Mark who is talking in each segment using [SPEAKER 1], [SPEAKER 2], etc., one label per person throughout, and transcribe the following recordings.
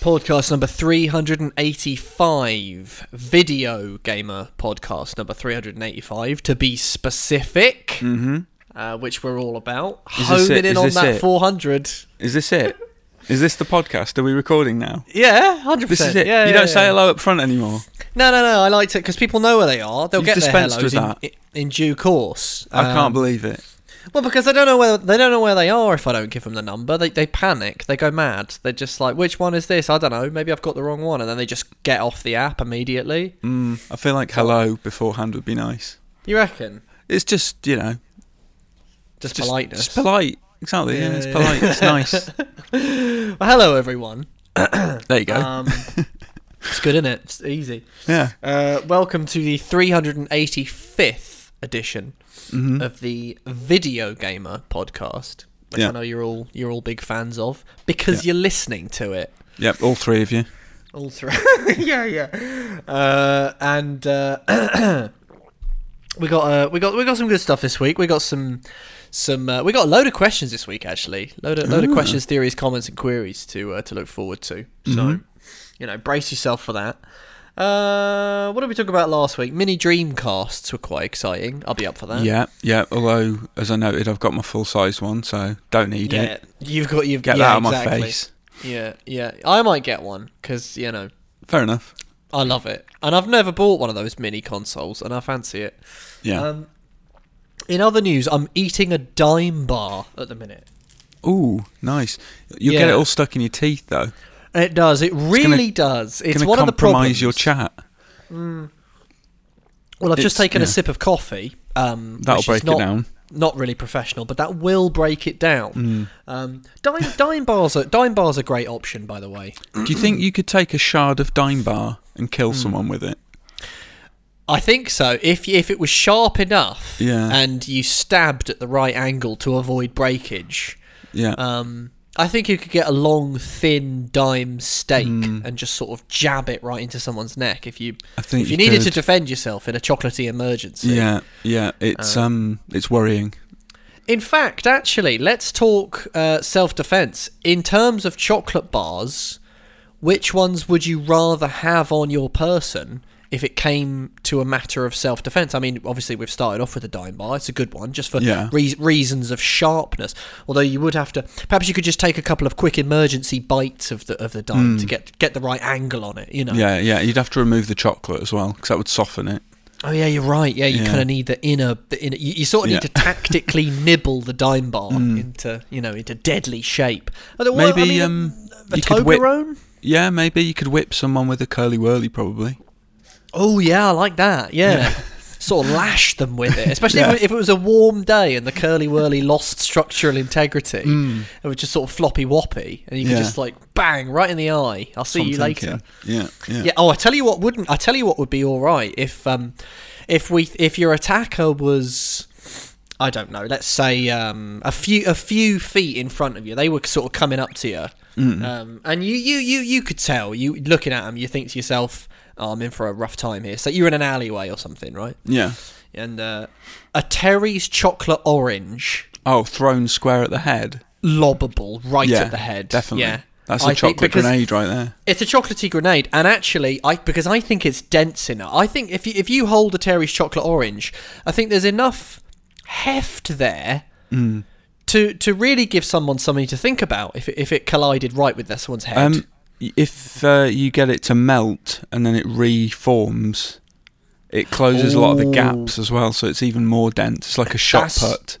[SPEAKER 1] podcast number 385. Video Gamer podcast number 385, to be specific,
[SPEAKER 2] Mm-hmm.
[SPEAKER 1] uh, which we're all about.
[SPEAKER 2] Is this
[SPEAKER 1] Homing
[SPEAKER 2] it?
[SPEAKER 1] in
[SPEAKER 2] Is
[SPEAKER 1] on
[SPEAKER 2] this
[SPEAKER 1] that
[SPEAKER 2] it?
[SPEAKER 1] 400.
[SPEAKER 2] Is this it? Is this the podcast? Are we recording now?
[SPEAKER 1] Yeah, 100%.
[SPEAKER 2] This is it.
[SPEAKER 1] Yeah,
[SPEAKER 2] you
[SPEAKER 1] yeah,
[SPEAKER 2] don't
[SPEAKER 1] yeah.
[SPEAKER 2] say hello up front anymore.
[SPEAKER 1] No, no, no. I liked it because people know where they are. They'll
[SPEAKER 2] You've
[SPEAKER 1] get their
[SPEAKER 2] dispensed
[SPEAKER 1] hellos
[SPEAKER 2] with
[SPEAKER 1] in,
[SPEAKER 2] that.
[SPEAKER 1] i- in due course.
[SPEAKER 2] I
[SPEAKER 1] Um,
[SPEAKER 2] can't believe it.
[SPEAKER 1] Well, because they don't know where they don't know where they are. If I don't give them the number, they they panic. They go mad. They're just like, which one is this? I don't know. Maybe I've got the wrong one, and then they just get off the app immediately.
[SPEAKER 2] Mm, I feel like hello beforehand would be nice.
[SPEAKER 1] You reckon?
[SPEAKER 2] It's just you know,
[SPEAKER 1] Just,
[SPEAKER 2] just,
[SPEAKER 1] politeness.
[SPEAKER 2] It's polite. Exactly. Yeah,
[SPEAKER 1] Yeah,
[SPEAKER 2] it's
[SPEAKER 1] yeah.
[SPEAKER 2] polite. It's nice.
[SPEAKER 1] Well, hello, everyone.
[SPEAKER 2] There you go.
[SPEAKER 1] Um, it's good, isn't it? It's easy.
[SPEAKER 2] yeah.
[SPEAKER 1] Uh, welcome to the 385th edition
[SPEAKER 2] Mhm.
[SPEAKER 1] of the Video Gamer podcast, which
[SPEAKER 2] Yeah.
[SPEAKER 1] I know you're all you're all big fans of because you're listening to it.
[SPEAKER 2] Yep. All three of you.
[SPEAKER 1] All through. yeah, yeah. Uh, and uh, we got uh, we got we got some good stuff this week. We got some some uh, we got a load of questions this week actually. Load of, load of questions, theories, comments, and queries to uh, to look forward to.
[SPEAKER 2] Mm-hmm.
[SPEAKER 1] So you know, brace yourself for that. Uh, what did we talk about last week? Mini Dreamcasts were quite exciting. I'll be up for that.
[SPEAKER 2] Yeah. Yeah. Although, as I noted, I've got my full sized one, so don't need
[SPEAKER 1] yeah.
[SPEAKER 2] it.
[SPEAKER 1] You've got you've
[SPEAKER 2] Get
[SPEAKER 1] yeah,
[SPEAKER 2] that out of
[SPEAKER 1] exactly.
[SPEAKER 2] my face.
[SPEAKER 1] Yeah, yeah. I might get one because you know
[SPEAKER 2] Fair enough.
[SPEAKER 1] I love it, and I've never bought one of those mini consoles, and I fancy it.
[SPEAKER 2] Yeah.
[SPEAKER 1] Um, in other news, I'm eating a dime bar at the minute.
[SPEAKER 2] Ooh, nice. You'll get
[SPEAKER 1] yeah.
[SPEAKER 2] it all stuck in your teeth though.
[SPEAKER 1] It does. It really does. It's
[SPEAKER 2] Gonna
[SPEAKER 1] one of the
[SPEAKER 2] compromise
[SPEAKER 1] problems.
[SPEAKER 2] your chat.
[SPEAKER 1] well, I've just
[SPEAKER 2] It's-
[SPEAKER 1] taken a
[SPEAKER 2] yeah.
[SPEAKER 1] sip of coffee. Um,
[SPEAKER 2] That'll
[SPEAKER 1] which is
[SPEAKER 2] break it
[SPEAKER 1] not-
[SPEAKER 2] down.
[SPEAKER 1] Not really professional, but that will break it down. Um, dime dime bars are dime bars a great option, by the way.
[SPEAKER 2] Do you think you could take a shard of dime bar and kill
[SPEAKER 1] Hmm.
[SPEAKER 2] someone with it?
[SPEAKER 1] I think so. If if it was sharp enough,
[SPEAKER 2] Yeah.
[SPEAKER 1] and you stabbed at the right angle to avoid breakage,
[SPEAKER 2] Yeah.
[SPEAKER 1] Um, I think you could get a long, thin dime steak and just sort of jab it right into someone's neck if you
[SPEAKER 2] Hmm. I think
[SPEAKER 1] if you,
[SPEAKER 2] you
[SPEAKER 1] needed to
[SPEAKER 2] could.
[SPEAKER 1] defend yourself in a chocolatey emergency.
[SPEAKER 2] yeah, yeah. It's
[SPEAKER 1] Uh,
[SPEAKER 2] um it's worrying.
[SPEAKER 1] In fact, actually, let's talk uh, self-defense in terms of chocolate bars. Which ones would you rather have on your person if it came to a matter of self-defense? I mean, obviously, we've started off with a dime bar. It's a good one, just for
[SPEAKER 2] Yeah.
[SPEAKER 1] rea- reasons of sharpness. Although you would have to, perhaps you could just take a couple of quick emergency bites of the of the dime to get get the right angle on it. You know.
[SPEAKER 2] Hmm. Yeah, yeah. You'd have to remove the chocolate as well because that would soften it.
[SPEAKER 1] Oh yeah, you're right. Yeah, you
[SPEAKER 2] Yeah.
[SPEAKER 1] kind of need the inner, the inner. You, you sort of need
[SPEAKER 2] Yeah. Hmm.
[SPEAKER 1] to tactically nibble the dime bar into, you know, into deadly shape. Although, well,
[SPEAKER 2] Maybe,
[SPEAKER 1] I mean, a-
[SPEAKER 2] um,
[SPEAKER 1] a,
[SPEAKER 2] you could whip-
[SPEAKER 1] Toblerone.
[SPEAKER 2] Yeah, maybe you could whip someone with a curly whirly. Probably.
[SPEAKER 1] Oh yeah, I like that. Yeah. Sort of lash them with it, especially
[SPEAKER 2] Yeah.
[SPEAKER 1] if, it- if it was a warm day and the curly whirly lost structural integrity and was just sort of floppy woppy, and you could
[SPEAKER 2] Hmm. Yeah.
[SPEAKER 1] just like bang right in the eye. I'll see
[SPEAKER 2] That's what
[SPEAKER 1] you
[SPEAKER 2] I'm
[SPEAKER 1] later.
[SPEAKER 2] thinking. Yeah, yeah.
[SPEAKER 1] Yeah. Oh, I tell you what wouldn't. I tell you what would be all right if um, if we if your attacker was, I don't know. Let's say um, a few a few feet in front of you. They were sort of coming up to you,
[SPEAKER 2] Mm-hmm.
[SPEAKER 1] um, and you you you you could tell. You looking at them, you think to yourself, oh, "I'm in for a rough time here." So you're in an alleyway or something, right?
[SPEAKER 2] Yeah.
[SPEAKER 1] And uh, a Terry's chocolate orange
[SPEAKER 2] Oh, thrown square at the head.
[SPEAKER 1] lobbable right
[SPEAKER 2] yeah,
[SPEAKER 1] at the head.
[SPEAKER 2] Definitely.
[SPEAKER 1] Yeah.
[SPEAKER 2] That's
[SPEAKER 1] I
[SPEAKER 2] a
[SPEAKER 1] think
[SPEAKER 2] chocolate
[SPEAKER 1] because-
[SPEAKER 2] grenade right there.
[SPEAKER 1] It's a chocolatey grenade, and actually, I because I think it's dense enough. I think if you if you hold a Terry's chocolate orange, I think there's enough heft there
[SPEAKER 2] Mm.
[SPEAKER 1] to to really give someone something to think about if it, if it collided right with that someone's head.
[SPEAKER 2] Um, y- if uh, you get it to melt and then it reforms, it closes a lot of the
[SPEAKER 1] Ooh.
[SPEAKER 2] gaps as well, so it's even more dense. It's like a shot
[SPEAKER 1] That's-
[SPEAKER 2] put.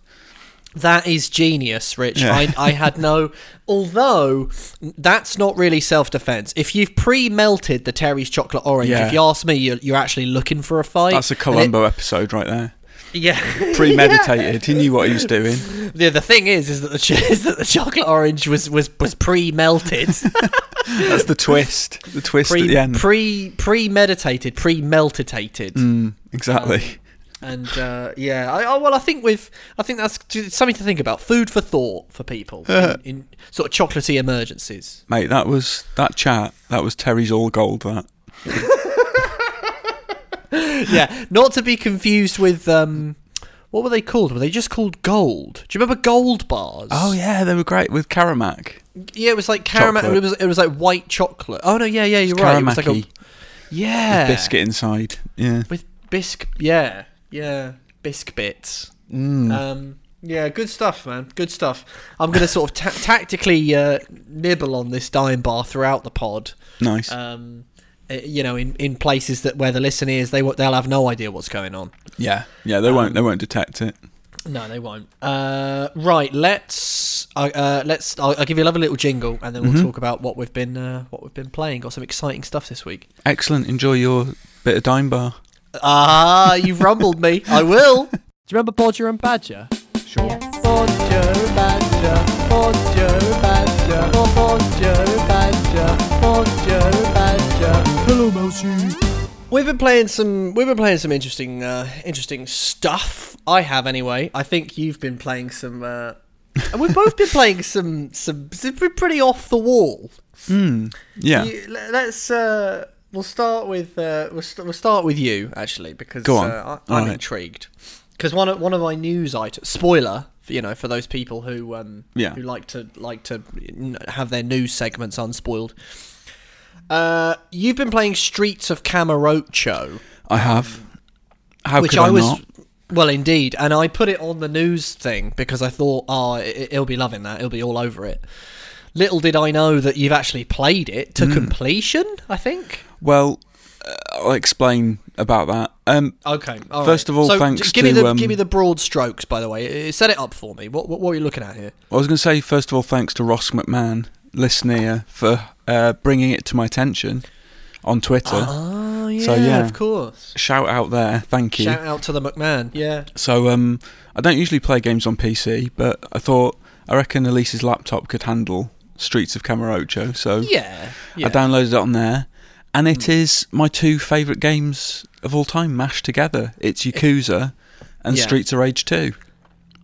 [SPEAKER 1] That is genius, Rich.
[SPEAKER 2] Yeah.
[SPEAKER 1] I, I had no. Although that's not really self defense. If you've pre melted the Terry's chocolate orange,
[SPEAKER 2] Yeah.
[SPEAKER 1] if you ask me, you're, you're actually looking for a fight.
[SPEAKER 2] That's a
[SPEAKER 1] and it-
[SPEAKER 2] Columbo episode right there.
[SPEAKER 1] yeah.
[SPEAKER 2] Premeditated. He knew what he was doing.
[SPEAKER 1] Yeah, the thing is, is that the ch- is that the chocolate orange was was was pre-melted,
[SPEAKER 2] That's the twist. The twist at
[SPEAKER 1] pre
[SPEAKER 2] the end.
[SPEAKER 1] pre premeditated, pre-meltitated,
[SPEAKER 2] Mm, exactly.
[SPEAKER 1] and uh, yeah, I, oh, well, I think we've, I think that's t- something to think about, food for thought for people in, in sort of chocolatey emergencies.
[SPEAKER 2] Mate, that was that chat. That was Terry's all gold. That.
[SPEAKER 1] Yeah, not to be confused with um, what were they called? Were they just called gold? Do you remember gold bars?
[SPEAKER 2] Oh yeah, they were great with Karamak.
[SPEAKER 1] Yeah, it was like caramel.
[SPEAKER 2] Chocolate.
[SPEAKER 1] It was it was like white chocolate. Oh no, yeah, yeah, you're
[SPEAKER 2] It's
[SPEAKER 1] right. It was like a
[SPEAKER 2] Karamaki
[SPEAKER 1] yeah
[SPEAKER 2] with biscuit inside. Yeah.
[SPEAKER 1] with bisc. Yeah, yeah, bisc bits. Um, yeah, good stuff, man. Good stuff. I'm gonna sort of ta- tactically uh, nibble on this dime bar throughout the pod.
[SPEAKER 2] Nice.
[SPEAKER 1] Um, uh, you know, in, in places that where the listener is, they won't- they'll have no idea what's going on.
[SPEAKER 2] yeah. Yeah. They won't. They won't detect it.
[SPEAKER 1] No, they won't. Uh, right, let's. Uh, uh, let's. I'll, I'll give you another little jingle, and then we'll talk about what we've been uh, what we've been playing. Got some exciting stuff this week.
[SPEAKER 2] Excellent. Enjoy your bit of dime bar.
[SPEAKER 1] Ah, you've rumbled me. I will.
[SPEAKER 3] Do you remember Bodger and Badger?
[SPEAKER 2] Sure.
[SPEAKER 3] Bodger, Badger, Bodger, Badger, Bodger, Badger, Bodger, Badger. Hello, Mousy.
[SPEAKER 1] We've been playing some. We've been playing some interesting, uh, interesting stuff. I have anyway. I think you've been playing some. Uh, and we've both been playing some, some. some pretty off the wall.
[SPEAKER 2] Yeah.
[SPEAKER 1] You- le- let's. Uh, we'll start with. Uh, we'll, st- we'll start with you actually because
[SPEAKER 2] Go on.
[SPEAKER 1] Uh, I,
[SPEAKER 2] All
[SPEAKER 1] I'm
[SPEAKER 2] right.
[SPEAKER 1] intrigued because one of one of my news items. Spoiler, for, you know, for those people who um
[SPEAKER 2] Yeah.
[SPEAKER 1] who like to like to n- have their news segments unspoiled. Uh, you've been playing Streets of Camarocho
[SPEAKER 2] I have. How
[SPEAKER 1] which
[SPEAKER 2] could
[SPEAKER 1] I,
[SPEAKER 2] I,
[SPEAKER 1] was
[SPEAKER 2] not?
[SPEAKER 1] well indeed, and I put it on the news thing because I thought, oh, it, it'll be loving that, it'll be all over it. Little did I know that you've actually played it
[SPEAKER 2] Mm.
[SPEAKER 1] to completion. I think.
[SPEAKER 2] Well, uh, I'll explain about that. Um,
[SPEAKER 1] Okay. all
[SPEAKER 2] First
[SPEAKER 1] right.
[SPEAKER 2] of all,
[SPEAKER 1] so
[SPEAKER 2] thanks
[SPEAKER 1] just give me
[SPEAKER 2] to,
[SPEAKER 1] the
[SPEAKER 2] um,
[SPEAKER 1] give me the broad strokes. By the way, Uh, set it up for me. What what, what are you looking at here?
[SPEAKER 2] I was going to say first of all, thanks to Ross McMahon, listener, for uh, bringing it to my attention on Twitter.
[SPEAKER 1] Oh yeah,
[SPEAKER 2] So, yeah.
[SPEAKER 1] of course.
[SPEAKER 2] Shout out there, thank you.
[SPEAKER 1] Shout out to the McMahon. Yeah.
[SPEAKER 2] So um, I don't usually play games on PC, but I thought I reckon Elise's laptop could handle Streets of Camarocho, so
[SPEAKER 1] Yeah. Hmm.
[SPEAKER 2] I downloaded it on there, and it is my two favourite games of all time mashed together. It's Yakuza and
[SPEAKER 1] Yeah.
[SPEAKER 2] Streets of Rage Two.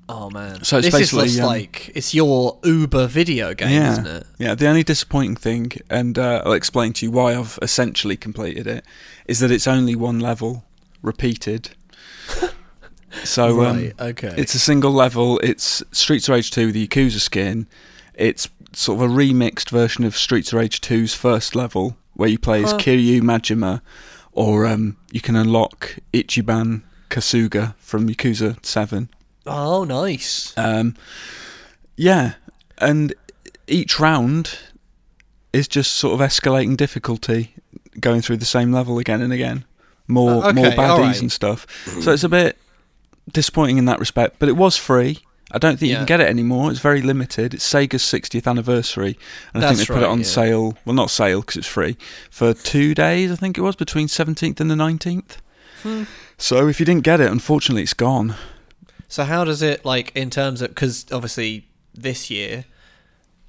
[SPEAKER 1] oh man.
[SPEAKER 2] So it's
[SPEAKER 1] this is
[SPEAKER 2] basically,
[SPEAKER 1] just
[SPEAKER 2] um,
[SPEAKER 1] like it's your Uber video game,
[SPEAKER 2] yeah,
[SPEAKER 1] isn't it?
[SPEAKER 2] yeah. The only disappointing thing, and uh, I'll explain to you why I've essentially completed it, is that it's only one level repeated. so um,
[SPEAKER 1] Right. okay.
[SPEAKER 2] It's a single level. It's Streets of Rage 2 with the Yakuza skin. It's sort of a remixed version of Streets of Rage 2's first level, where you play as
[SPEAKER 1] Huh.
[SPEAKER 2] Kiryu Majima, or um, you can unlock Ichiban Kasuga from Yakuza 7.
[SPEAKER 1] oh nice.
[SPEAKER 2] Um, yeah, and each round is just sort of escalating difficulty, going through the same level again and again, more
[SPEAKER 1] Uh,
[SPEAKER 2] more
[SPEAKER 1] okay,
[SPEAKER 2] baddies
[SPEAKER 1] alright.
[SPEAKER 2] and stuff. So it's a bit disappointing in that respect, but it was free. I don't think you
[SPEAKER 1] Yeah.
[SPEAKER 2] can get it anymore. It's very limited. It's Sega's 60th anniversary, and I
[SPEAKER 1] That's
[SPEAKER 2] think they put it
[SPEAKER 1] right,
[SPEAKER 2] on
[SPEAKER 1] yeah.
[SPEAKER 2] sale. Well, not sale because it's free for two days. I think it was between 17th and the 19th.
[SPEAKER 1] Hmm.
[SPEAKER 2] So if you didn't get it, unfortunately, it's gone.
[SPEAKER 1] So how does it like in terms of because obviously this year,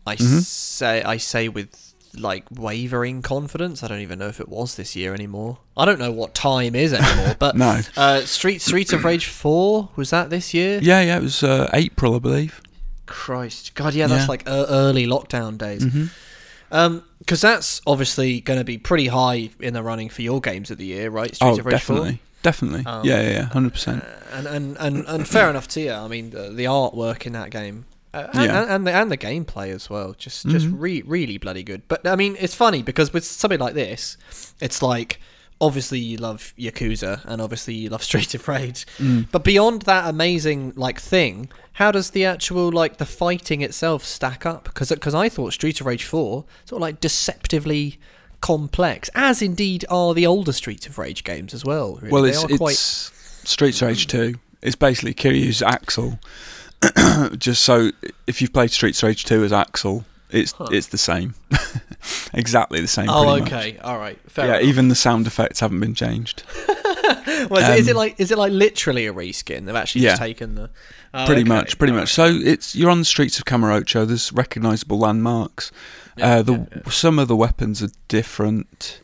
[SPEAKER 1] I
[SPEAKER 2] Mm-hmm.
[SPEAKER 1] say I say with like wavering confidence. I don't even know if it was this year anymore. I don't know what time is anymore. But
[SPEAKER 2] No.
[SPEAKER 1] uh, Street Streets of Rage Four was that this year?
[SPEAKER 2] Yeah, yeah, it was uh, April, I believe.
[SPEAKER 1] Christ, God, yeah, that's
[SPEAKER 2] Yeah. Mm.
[SPEAKER 1] like uh, early lockdown days.
[SPEAKER 2] Mm-hmm.
[SPEAKER 1] Um 'cause because that's obviously going to be pretty high in the running for your games of the year, right? Streets
[SPEAKER 2] oh,
[SPEAKER 1] of Rage Oh. Uh, 4?
[SPEAKER 2] definitely, definitely. yeah, yeah, yeah, hundred percent.
[SPEAKER 1] and and and, and fair enough to you. I mean, the, the artwork in that game, uh, and,
[SPEAKER 2] Yeah. Mm-hmm.
[SPEAKER 1] and, and the and the gameplay as well, just just re- really bloody good. But I mean, it's funny because with something like this, it's like obviously you love Yakuza and obviously you love Street of Rage,
[SPEAKER 2] Mm.
[SPEAKER 1] but beyond that amazing like thing, how does the actual like the fighting itself stack up? Because I thought Street of Rage Four sort of like deceptively complex as indeed are the older Streets of Rage games as well really.
[SPEAKER 2] Well,
[SPEAKER 1] They
[SPEAKER 2] it's
[SPEAKER 1] are
[SPEAKER 2] it's
[SPEAKER 1] quite- Hmm.
[SPEAKER 2] Streets of Rage two. It's basically Kiryu's Axel. Just so if you've played Streets of Rage two as Axel, it's it's the same, exactly the same.
[SPEAKER 1] Oh,
[SPEAKER 2] pretty much.
[SPEAKER 1] okay. All right. Fair
[SPEAKER 2] Yeah,
[SPEAKER 1] enough.
[SPEAKER 2] even the sound effects haven't been changed.
[SPEAKER 1] Well, is, it, is it like is it like literally a reskin? They've actually just
[SPEAKER 2] um, Yeah.
[SPEAKER 1] taken the Oh,
[SPEAKER 2] pretty
[SPEAKER 1] okay.
[SPEAKER 2] much, pretty much. So it's you're on the streets of Camarocho. There's recognisable landmarks. uh, the some of the weapons are different.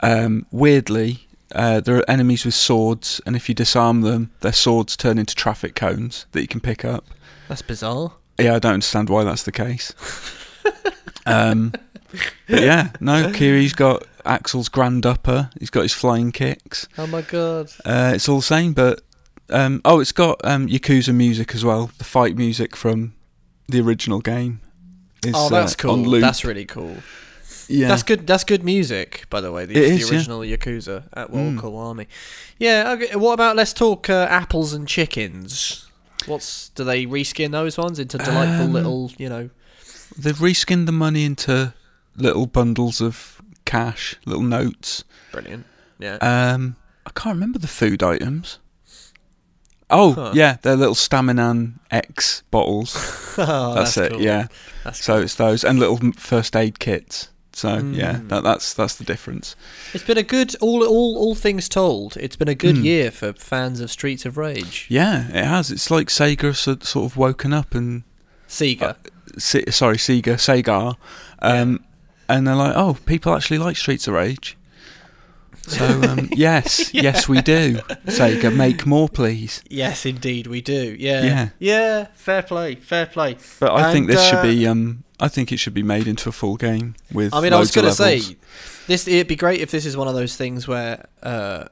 [SPEAKER 2] Um, weirdly, uh, there are enemies with swords, and if you disarm them, their swords turn into traffic cones that you can pick up.
[SPEAKER 1] That's bizarre.
[SPEAKER 2] Yeah, I don't understand why that's the case. um, but yeah, no, Kiri's got Axel's grand upper. He's got his flying kicks.
[SPEAKER 1] Oh my god.
[SPEAKER 2] Uh, it's all the same, but um, oh, it's got um, Yakuza music as well, the fight music from the original game. Is,
[SPEAKER 1] Oh, that's
[SPEAKER 2] uh, on
[SPEAKER 1] cool.
[SPEAKER 2] loop.
[SPEAKER 1] That's really cool.
[SPEAKER 2] yeah.
[SPEAKER 1] That's good. That's good music, by the way. The,
[SPEAKER 2] It
[SPEAKER 1] the
[SPEAKER 2] is, yeah. Mm.
[SPEAKER 1] original Yakuza at World Kiwami. Yeah. Okay. What about let's talk uh, apples and chickens? What's do they reskin those ones into delightful
[SPEAKER 2] Um,
[SPEAKER 1] little you know?
[SPEAKER 2] They've reskinned the money into little bundles of cash, little notes.
[SPEAKER 1] Brilliant. Yeah.
[SPEAKER 2] Um, I can't remember the food items. Oh yeah, they're little Staminan X bottles.
[SPEAKER 1] Oh,
[SPEAKER 2] that's, it.
[SPEAKER 1] cool.
[SPEAKER 2] Yeah.
[SPEAKER 1] That's
[SPEAKER 2] so it's those and little m- first aid kits. So yeah,
[SPEAKER 1] Hmm.
[SPEAKER 2] that, that's that's the difference.
[SPEAKER 1] It's been a good all all all things told. It's been a good year for fans of Streets of Rage.
[SPEAKER 2] Hmm. Yeah, it has. It's like Sega so- sort of woken up and
[SPEAKER 1] Sega.
[SPEAKER 2] Se- sorry Sega Sega, um, and they're like, oh, people actually like Streets of Rage. So um, yes, yes we do. Sega, make more please.
[SPEAKER 1] yes, indeed, we do. Yeah.
[SPEAKER 2] Yeah.
[SPEAKER 1] Yeah. Fair play. Fair play.
[SPEAKER 2] But I think
[SPEAKER 1] And,
[SPEAKER 2] this
[SPEAKER 1] uh,
[SPEAKER 2] should be. uh, Um, I think it should be made into a full game with.
[SPEAKER 1] I mean, I was
[SPEAKER 2] going to
[SPEAKER 1] say this. It'd be great if this is one of those things where, uh,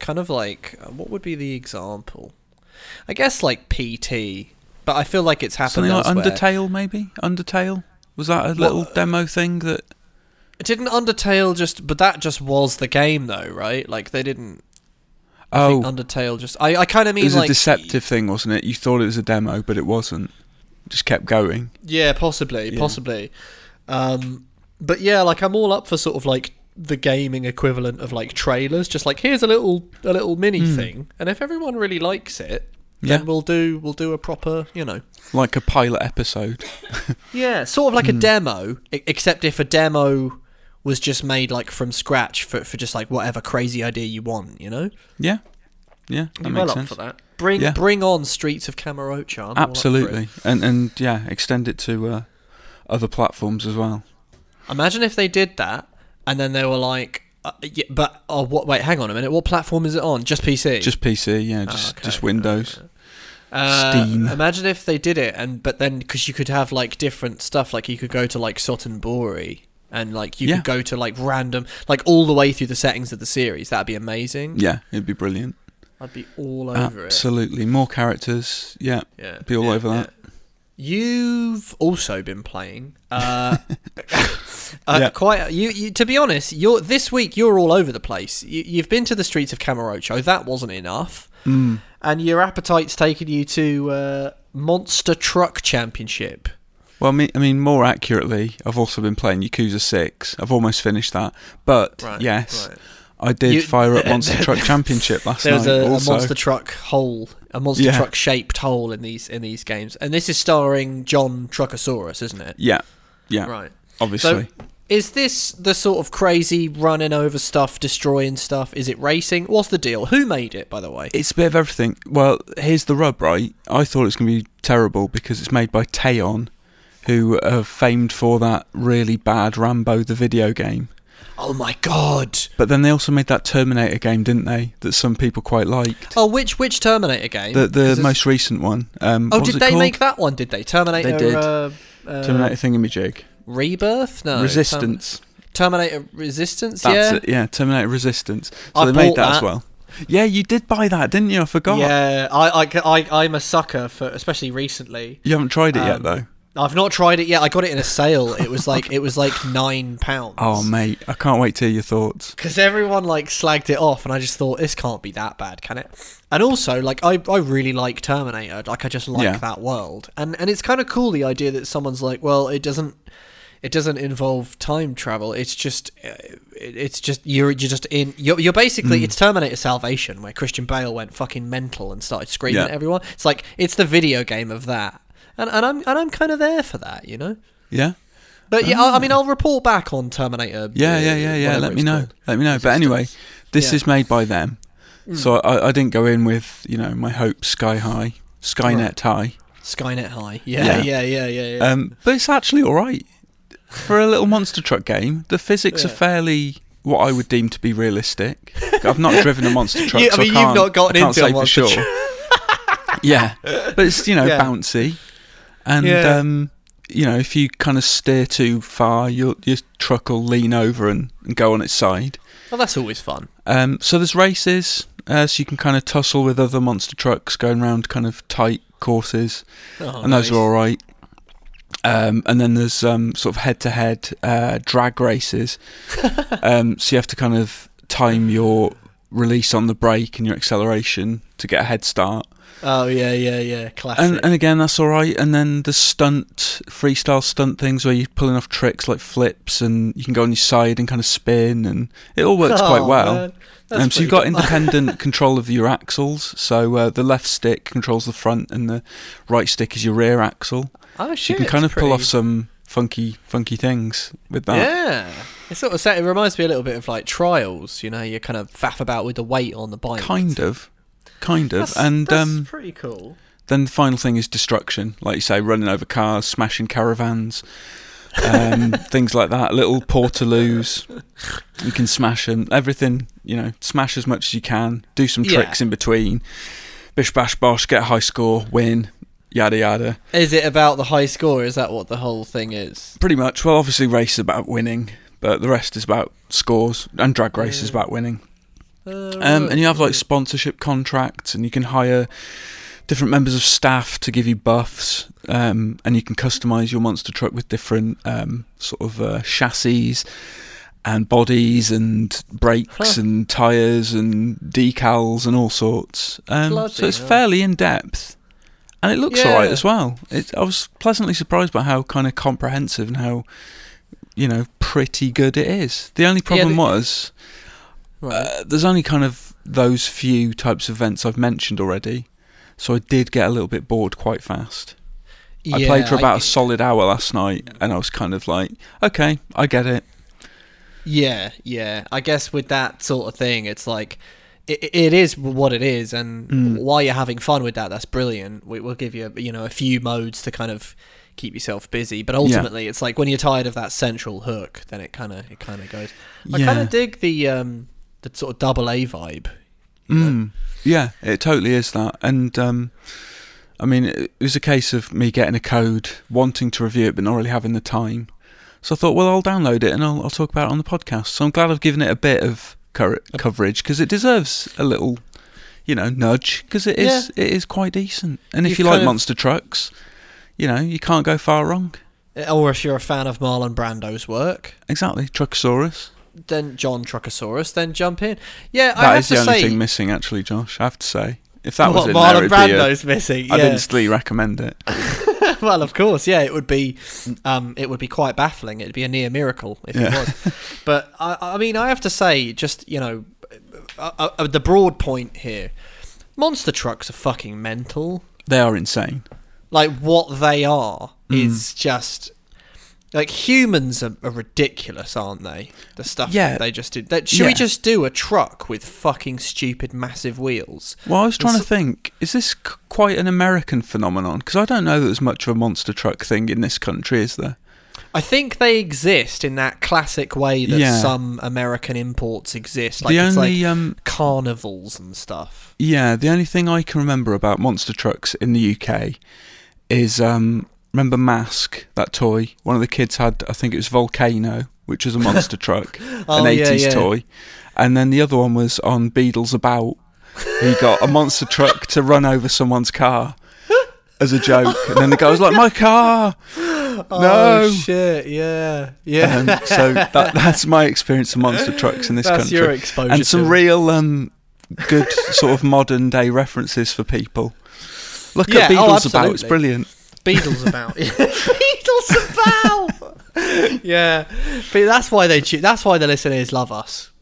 [SPEAKER 1] kind of like, uh, what would be the example? I guess like PT, but I feel like it's happened
[SPEAKER 2] something like
[SPEAKER 1] elsewhere.
[SPEAKER 2] Undertale, maybe Undertale. Was that a little demo thing that?
[SPEAKER 1] Didn't Undertale just? But that just was the game, though, right? Like they didn't. I
[SPEAKER 2] Oh,
[SPEAKER 1] think Undertale just. I, I kind of mean
[SPEAKER 2] it was
[SPEAKER 1] like
[SPEAKER 2] a deceptive thing, wasn't it? You thought it was a demo, but it wasn't. It just kept going.
[SPEAKER 1] Yeah, possibly,
[SPEAKER 2] Yeah.
[SPEAKER 1] possibly. Um, but yeah, like I'm all up for sort of like the gaming equivalent of like trailers. Just like here's a little a little mini thing, and if everyone really likes it, then
[SPEAKER 2] Yeah.
[SPEAKER 1] we'll do we'll do a proper you know
[SPEAKER 2] Like a pilot episode.
[SPEAKER 1] yeah sort of like a demo, e- except if a demo was just made like from scratch for for just like whatever crazy idea you want, you know.
[SPEAKER 2] Yeah, yeah, that
[SPEAKER 1] I'm
[SPEAKER 2] makes
[SPEAKER 1] well
[SPEAKER 2] sense.
[SPEAKER 1] up for that. Bring
[SPEAKER 2] Yeah.
[SPEAKER 1] bring on Streets of Camarocha. I'm all up for it.
[SPEAKER 2] Absolutely, and and yeah, extend it to uh, other platforms as well.
[SPEAKER 1] Imagine if they did that, and then they were like, uh, yeah, "But oh, what? Wait, hang on a minute. What platform is it on? Just PC?
[SPEAKER 2] Just PC, yeah, just
[SPEAKER 1] Ah, okay.
[SPEAKER 2] just Windows.
[SPEAKER 1] Uh,
[SPEAKER 2] Steam.
[SPEAKER 1] Imagine if they did it, and but then because you could have like different stuff, like you could go to like Sutton Bori, and like you
[SPEAKER 2] Yeah.
[SPEAKER 1] could go to like random, like all the way through the settings of the series. That'd be amazing.
[SPEAKER 2] Yeah, Uh, it'd be brilliant.
[SPEAKER 1] I'd be all over it.
[SPEAKER 2] Absolutely, more characters. Yeah,
[SPEAKER 1] Yeah,
[SPEAKER 2] be all
[SPEAKER 1] yeah,
[SPEAKER 2] over
[SPEAKER 1] yeah.
[SPEAKER 2] that.
[SPEAKER 1] You've also been playing. Uh, uh,
[SPEAKER 2] Yeah.
[SPEAKER 1] Quite. You, you. To be honest, you're this week. You're all over the place. You, you've been to the streets of Camarocho. That wasn't enough.
[SPEAKER 2] Hmm.
[SPEAKER 1] And your appetite's taken you to uh, Monster Truck Championship.
[SPEAKER 2] Well, me, I mean, more accurately, I've also been playing Yakuza Six. I've almost finished that, but
[SPEAKER 1] Right,
[SPEAKER 2] yes,
[SPEAKER 1] right.
[SPEAKER 2] I did
[SPEAKER 1] You-
[SPEAKER 2] fire up Monster Truck Championship last
[SPEAKER 1] There's
[SPEAKER 2] night.
[SPEAKER 1] a, a
[SPEAKER 2] also,
[SPEAKER 1] monster truck hole, a monster
[SPEAKER 2] Yeah.
[SPEAKER 1] truck shaped hole in these in these games, and this is starring John Truckosaurus, isn't it?
[SPEAKER 2] yeah, yeah,
[SPEAKER 1] Right.
[SPEAKER 2] obviously.
[SPEAKER 1] So, is this the sort of crazy running over stuff, destroying stuff? Is it racing? What's the deal? Who made it, by the way?
[SPEAKER 2] It's a bit of everything. Well, here's the rub, right? I thought it was going to be terrible because it's made by Teon, who are famed for that really bad Rambo the video game.
[SPEAKER 1] Oh my god!
[SPEAKER 2] But then they also made that Terminator game, didn't they? That some people quite liked.
[SPEAKER 1] Oh, which which Terminator game?
[SPEAKER 2] The the
[SPEAKER 1] 'Cause it's-
[SPEAKER 2] most recent one. Um,
[SPEAKER 1] Oh,
[SPEAKER 2] what was
[SPEAKER 1] did
[SPEAKER 2] it
[SPEAKER 1] they
[SPEAKER 2] called?
[SPEAKER 1] make that one? Did they Terminator?
[SPEAKER 2] They did.
[SPEAKER 1] Uh, uh,
[SPEAKER 2] Terminator Thingamajig?
[SPEAKER 1] Rebirth? No. Term-
[SPEAKER 2] Resistance.
[SPEAKER 1] Oh, Terminator Resistance.
[SPEAKER 2] That's
[SPEAKER 1] yeah.
[SPEAKER 2] it. Yeah, Terminator Resistance. So
[SPEAKER 1] I
[SPEAKER 2] they made
[SPEAKER 1] bought
[SPEAKER 2] that, as
[SPEAKER 1] that.
[SPEAKER 2] well. Yeah, you did buy that, didn't you? I forgot.
[SPEAKER 1] Yeah, I, I, I, I'm a sucker for, especially recently.
[SPEAKER 2] You haven't tried it yet
[SPEAKER 1] Um,
[SPEAKER 2] though.
[SPEAKER 1] I've not tried it yet. I got it in a sale. It was like it was like nine pounds.
[SPEAKER 2] Oh mate, I can't wait to hear your thoughts.
[SPEAKER 1] because everyone like slagged it off, and I just thought this can't be that bad, can it? And also, like I, I really like Terminator. Like I just like
[SPEAKER 2] Yeah.
[SPEAKER 1] that world, and and it's kind of cool the idea that someone's like, well, it doesn't, it doesn't involve time travel. It's just, uh, it, it's just you're you're just in you're, you're
[SPEAKER 2] Hmm.
[SPEAKER 1] basically it's Terminator Salvation where Christian Bale went fucking mental and started screaming
[SPEAKER 2] Yeah.
[SPEAKER 1] at everyone. It's like it's the video game of that, and and I'm and I'm kind of there for that, you know.
[SPEAKER 2] Yeah.
[SPEAKER 1] But yeah, I, I mean, I'll report back on Terminator.
[SPEAKER 2] Ah. Yeah,
[SPEAKER 1] uh,
[SPEAKER 2] yeah, yeah, yeah.
[SPEAKER 1] whatever
[SPEAKER 2] Let
[SPEAKER 1] it's
[SPEAKER 2] me know.
[SPEAKER 1] called.
[SPEAKER 2] Let me know. But anyway, this
[SPEAKER 1] Yeah. Mm.
[SPEAKER 2] is made by them, so I, I didn't go in with you know my hopes sky high, Skynet high.
[SPEAKER 1] Skynet High. Yeah, yeah,
[SPEAKER 2] Yeah.
[SPEAKER 1] yeah, yeah, yeah. yeah.
[SPEAKER 2] Um, but it's actually all right for a little monster truck game. The physics are
[SPEAKER 1] Yeah.
[SPEAKER 2] fairly what I would deem to be realistic. I've not driven a monster truck,
[SPEAKER 1] You- I
[SPEAKER 2] so
[SPEAKER 1] mean, you've
[SPEAKER 2] I can't,
[SPEAKER 1] not gotten
[SPEAKER 2] I can't
[SPEAKER 1] into a
[SPEAKER 2] say for
[SPEAKER 1] monster
[SPEAKER 2] sure. yeah, but it's you know
[SPEAKER 1] Yeah.
[SPEAKER 2] bouncy, and
[SPEAKER 1] Yeah.
[SPEAKER 2] um, you know if you kind of steer too far, your your truck will lean over and, and go on its side.
[SPEAKER 1] well, Oh, that's always fun.
[SPEAKER 2] Um, so there's races, uh, so you can kind of tussle with other monster trucks going round kind of tight courses,
[SPEAKER 1] Oh,
[SPEAKER 2] and those
[SPEAKER 1] nice.
[SPEAKER 2] are all right. Um, and then there's um, sort of head to head drag races. um, so you have to kind of time your release on the brake and your acceleration to get a head start.
[SPEAKER 1] Oh yeah, yeah, yeah. Classic.
[SPEAKER 2] And, and again, that's all right. And then the stunt, freestyle stunt things where you're pulling off tricks like flips and you can go on your side and kind of spin, and it all works quite
[SPEAKER 1] Oh,
[SPEAKER 2] well.
[SPEAKER 1] man. That's
[SPEAKER 2] Um, so you've
[SPEAKER 1] pretty
[SPEAKER 2] got independent control of your axles. So uh, the left stick controls the front, and the right stick is your rear axle.
[SPEAKER 1] Oh
[SPEAKER 2] So you
[SPEAKER 1] shit!
[SPEAKER 2] can kind
[SPEAKER 1] it's
[SPEAKER 2] of pull off
[SPEAKER 1] pretty-
[SPEAKER 2] some funky, funky things with that.
[SPEAKER 1] Yeah, it sort of sa- it reminds me a little bit of like trials. You know, you kind of faff about with the weight on the bike.
[SPEAKER 2] Kind of, kind of.
[SPEAKER 1] That's,
[SPEAKER 2] and
[SPEAKER 1] that's
[SPEAKER 2] um,
[SPEAKER 1] pretty cool.
[SPEAKER 2] then the final thing is destruction, like you say, running over cars, smashing caravans, um, things like that. Little portaloos, you can smash them. Everything, you know, smash as much as you can. Do some
[SPEAKER 1] Yeah.
[SPEAKER 2] tricks in between. Bish bash bosh, get a high score, win. Yada yada.
[SPEAKER 1] Is it about the high score? Is that what the whole thing is?
[SPEAKER 2] Pretty much. Well, obviously, race is about winning, but the rest is about scores, and drag race is about winning. Um, and you have like sponsorship contracts, and you can hire different members of staff to give you buffs, um, and you can customize your monster truck with different um, sort of uh, chassis and bodies and brakes
[SPEAKER 1] Huh.
[SPEAKER 2] and tires and decals and all sorts. Um, so
[SPEAKER 1] Bloody
[SPEAKER 2] it's
[SPEAKER 1] hell.
[SPEAKER 2] fairly in depth. And it looks alright
[SPEAKER 1] Yeah.
[SPEAKER 2] as well. It, I was pleasantly surprised by how kind of comprehensive and how, you know, pretty good it is. The only problem
[SPEAKER 1] the-
[SPEAKER 2] was
[SPEAKER 1] Right.
[SPEAKER 2] uh, there's only kind of those few types of events I've mentioned already, so I did get a little bit bored quite fast. I played for
[SPEAKER 1] Yeah,
[SPEAKER 2] about
[SPEAKER 1] I-
[SPEAKER 2] a solid hour last night, and I was kind of like, okay, I get it.
[SPEAKER 1] Yeah, yeah. I guess with that sort of thing, it's like it, it is what it is, and
[SPEAKER 2] Mm.
[SPEAKER 1] while you're having fun with that, that's brilliant. We, we'll give you you know a few modes to kind of keep yourself busy, but ultimately, it's like when you're tired of that central hook, then it kind of it kind of goes. I kind
[SPEAKER 2] Yeah.
[SPEAKER 1] of dig the um the sort of double A vibe.
[SPEAKER 2] Mm. Yeah, it totally is that. And um, I mean, it was a case of me getting a code, wanting to review it, but not really having the time. So I thought, well, I'll download it and I'll, I'll talk about it on the podcast. So I'm glad I've given it a bit of cur- coverage because it deserves a little, you know, nudge because it is it is quite decent. And if
[SPEAKER 1] You've
[SPEAKER 2] you like
[SPEAKER 1] kind of-
[SPEAKER 2] monster trucks, you know, you can't go far wrong.
[SPEAKER 1] Eh, Or if you're a fan of Marlon Brando's work,
[SPEAKER 2] Exactly, Truckosaurus.
[SPEAKER 1] then John Truckosaurus, then jump in. Yeah, I
[SPEAKER 2] That
[SPEAKER 1] have
[SPEAKER 2] is the
[SPEAKER 1] to
[SPEAKER 2] only
[SPEAKER 1] say,
[SPEAKER 2] thing missing, actually, Josh. I have to say, if that was
[SPEAKER 1] what
[SPEAKER 2] in there,
[SPEAKER 1] Marlon
[SPEAKER 2] it'd be a-
[SPEAKER 1] Brando's missing. Yeah.
[SPEAKER 2] I'd instantly recommend it.
[SPEAKER 1] well, of course, yeah, it would be, um, it would be quite baffling. It'd be a near miracle if it
[SPEAKER 2] Yeah.
[SPEAKER 1] was. But I, I mean, I have to say, just you know, uh, uh, the broad point here: monster trucks are fucking mental.
[SPEAKER 2] They are insane.
[SPEAKER 1] Like what they are
[SPEAKER 2] Hmm.
[SPEAKER 1] is just like humans are, are ridiculous, aren't they? The stuff
[SPEAKER 2] Yeah.
[SPEAKER 1] that they just did. That, should we
[SPEAKER 2] Yeah.
[SPEAKER 1] just do a truck with fucking stupid massive wheels?
[SPEAKER 2] Well, I was trying
[SPEAKER 1] It's-
[SPEAKER 2] to think, is this c- quite an American phenomenon? Because I don't know that there's much of a monster truck thing in this country, is there?
[SPEAKER 1] I think they exist in that classic way that
[SPEAKER 2] Yeah.
[SPEAKER 1] some American imports exist. Like
[SPEAKER 2] the
[SPEAKER 1] it's
[SPEAKER 2] only,
[SPEAKER 1] like
[SPEAKER 2] um,
[SPEAKER 1] carnivals and stuff.
[SPEAKER 2] yeah, the only thing I can remember about monster trucks in the UK is um, remember Mask, that toy. One of the kids had, I think it was Volcano, which was a monster truck,
[SPEAKER 1] Oh,
[SPEAKER 2] an
[SPEAKER 1] yeah,
[SPEAKER 2] 80s
[SPEAKER 1] yeah.
[SPEAKER 2] toy, and then the other one was on Beatles About. He got a monster truck to run over someone's car. As a joke, and then the guy was like, "My car!"
[SPEAKER 1] Oh
[SPEAKER 2] No.
[SPEAKER 1] shit! Yeah, yeah.
[SPEAKER 2] Um, so that, that's my experience of monster trucks in this
[SPEAKER 1] That's
[SPEAKER 2] country.
[SPEAKER 1] your exposure
[SPEAKER 2] And some
[SPEAKER 1] to-
[SPEAKER 2] real um, good sort of modern day references for people. Look
[SPEAKER 1] Yeah,
[SPEAKER 2] at
[SPEAKER 1] oh,
[SPEAKER 2] Beatles about, it's
[SPEAKER 1] absolutely.
[SPEAKER 2] brilliant.
[SPEAKER 1] Beatles about. Beatles about. yeah, but that's why they. Tu- that's why the listeners love us.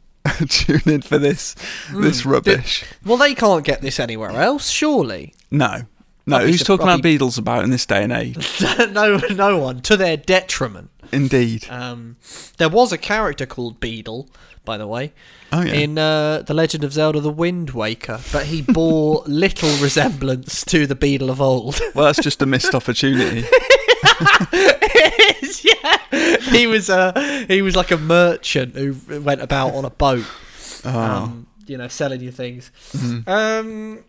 [SPEAKER 2] Tune in for this
[SPEAKER 1] Mm,
[SPEAKER 2] this rubbish.
[SPEAKER 1] Well, they can't get this anywhere else, surely.
[SPEAKER 2] no. No,
[SPEAKER 1] I'd be
[SPEAKER 2] who's talking
[SPEAKER 1] surprised-
[SPEAKER 2] about Beatles about in this day and age?
[SPEAKER 1] no, no one to their detriment.
[SPEAKER 2] Indeed.
[SPEAKER 1] Um, there was a character called Beadle, by the way,
[SPEAKER 2] Oh, yeah.
[SPEAKER 1] in uh, The Legend of Zelda The Wind Waker, but he bore little resemblance to the Beadle of old.
[SPEAKER 2] Well, that's just a missed opportunity.
[SPEAKER 1] yeah. He was uh, he was like a merchant who went about on a boat,
[SPEAKER 2] Oh,
[SPEAKER 1] um, you know, selling you things. Um,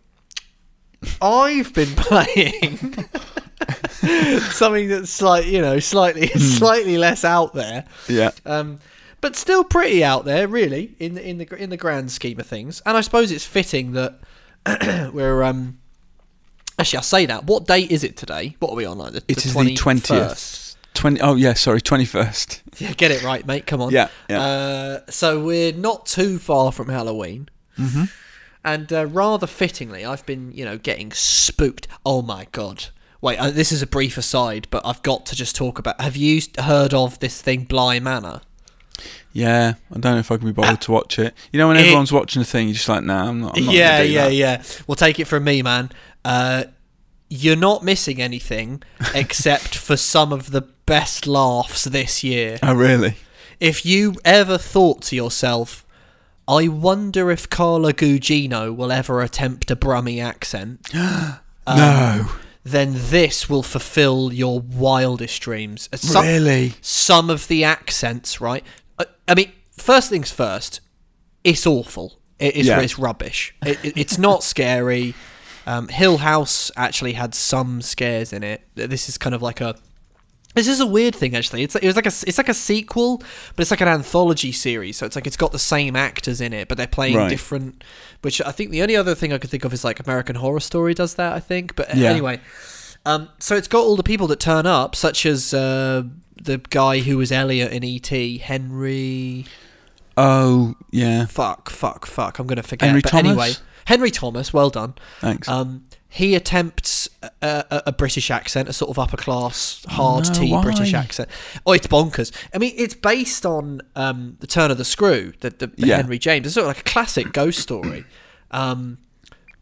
[SPEAKER 1] I've been playing something that's like you know slightly slightly less out there.
[SPEAKER 2] Yeah.
[SPEAKER 1] Um, but still pretty out there, really, in the in the in the grand scheme of things. And I suppose it's fitting that we're um, Actually, I say that. What day is it today? What are we on? Like the,
[SPEAKER 2] It is the
[SPEAKER 1] 21st.
[SPEAKER 2] 20th. 20, oh, yeah, sorry, 21st.
[SPEAKER 1] Yeah, get it right, mate. Come on.
[SPEAKER 2] Yeah, yeah.
[SPEAKER 1] Uh, so we're not too far from Halloween. Mm-hmm. And uh, rather fittingly, I've been, you know, getting spooked. Oh my god. Wait, uh, this is a brief aside, but I've got to just talk about. Have you heard of this thing, Bly Manor?
[SPEAKER 2] Yeah, I don't know if I can be bothered to watch it. You know, when
[SPEAKER 1] It-
[SPEAKER 2] everyone's watching a thing, you're just like, nah, I'm not. I'm not gonna
[SPEAKER 1] yeah,
[SPEAKER 2] do
[SPEAKER 1] yeah,
[SPEAKER 2] that.
[SPEAKER 1] yeah. Well, take it from me, man. Uh, you're not missing anything except for some of the best laughs this year.
[SPEAKER 2] Oh, really?
[SPEAKER 1] If you ever thought to yourself, I wonder if Carla Gugino will ever attempt a Brummy accent, um,
[SPEAKER 2] no,
[SPEAKER 1] then this will fulfill your wildest dreams. Some,
[SPEAKER 2] really.
[SPEAKER 1] some of the accents, right? I, I mean, first things first, it's awful. It, it's,
[SPEAKER 2] Yeah.
[SPEAKER 1] it's rubbish. It, it- it's not scary. Um, Hill House actually had some scares in it. This is kind of like a. This is a weird thing, actually. It's it was like a it's like a sequel, but it's like an anthology series. So it's like it's got the same actors in it, but they're playing
[SPEAKER 2] Right.
[SPEAKER 1] different. Which I think the only other thing I could think of is like American Horror Story does that. I think, but
[SPEAKER 2] Yeah.
[SPEAKER 1] anyway, um, so it's got all the people that turn up, such as uh, the guy who was Elliot in ET, Henry.
[SPEAKER 2] Oh, yeah.
[SPEAKER 1] Fuck, fuck, fuck. I'm gonna forget.
[SPEAKER 2] Henry
[SPEAKER 1] but
[SPEAKER 2] Thomas?
[SPEAKER 1] anyway, Henry Thomas. Well done.
[SPEAKER 2] Thanks.
[SPEAKER 1] Um, he attempts a, a, a British accent, a sort of upper class, hard
[SPEAKER 2] no,
[SPEAKER 1] T British
[SPEAKER 2] why?
[SPEAKER 1] accent. Oh, it's bonkers. I mean, it's based on um, the Turn of the Screw, the, the, the
[SPEAKER 2] Yeah.
[SPEAKER 1] Henry James. It's sort of like a classic ghost story, um,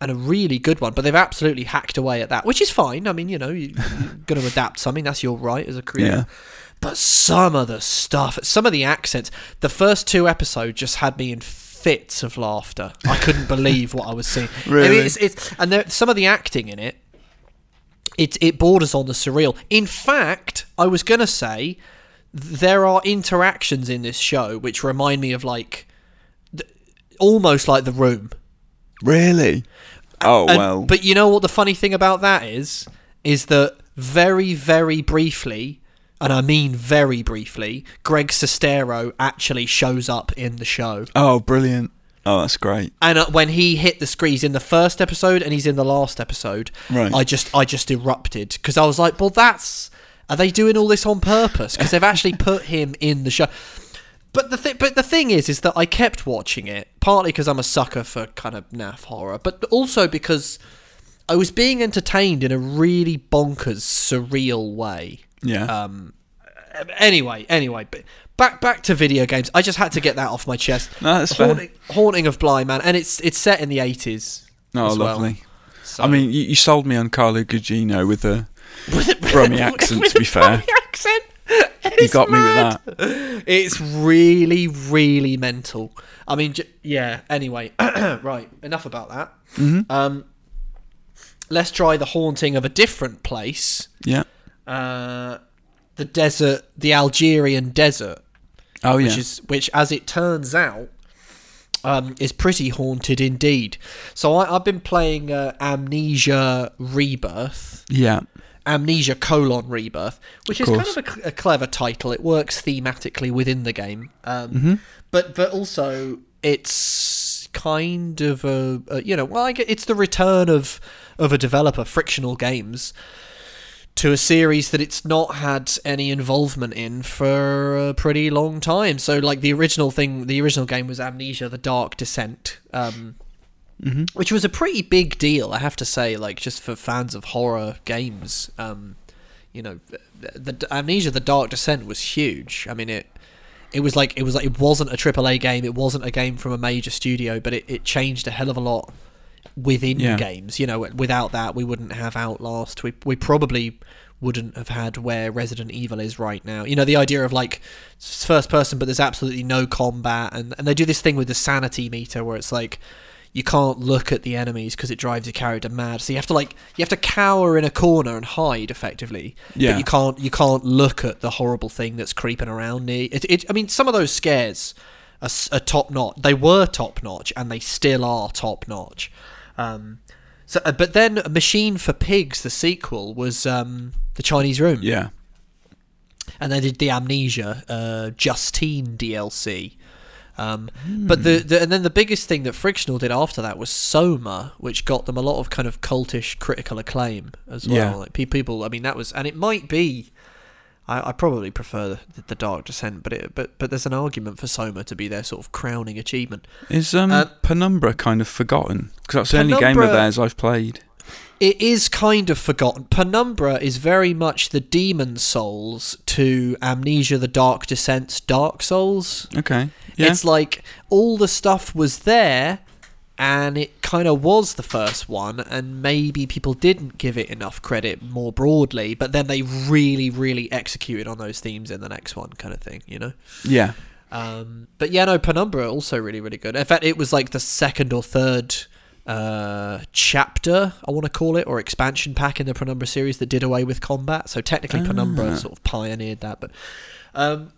[SPEAKER 1] and a really good one. But they've absolutely hacked away at that, which is fine. I mean, you know, you, you're going to adapt something. That's your right as a creator.
[SPEAKER 2] Yeah.
[SPEAKER 1] But some of the stuff, some of the accents, the first two episodes just had me in fits of laughter. I couldn't believe what I was seeing. I mean,
[SPEAKER 2] Really?
[SPEAKER 1] it's, it's, and there, some of the acting in it, it, it borders on the surreal. In fact, I was going to say there are interactions in this show which remind me of like th- almost like the room.
[SPEAKER 2] really? Oh
[SPEAKER 1] And-
[SPEAKER 2] well.
[SPEAKER 1] But you know what the funny thing about that is? Is that very, very briefly, and I mean very briefly, Greg Sestero actually shows up in the show.
[SPEAKER 2] oh, brilliant. Oh, that's great.
[SPEAKER 1] And uh, when he hit the screen, he's in the first episode and he's in the last episode.
[SPEAKER 2] Right.
[SPEAKER 1] I just, I just erupted because I was like, "Well, that's are they doing all this on purpose? Because they've actually put him in the show." But the thing, but the thing is, is that I kept watching it partly because I'm a sucker for kind of naff horror, but also because I was being entertained in a really bonkers, surreal way
[SPEAKER 2] Yeah.
[SPEAKER 1] um anyway anyway but back back to video games i just had to get that off my chest
[SPEAKER 2] No, that's fair.
[SPEAKER 1] haunting, haunting of blind man and it's it's set in the 80s
[SPEAKER 2] oh,
[SPEAKER 1] as well.
[SPEAKER 2] lovely.
[SPEAKER 1] So-
[SPEAKER 2] I mean, you, you sold me on Carlo Gugino with the Brummy accent.
[SPEAKER 1] With
[SPEAKER 2] to be
[SPEAKER 1] a
[SPEAKER 2] fair,
[SPEAKER 1] Brummy accent
[SPEAKER 2] you got
[SPEAKER 1] mad.
[SPEAKER 2] me with that.
[SPEAKER 1] it's really really mental i mean j- yeah anyway right enough about that
[SPEAKER 2] Mm-hmm.
[SPEAKER 1] um let's try the haunting of a different place
[SPEAKER 2] Yeah.
[SPEAKER 1] uh the desert the algerian desert
[SPEAKER 2] Oh yeah.
[SPEAKER 1] which is which as it turns out um, is pretty haunted indeed. So I, I've been playing uh, Amnesia Rebirth,
[SPEAKER 2] yeah.
[SPEAKER 1] Amnesia colon Rebirth, which is kind
[SPEAKER 2] course.
[SPEAKER 1] of a, cl- a clever title. It works thematically within the game, um, but but also it's kind of a, a you know well I get, it's the return of of a developer, Frictional Games, to a series that it's not had any involvement in for a pretty long time. So like the original thing, the original game was Amnesia: The Dark Descent. Um, which was a pretty big deal, I have to say. Like just for fans of horror games, um, you know, the, the Amnesia: The Dark Descent was huge. I mean, it it was like it was like it wasn't a AAA game. It wasn't a game from a major studio, but it, it changed a hell of a lot within
[SPEAKER 2] Yeah.
[SPEAKER 1] games. You know, without that, we wouldn't have Outlast. We we probably wouldn't have had where Resident Evil is right now. You know, the idea of like s- first person, but there's absolutely no combat, and and they do this thing with the sanity meter where it's like you can't look at the enemies because it drives your character mad. So you have to like you have to cower in a corner and hide effectively.
[SPEAKER 2] Yeah.
[SPEAKER 1] But you can't you can't look at the horrible thing that's creeping around near. It, it, I mean, some of those scares are, s- are top notch. They were top notch, and they still are top notch. Um, so, uh, but then Machine for Pigs, the sequel was um, the Chinese Room,
[SPEAKER 2] Yeah.
[SPEAKER 1] and they did the Amnesia uh, Justine DLC. Um, But the, the and then the biggest thing that Frictional did after that was Soma, which got them a lot of kind of cultish critical acclaim as well.
[SPEAKER 2] Yeah.
[SPEAKER 1] Like pe- people, I mean, that was and it might be. I, I probably prefer the, the Dark Descent, but it, but but there's an argument for Soma to be their sort of crowning achievement.
[SPEAKER 2] Is um,
[SPEAKER 1] Uh,
[SPEAKER 2] Penumbra kind of forgotten? Because that's the only game of
[SPEAKER 1] Penumbra-
[SPEAKER 2] theirs I've played.
[SPEAKER 1] It is kind of forgotten. Penumbra is very much the Demon Souls to Amnesia: The Dark Descent's Dark Souls.
[SPEAKER 2] Okay. Yeah.
[SPEAKER 1] It's like all the stuff was there and it kind of was the first one and maybe people didn't give it enough credit more broadly but then they really really executed on those themes in the next one kind of thing you know
[SPEAKER 2] yeah.
[SPEAKER 1] um, but yeah no penumbra also really really good in fact it was like the second or third uh, chapter i want to call it or expansion pack in the penumbra series that did away with combat so technically penumbra sort of pioneered that but um,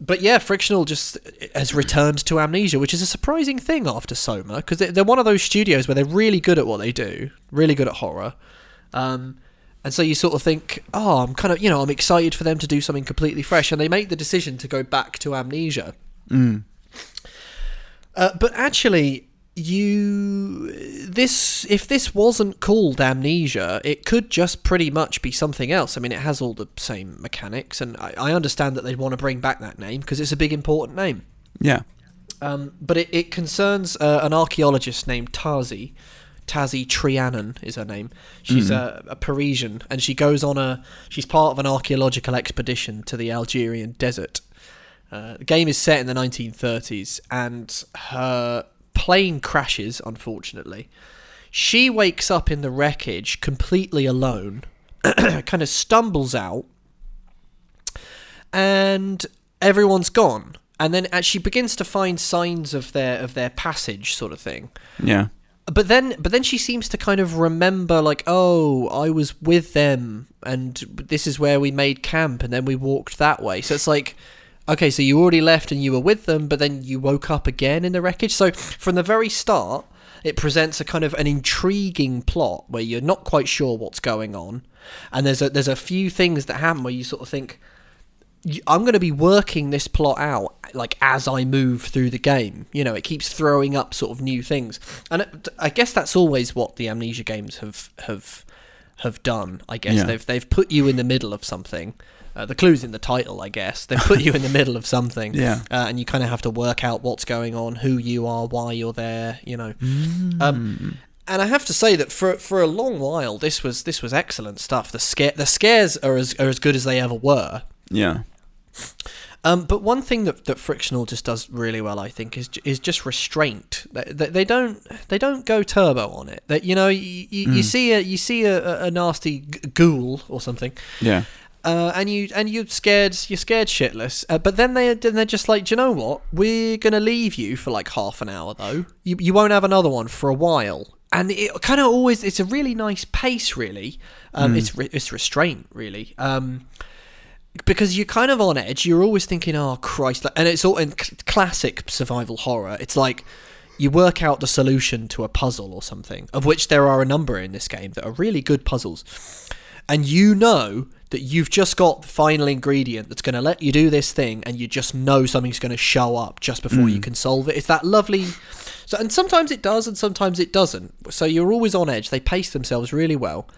[SPEAKER 1] but yeah, Frictional just has returned to Amnesia, which is a surprising thing after Soma, because they're one of those studios where they're really good at what they do, really good at horror. Um, and so you sort of think, oh, I'm kind of, you know, I'm excited for them to do something completely fresh. And they make the decision to go back to Amnesia. Uh, but actually, you this if this wasn't called amnesia, it could just pretty much be something else. I mean, it has all the same mechanics, and I, I understand that they'd want to bring back that name because it's a big important name.
[SPEAKER 2] Yeah.
[SPEAKER 1] Um, but it, it concerns uh, an archaeologist named Tazi. Tazi Trianon is her name. She's a, a Parisian, and she goes on a. She's part of an archaeological expedition to the Algerian desert. Uh, the game is set in the 1930s, and her plane crashes, unfortunately. She wakes up in the wreckage completely alone, kind of stumbles out, and everyone's gone. And then as she begins to find signs of their of their passage, sort of thing.
[SPEAKER 2] Yeah.
[SPEAKER 1] But then, but then she seems to kind of remember, like, oh, I was with them, and this is where we made camp, and then we walked that way. So it's like, okay, so you already left and you were with them, but then you woke up again in the wreckage. So from the very start, it presents a kind of an intriguing plot where you're not quite sure what's going on, and there's a there's a few things that happen where you sort of think, y- I'm going to be working this plot out like as I move through the game. You know, it keeps throwing up sort of new things, and it, I guess that's always what the Amnesia games have have have done. I guess
[SPEAKER 2] Yeah.
[SPEAKER 1] they've they've put you in the middle of something. Uh, the clue's in the title, I guess. They put you in the middle of something,
[SPEAKER 2] Yeah.
[SPEAKER 1] uh, and you kind of have to work out what's going on, who you are, why you're there. You know,
[SPEAKER 2] Mm.
[SPEAKER 1] um, and I have to say that for for a long while, this was this was excellent stuff. The scare the scares are as are as good as they ever were.
[SPEAKER 2] Yeah.
[SPEAKER 1] Um, but one thing that, that frictional just does really well, I think, is is just restraint. They, they, they don't they don't go turbo on it. That you know you, you, you see a you see a, a- a nasty g- ghoul or something,
[SPEAKER 2] Yeah.
[SPEAKER 1] uh, and you and you're scared you're scared shitless. Uh, but then they then they're just like, Do you know what? We're gonna leave you for like half an hour though. You you won't have another one for a while. And it kind of always it's a really nice pace really. Um, It's re- it's restraint really. Um, because you're kind of on edge. You're always thinking, "Oh Christ!" like- And it's all in c- classic survival horror. It's like you work out the solution to a puzzle or something, of which there are a number in this game that are really good puzzles. And you know that you've just got the final ingredient that's going to let you do this thing, and you just know something's going to show up just before you can solve it. It's that lovely. So, and sometimes it does, and sometimes it doesn't. So you're always on edge. They pace themselves really well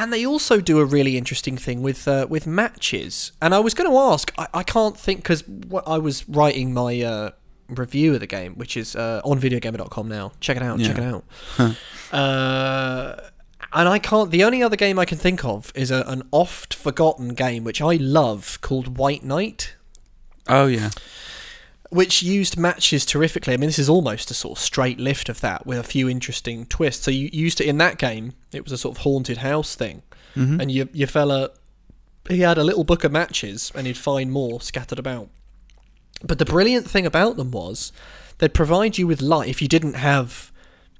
[SPEAKER 1] and they also do a really interesting thing with uh, with matches. And I was going to ask, I, I can't think because I was writing my uh, review of the game, which is uh, on videogamer.com now. Check it out, check it out. uh, and I can't. The only other game I can think of is a, an oft forgotten game which I love called White Knight
[SPEAKER 2] Oh yeah.
[SPEAKER 1] which used matches terrifically. I mean, this is almost a sort of straight lift of that with a few interesting twists. So you used it in that game. It was a sort of haunted house thing, and your your fella, he had a little book of matches, and he'd find more scattered about. But the brilliant thing about them was they'd provide you with light. If you didn't have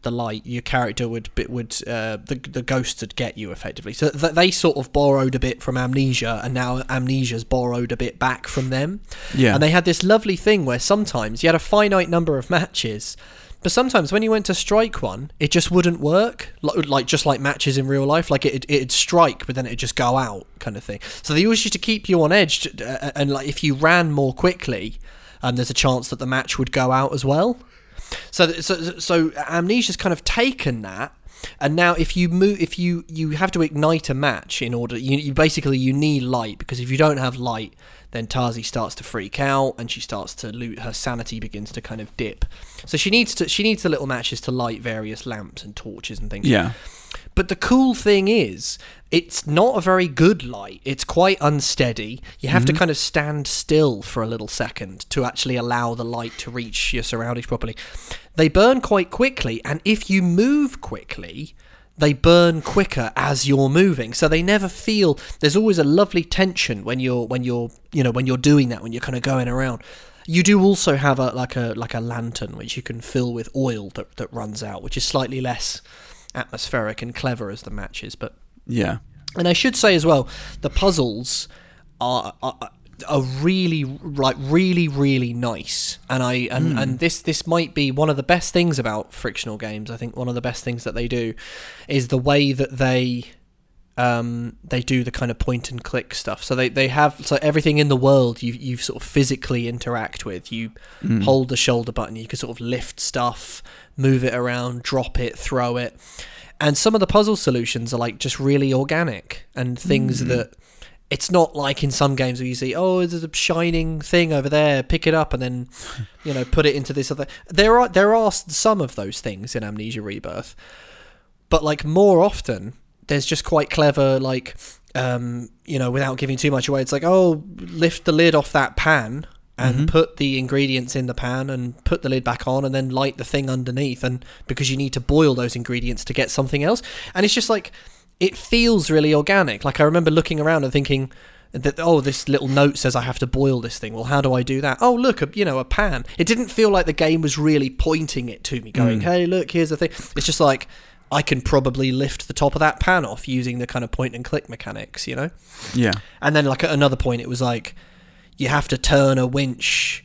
[SPEAKER 1] the light, your character would bit would uh, the the ghosts would get you effectively. So th- they sort of borrowed a bit from Amnesia, and now Amnesia's borrowed a bit back from them.
[SPEAKER 2] Yeah.
[SPEAKER 1] And they had this lovely thing where sometimes you had a finite number of matches, but sometimes when you went to strike one, it just wouldn't work. Like, like just like matches in real life, like it it'd strike, but then it'd just go uh, out, kind of thing. So they always used to keep you on edge, uh, and like if you ran more quickly, and there's a chance that the match would go out as well. So, th- so, so Amnesia's kind of taken that, and now if you move, if you you have to ignite a match in order, you, you basically you need light because if you don't have light, then Tazi starts to freak out and she starts to loot. Her sanity begins to kind of dip, so she needs to she needs the little matches to light various lamps and torches and things.
[SPEAKER 2] Yeah.
[SPEAKER 1] But the cool thing is, it's not a very good light. It's quite unsteady. You have to kind of stand still for a little second to actually allow the light to reach your surroundings properly. They burn quite quickly, and if you move quickly, they burn quicker as you're moving. So they never feel there's always a lovely tension when you're when you're you know when you're doing that when you're kind of going around. You do also have a like a like a lantern which you can fill with oil that, that runs out, which is slightly less atmospheric and clever as the match is. But
[SPEAKER 2] Yeah.
[SPEAKER 1] and I should say as well, the puzzles are are, are really like really really nice. And I and, and this this might be one of the best things about frictional games. I think one of the best things that they do is the way that they um, they do the kind of point and click stuff. So they, they have so everything in the world you you sort of physically interact with. You hold the shoulder button, you can sort of lift stuff, move it around, drop it, throw it. And some of the puzzle solutions are like just really organic and things that it's not like in some games where you see, oh, there's a shining thing over there, pick it up and then, you know, put it into this other. There are there are some of those things in Amnesia Rebirth, but like more often there's just quite clever like um you know without giving too much away it's like oh lift the lid off that pan and put the ingredients in the pan and put the lid back on and then light the thing underneath and because you need to boil those ingredients to get something else and it's just like it feels really organic like i remember looking around and thinking that oh this little note says i have to boil this thing well how do i do that oh look a, you know a pan it didn't feel like the game was really pointing it to me going hey look here's the thing it's just like i can probably lift the top of that pan off using the kind of point and click mechanics you know
[SPEAKER 2] Yeah.
[SPEAKER 1] and then like at another point it was like you have to turn a winch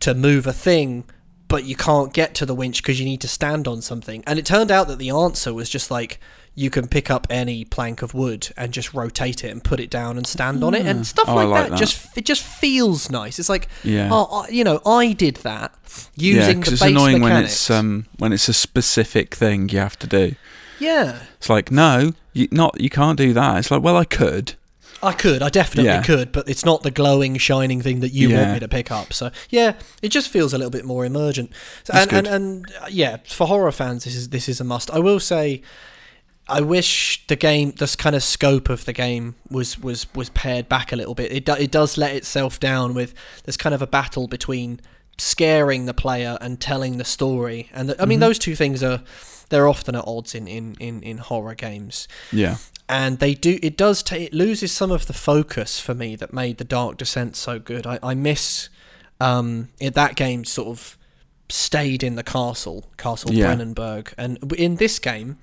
[SPEAKER 1] to move a thing, but you can't get to the winch because you need to stand on something. And it turned out that the answer was just like you can pick up any plank of wood and just rotate it and put it down and stand on it and stuff
[SPEAKER 2] Oh, I
[SPEAKER 1] like,
[SPEAKER 2] like
[SPEAKER 1] that,
[SPEAKER 2] that.
[SPEAKER 1] Just it just feels nice. It's like
[SPEAKER 2] Yeah.
[SPEAKER 1] oh, I, you know, I did that using
[SPEAKER 2] yeah,
[SPEAKER 1] the
[SPEAKER 2] 'cause
[SPEAKER 1] base
[SPEAKER 2] it's annoying
[SPEAKER 1] mechanics.
[SPEAKER 2] when it's um when it's a specific thing you have to do.
[SPEAKER 1] yeah,
[SPEAKER 2] It's like no, you not you can't do that. It's like well I could.
[SPEAKER 1] I could, I definitely
[SPEAKER 2] Yeah.
[SPEAKER 1] could, but it's not the glowing, shining thing that you want
[SPEAKER 2] Yeah.
[SPEAKER 1] me to pick up. So yeah, it just feels a little bit more emergent. So,
[SPEAKER 2] That's
[SPEAKER 1] and, and and uh, yeah, for horror fans, this is this is a must. I will say, I wish the game, this kind of scope of the game was was was pared back a little bit. It do, it does let itself down with there's kind of a battle between scaring the player and telling the story, and the, I
[SPEAKER 2] Mm-hmm.
[SPEAKER 1] mean those two things are they're often at odds in in in, in horror games
[SPEAKER 2] Yeah.
[SPEAKER 1] and they do it does ta it loses some of the focus for me that made the dark descent so good i, I miss um it, that game sort of stayed in the castle castle
[SPEAKER 2] Yeah.
[SPEAKER 1] brennenburg and w- in this game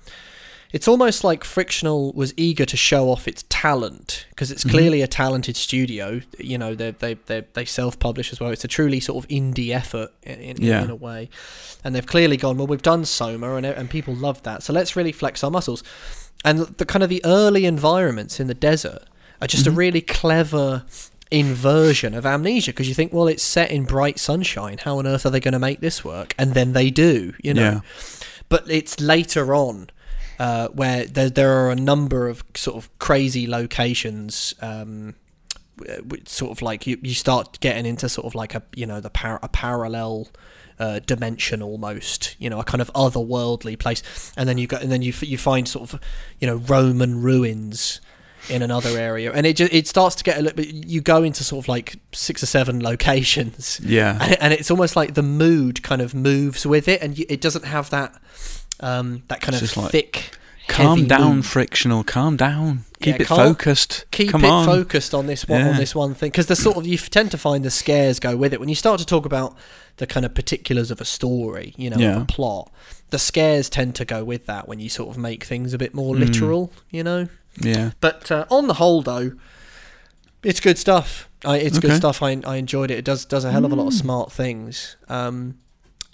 [SPEAKER 1] it's almost like frictional was eager to show off its talent because it's clearly a talented studio you know they they they, they self-publish as well it's a truly sort of indie effort in, in,
[SPEAKER 2] Yeah.
[SPEAKER 1] in a way and they've clearly gone well we've done soma and, and people love that so let's really flex our muscles and the kind of the early environments in the desert are just a really clever inversion of amnesia because you think well it's set in bright sunshine how on earth are they going to make this work and then they do you know
[SPEAKER 2] Yeah.
[SPEAKER 1] but it's later on uh, where there, there are a number of sort of crazy locations um, w- w- sort of like you, you start getting into sort of like a you know the par- a parallel uh, dimension almost you know a kind of otherworldly place and then you go and then you f- you find sort of you know roman ruins in another area and it just it starts to get a little bit you go into sort of like six or seven locations
[SPEAKER 2] Yeah.
[SPEAKER 1] and, and it's almost like the mood kind of moves with it, and you, it doesn't have that um, that kind
[SPEAKER 2] It's
[SPEAKER 1] of
[SPEAKER 2] just like,
[SPEAKER 1] thick.
[SPEAKER 2] Calm
[SPEAKER 1] heavy
[SPEAKER 2] down,
[SPEAKER 1] mood.
[SPEAKER 2] frictional. Calm down.
[SPEAKER 1] Yeah,
[SPEAKER 2] Keep it
[SPEAKER 1] calm-
[SPEAKER 2] focused.
[SPEAKER 1] Keep
[SPEAKER 2] Come
[SPEAKER 1] it
[SPEAKER 2] on.
[SPEAKER 1] focused on this one on
[SPEAKER 2] Yeah.
[SPEAKER 1] this one thing because the sort of you f- tend to find the scares go with it when you start to talk about the kind of particulars of a story, you know, of
[SPEAKER 2] Yeah.
[SPEAKER 1] a plot. The scares tend to go with that when you sort of make things a bit more
[SPEAKER 2] Hmm.
[SPEAKER 1] literal, you know.
[SPEAKER 2] yeah.
[SPEAKER 1] But uh, on the whole, though, it's good stuff. I, it's good
[SPEAKER 2] Okay. Hmm.
[SPEAKER 1] stuff. I, I enjoyed it. It does does a hell of a lot of smart things. Um,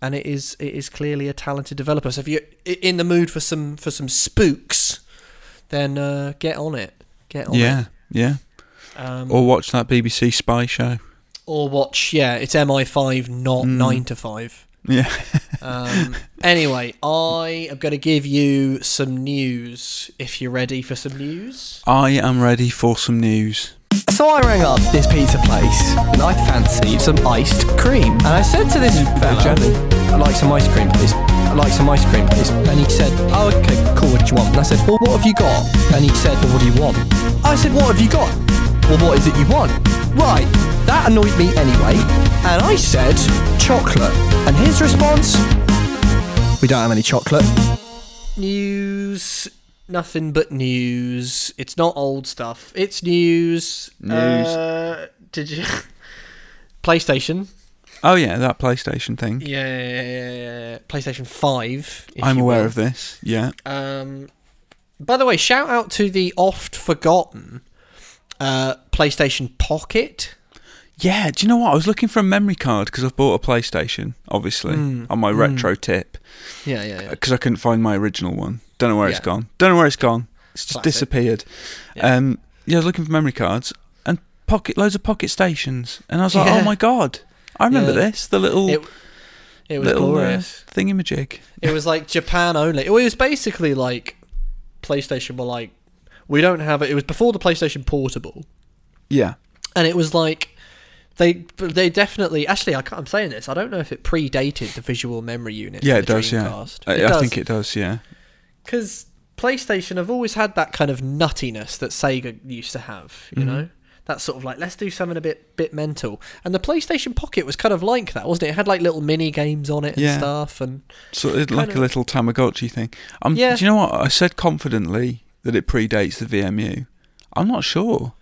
[SPEAKER 1] and it is it is clearly a talented developer. So if you're i- in the mood for some for some spooks, then uh, get on it. Get on
[SPEAKER 2] Yeah.
[SPEAKER 1] it.
[SPEAKER 2] Yeah.
[SPEAKER 1] Um,
[SPEAKER 2] Or watch that BBC spy show.
[SPEAKER 1] or watch. Yeah, it's MI5, not nine to five.
[SPEAKER 2] Yeah.
[SPEAKER 1] Um, anyway, I am going to give you some news. If you're ready for some news,
[SPEAKER 2] I am ready for some news.
[SPEAKER 3] So I rang up this pizza place and I fancied some iced cream. And I said to this fella,
[SPEAKER 2] jelly.
[SPEAKER 3] I'd like some ice cream, please. I'd like some ice cream, please. And he said, Oh, okay, cool, what do you want? And I said, Well, what have you got? And he said, Well, what do you want? I said, What have you got? Well, what is it you want? Right, that annoyed me anyway. And I said, Chocolate. And his response, We don't have any chocolate.
[SPEAKER 1] news, nothing but news. It's not old stuff. It's news. News. did you PlayStation?
[SPEAKER 2] Oh yeah, that PlayStation thing.
[SPEAKER 1] Yeah, yeah, yeah, yeah, yeah. PlayStation Five. if
[SPEAKER 2] I'm
[SPEAKER 1] you
[SPEAKER 2] aware
[SPEAKER 1] will.
[SPEAKER 2] of this. Yeah.
[SPEAKER 1] Um, by the way, shout out to the oft forgotten uh, PlayStation Pocket.
[SPEAKER 2] Yeah. Do you know what? I was looking for a memory card because I've bought a PlayStation, obviously,
[SPEAKER 1] Hmm.
[SPEAKER 2] on my retro tip
[SPEAKER 1] Yeah, yeah, yeah.
[SPEAKER 2] because uh, I couldn't find my original one. Don't know where it's
[SPEAKER 1] Yeah.
[SPEAKER 2] gone. Don't know where it's gone. It's just
[SPEAKER 1] Classic.
[SPEAKER 2] disappeared.
[SPEAKER 1] Yeah.
[SPEAKER 2] Um, yeah, I was looking for memory cards and pocket loads of pocket stations, and I was like,
[SPEAKER 1] Yeah.
[SPEAKER 2] oh my god, I remember
[SPEAKER 1] Yeah.
[SPEAKER 2] this. The little
[SPEAKER 1] It, it was
[SPEAKER 2] little uh,
[SPEAKER 1] glorious.
[SPEAKER 2] thingamajig.
[SPEAKER 1] It was like Japan only. It was basically like PlayStation were like, we don't have it. It was before the PlayStation Portable,
[SPEAKER 2] Yeah.
[SPEAKER 1] and it was like they they definitely actually I can't, I'm saying this. I don't know if it predated the visual memory unit.
[SPEAKER 2] Yeah,
[SPEAKER 1] for
[SPEAKER 2] it
[SPEAKER 1] the
[SPEAKER 2] does. Yeah,
[SPEAKER 1] Dreamcast.
[SPEAKER 2] I,
[SPEAKER 1] It
[SPEAKER 2] I
[SPEAKER 1] does.
[SPEAKER 2] think it does. Yeah,
[SPEAKER 1] because PlayStation have always had that kind of nuttiness that Sega used to have,
[SPEAKER 2] Mm-hmm.
[SPEAKER 1] you know. That sort of like let's do something a bit bit mental, and the PlayStation Pocket was kind of like that, wasn't it? It had like little mini games on it and
[SPEAKER 2] Yeah.
[SPEAKER 1] stuff, and
[SPEAKER 2] so it's like
[SPEAKER 1] Kinda-
[SPEAKER 2] a little Tamagotchi thing. Um,
[SPEAKER 1] Yeah.
[SPEAKER 2] Do you know what I said confidently that it predates the VMU? I'm not sure.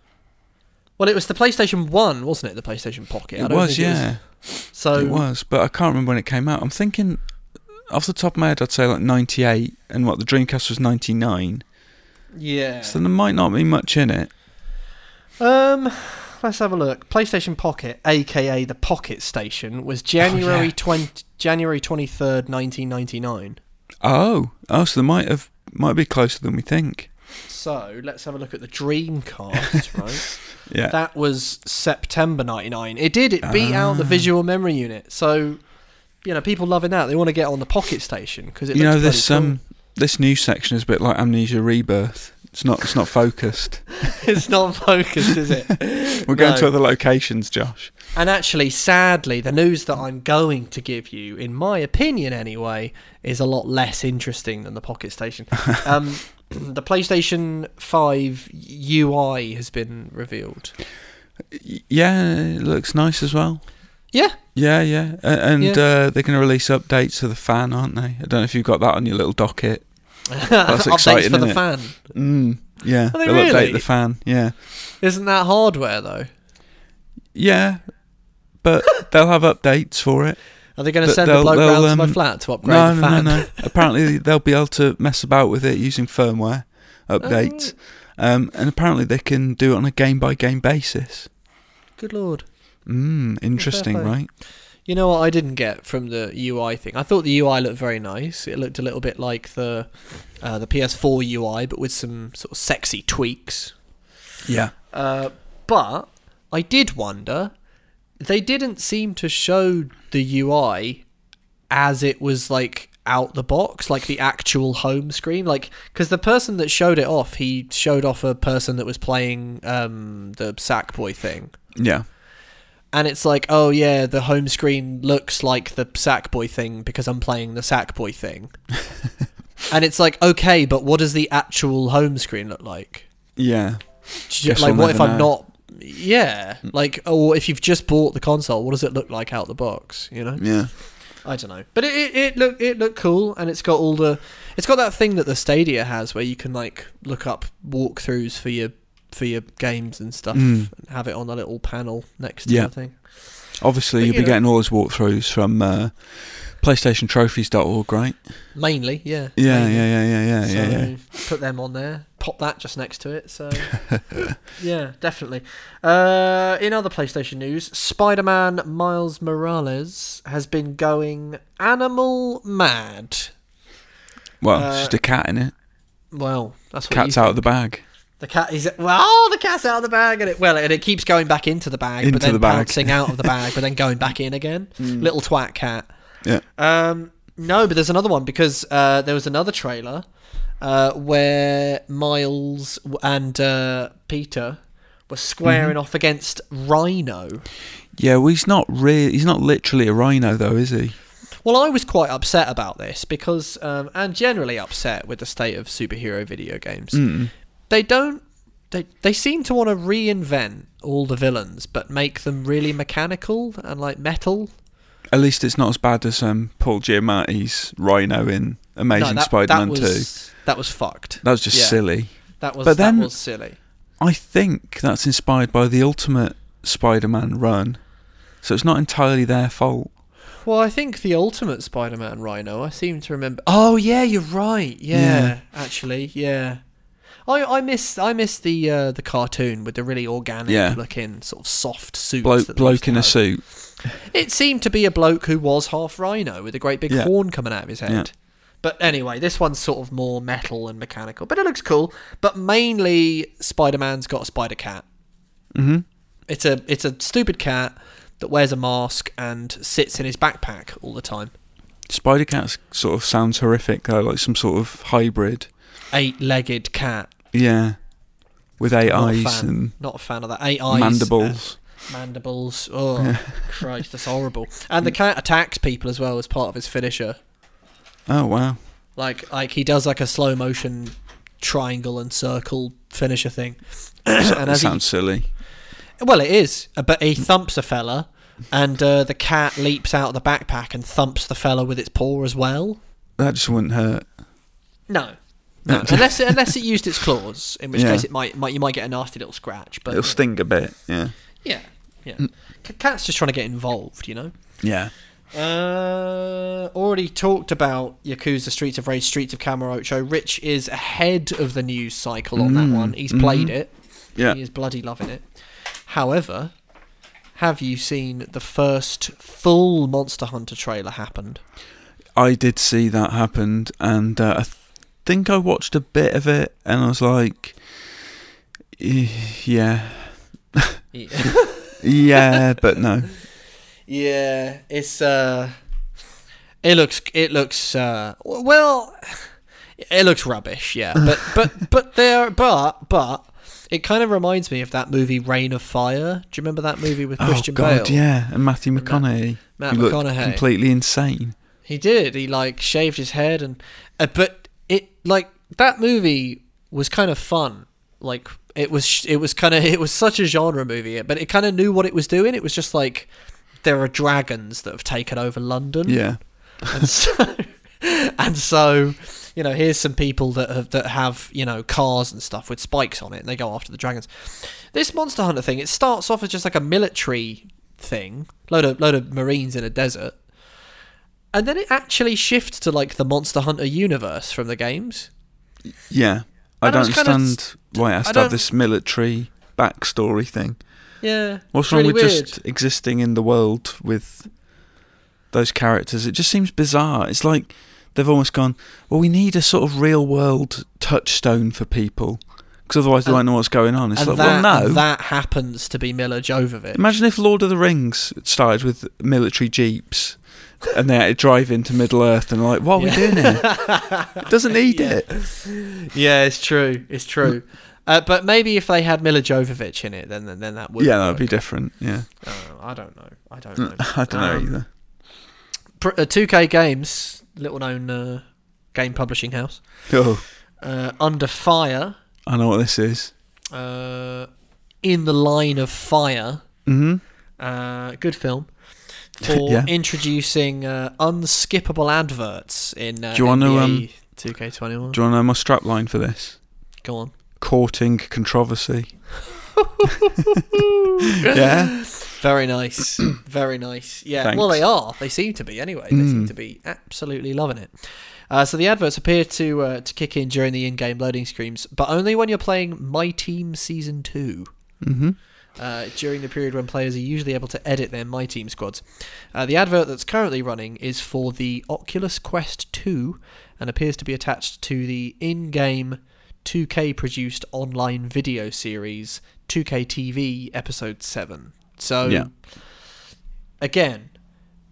[SPEAKER 1] well, it was the PlayStation One, wasn't it? The PlayStation Pocket. I
[SPEAKER 2] it
[SPEAKER 1] don't
[SPEAKER 2] was,
[SPEAKER 1] think
[SPEAKER 2] yeah,
[SPEAKER 1] So
[SPEAKER 2] it was, but I can't remember when it came out. I'm thinking, off the top of my head, I'd say like '98, and what the Dreamcast was '99.
[SPEAKER 1] yeah.
[SPEAKER 2] So there might not be much in it.
[SPEAKER 1] Um, let's have a look. PlayStation Pocket, aka the Pocket Station, was January
[SPEAKER 2] Oh, yeah.
[SPEAKER 1] twenty January twenty third, nineteen ninety nine.
[SPEAKER 2] Oh, oh, so there might have might be closer than we think.
[SPEAKER 1] So let's have a look at the Dreamcast, right?
[SPEAKER 2] Yeah,
[SPEAKER 1] That was September 99. It did. It beat out the
[SPEAKER 2] Ah.
[SPEAKER 1] visual memory unit. So, you know, people loving that. They want to get on the Pocket Station because it
[SPEAKER 2] you
[SPEAKER 1] looks
[SPEAKER 2] know this
[SPEAKER 1] bloody
[SPEAKER 2] um this news section is a bit like Amnesia Rebirth. It's not it's not focused.
[SPEAKER 1] cool. it's not focused, is it?
[SPEAKER 2] We're going
[SPEAKER 1] No.
[SPEAKER 2] to other locations, Josh.
[SPEAKER 1] And actually, sadly, the news that I'm going to give you, in my opinion anyway, is a lot less interesting than the Pocket Station. Um, the PlayStation 5 UI has been revealed.
[SPEAKER 2] Y- Yeah, it looks nice as well.
[SPEAKER 1] Yeah.
[SPEAKER 2] Yeah, yeah. A- And
[SPEAKER 1] Yeah.
[SPEAKER 2] Uh, they're going to release updates to the fan, aren't they? I don't know if you've got that on your little docket.
[SPEAKER 1] That's Updates
[SPEAKER 2] exciting,
[SPEAKER 1] for the
[SPEAKER 2] innit?
[SPEAKER 1] fan.
[SPEAKER 2] Mm, yeah,
[SPEAKER 1] Are they
[SPEAKER 2] they'll
[SPEAKER 1] really?
[SPEAKER 2] update the fan. Yeah,
[SPEAKER 1] Isn't that hardware, though?
[SPEAKER 2] yeah. But they'll have updates for it.
[SPEAKER 1] Are they going to
[SPEAKER 2] Th-
[SPEAKER 1] send a
[SPEAKER 2] they'll-
[SPEAKER 1] bloke
[SPEAKER 2] they'll,
[SPEAKER 1] round to my
[SPEAKER 2] um,
[SPEAKER 1] flat to upgrade
[SPEAKER 2] No,
[SPEAKER 1] the
[SPEAKER 2] no, no,
[SPEAKER 1] fan?
[SPEAKER 2] no. apparently they'll be able to mess about with it using firmware updates,
[SPEAKER 1] Oh.
[SPEAKER 2] um, and apparently they can do it on a game by game basis.
[SPEAKER 1] Good lord.
[SPEAKER 2] Mm, interesting,
[SPEAKER 1] play.
[SPEAKER 2] right?
[SPEAKER 1] You know what I didn't get from the UI thing? I thought the UI looked very nice. It looked a little bit like the uh, the PS4 UI, but with some sort of sexy tweaks.
[SPEAKER 2] Yeah.
[SPEAKER 1] Uh, but I did wonder. They didn't seem to show the UI as it was like out the box, like the actual home screen. Like, because the person that showed it off, he showed off a person that was playing um, the Sackboy thing.
[SPEAKER 2] Yeah.
[SPEAKER 1] and it's like, oh yeah, the home screen looks like the Sackboy thing because I'm playing the Sackboy thing. and it's like, okay, but what does the actual home screen look like?
[SPEAKER 2] Yeah.
[SPEAKER 1] Do you-
[SPEAKER 2] Guess
[SPEAKER 1] Like,
[SPEAKER 2] we'll
[SPEAKER 1] what if
[SPEAKER 2] never
[SPEAKER 1] I'm
[SPEAKER 2] know. Mm.
[SPEAKER 1] not? Yeah, like, or if you've just bought the console, what does it look like out the box? You know,
[SPEAKER 2] Yeah.
[SPEAKER 1] I don't know, but it it, it look it looked cool, and it's got all the, it's got that thing that the Stadia has where you can like look up walkthroughs for your for your games and stuff,
[SPEAKER 2] Mm.
[SPEAKER 1] and have it on a little panel next to
[SPEAKER 2] Yeah.
[SPEAKER 1] the thing.
[SPEAKER 2] Obviously,
[SPEAKER 1] But,
[SPEAKER 2] you'll
[SPEAKER 1] you
[SPEAKER 2] be
[SPEAKER 1] know-
[SPEAKER 2] getting all those walkthroughs from uh, PlayStationTrophies.org, right?
[SPEAKER 1] Mainly, yeah.
[SPEAKER 2] Yeah,
[SPEAKER 1] mainly.
[SPEAKER 2] yeah, yeah, yeah, yeah,
[SPEAKER 1] so
[SPEAKER 2] yeah, yeah.
[SPEAKER 1] put them on there. Pop that just next to it. So yeah, definitely. Uh, in other PlayStation news, Spider-Man Miles Morales has been going animal mad.
[SPEAKER 2] Well,
[SPEAKER 1] Uh,
[SPEAKER 2] it's just a cat in it.
[SPEAKER 1] Well, that's uh, what
[SPEAKER 2] Cat's
[SPEAKER 1] you
[SPEAKER 2] out of the bag.
[SPEAKER 1] The cat is well, oh, the cat's out of the bag, and it well, and it keeps going back into the bag,
[SPEAKER 2] Into
[SPEAKER 1] but then
[SPEAKER 2] the bag. Mm.
[SPEAKER 1] bouncing out of the bag, but then going back in again. Little twat cat.
[SPEAKER 2] Yeah.
[SPEAKER 1] Um, no, but there's another one because uh, there was another trailer uh, where Miles w- and uh, Peter were squaring
[SPEAKER 2] Mm-hmm.
[SPEAKER 1] off against Rhino.
[SPEAKER 2] Yeah, well, he's not real. He's not literally a rhino, though, is he?
[SPEAKER 1] Well, I was quite upset about this because, um, and generally upset with the state of superhero video games.
[SPEAKER 2] Hmm.
[SPEAKER 1] They don't. They, they seem to want to reinvent all the villains, but make them really mechanical and like metal.
[SPEAKER 2] At least it's not as bad as um, Paul Giamatti's rhino in Amazing
[SPEAKER 1] no, that,
[SPEAKER 2] Spider-Man
[SPEAKER 1] that
[SPEAKER 2] 2.
[SPEAKER 1] was, That was fucked.
[SPEAKER 2] That was just
[SPEAKER 1] Yeah.
[SPEAKER 2] silly.
[SPEAKER 1] That was
[SPEAKER 2] But then-
[SPEAKER 1] that was silly.
[SPEAKER 2] I think that's inspired by the Ultimate Spider-Man run, so it's not entirely their fault.
[SPEAKER 1] Well, I think the ultimate Spider-Man Rhino. I seem to remember. Oh yeah, you're right. Yeah,
[SPEAKER 2] Yeah.
[SPEAKER 1] actually, yeah. I, I miss I miss the uh, the cartoon with the really organic
[SPEAKER 2] Yeah.
[SPEAKER 1] looking sort of soft suit.
[SPEAKER 2] Bloke, bloke in a suit.
[SPEAKER 1] It seemed to be a bloke who was half rhino with a great big
[SPEAKER 2] Yeah.
[SPEAKER 1] horn coming out of his head.
[SPEAKER 2] Yeah.
[SPEAKER 1] But anyway, this one's sort of more metal and mechanical, but it looks cool. But mainly, Spider-Man's got a spider cat.
[SPEAKER 2] hmm
[SPEAKER 1] It's a it's a stupid cat that wears a mask and sits in his backpack all the time.
[SPEAKER 2] Spider Cat sort of sounds horrific though, like some sort of hybrid.
[SPEAKER 1] Eight-legged cat.
[SPEAKER 2] Yeah, with eight
[SPEAKER 1] Not a
[SPEAKER 2] eyes
[SPEAKER 1] fan.
[SPEAKER 2] and
[SPEAKER 1] Not a fan of that. Eight eyes.
[SPEAKER 2] mandibles.
[SPEAKER 1] uh, mandibles. Oh, Christ, that's horrible. And the
[SPEAKER 2] Mm.
[SPEAKER 1] cat attacks people as well as part of his finisher.
[SPEAKER 2] oh wow!
[SPEAKER 1] Like, like he does like a slow motion triangle and circle finisher thing.
[SPEAKER 2] that
[SPEAKER 1] and as
[SPEAKER 2] sounds silly.
[SPEAKER 1] he, well, it is. uh, But he thumps a fella, and uh, the cat leaps out of the backpack and thumps the fella with its paw as well.
[SPEAKER 2] That just wouldn't hurt.
[SPEAKER 1] No. No, unless it, unless it used its claws, in which
[SPEAKER 2] Yeah.
[SPEAKER 1] case it might, might you might get a nasty little scratch. But
[SPEAKER 2] It'll Mm.
[SPEAKER 1] yeah.
[SPEAKER 2] sting a bit. Yeah.
[SPEAKER 1] Yeah, yeah. C- Cat's just trying to get involved, you know.
[SPEAKER 2] Yeah.
[SPEAKER 1] Uh, already talked about Yakuza Streets of Rage, Streets of Kamurocho. Rich is ahead of the news cycle on that one. He's played it.
[SPEAKER 2] Yeah.
[SPEAKER 1] He is bloody loving it. However, have you seen the first full Monster Hunter trailer happened?
[SPEAKER 2] I did see that happened, and uh, I th- think I watched a bit of it, and I was like, "Eh, yeah,
[SPEAKER 1] Yeah,
[SPEAKER 2] yeah, but no.
[SPEAKER 1] yeah it's uh, it looks it looks uh, w- well, it looks rubbish. Yeah, but but but there but but. It kind of reminds me of that movie Rain of Fire. Do you remember that movie with Christian
[SPEAKER 2] oh God,
[SPEAKER 1] Bale?
[SPEAKER 2] yeah, and Matthew
[SPEAKER 1] Matt-
[SPEAKER 2] McConaughey,
[SPEAKER 1] Matt
[SPEAKER 2] who looked
[SPEAKER 1] McConaughey.
[SPEAKER 2] completely insane.
[SPEAKER 1] He did. He like shaved his head and, uh, but it like that movie was kind of fun. Like it was, it was kind of, it was such a genre movie, but it kind of knew what it was doing. It was just like there are dragons that have taken over London,
[SPEAKER 2] Yeah,
[SPEAKER 1] and so, and so, you know, here's some people that have that have you know cars and stuff with spikes on it, and they go after the dragons. This Monster Hunter thing, it starts off as just like a military thing, load of load of marines in a desert, and then it actually shifts to like the Monster Hunter universe from the games.
[SPEAKER 2] Yeah, I
[SPEAKER 1] And I
[SPEAKER 2] don't
[SPEAKER 1] was kinda s-
[SPEAKER 2] understand why it has
[SPEAKER 1] I
[SPEAKER 2] to have
[SPEAKER 1] don't-
[SPEAKER 2] this military backstory thing.
[SPEAKER 1] Yeah,
[SPEAKER 2] What's
[SPEAKER 1] it's
[SPEAKER 2] wrong
[SPEAKER 1] really
[SPEAKER 2] with
[SPEAKER 1] weird.
[SPEAKER 2] just existing in the world with those characters? It just seems bizarre. It's like they've almost gone, well, we need a sort of real world touchstone for people because otherwise they
[SPEAKER 1] And-
[SPEAKER 2] won't know what's going on. It's
[SPEAKER 1] and
[SPEAKER 2] like,
[SPEAKER 1] that,
[SPEAKER 2] well, no.
[SPEAKER 1] and that happens to be Mila Jovovich.
[SPEAKER 2] Imagine if Lord of the Rings started with military jeeps and they had to drive into Middle Earth and like, what are we doing here? It doesn't need
[SPEAKER 1] Yeah.
[SPEAKER 2] it.
[SPEAKER 1] Yeah, it's true. It's true. Uh, but maybe if they had Mila Jovovich in it, then then, then that would
[SPEAKER 2] yeah, that would
[SPEAKER 1] work.
[SPEAKER 2] be different. Yeah.
[SPEAKER 1] Uh, I don't know. I don't know.
[SPEAKER 2] Hmm. I don't know
[SPEAKER 1] Um,
[SPEAKER 2] either.
[SPEAKER 1] Pr- uh, 2K Games, little known uh, game publishing house,
[SPEAKER 2] Oh,
[SPEAKER 1] uh, under fire,
[SPEAKER 2] I know what this is.
[SPEAKER 1] uh, in the line of fire,
[SPEAKER 2] hmm
[SPEAKER 1] uh, good film, for
[SPEAKER 2] Yeah.
[SPEAKER 1] introducing uh, unskippable adverts in uh,
[SPEAKER 2] Do you wanna,
[SPEAKER 1] NBA
[SPEAKER 2] um,
[SPEAKER 1] 2K21.
[SPEAKER 2] Do you want to know my strap line for this?
[SPEAKER 1] Go on.
[SPEAKER 2] Courting controversy. yeah.
[SPEAKER 1] Very nice. Very nice. Yeah.
[SPEAKER 2] Thanks.
[SPEAKER 1] Well, they are. They seem to be anyway. They seem to be absolutely loving it. Uh, so the adverts appear to uh, to kick in during the in-game loading screens, but only when you're playing My Team Season Two.
[SPEAKER 2] Mm-hmm.
[SPEAKER 1] Uh, during the period when players are usually able to edit their My Team squads. Uh, the advert that's currently running is for the Oculus Quest 2 and appears to be attached to the in game 2K produced online video series 2K TV episode 7. So
[SPEAKER 2] Yeah.
[SPEAKER 1] again,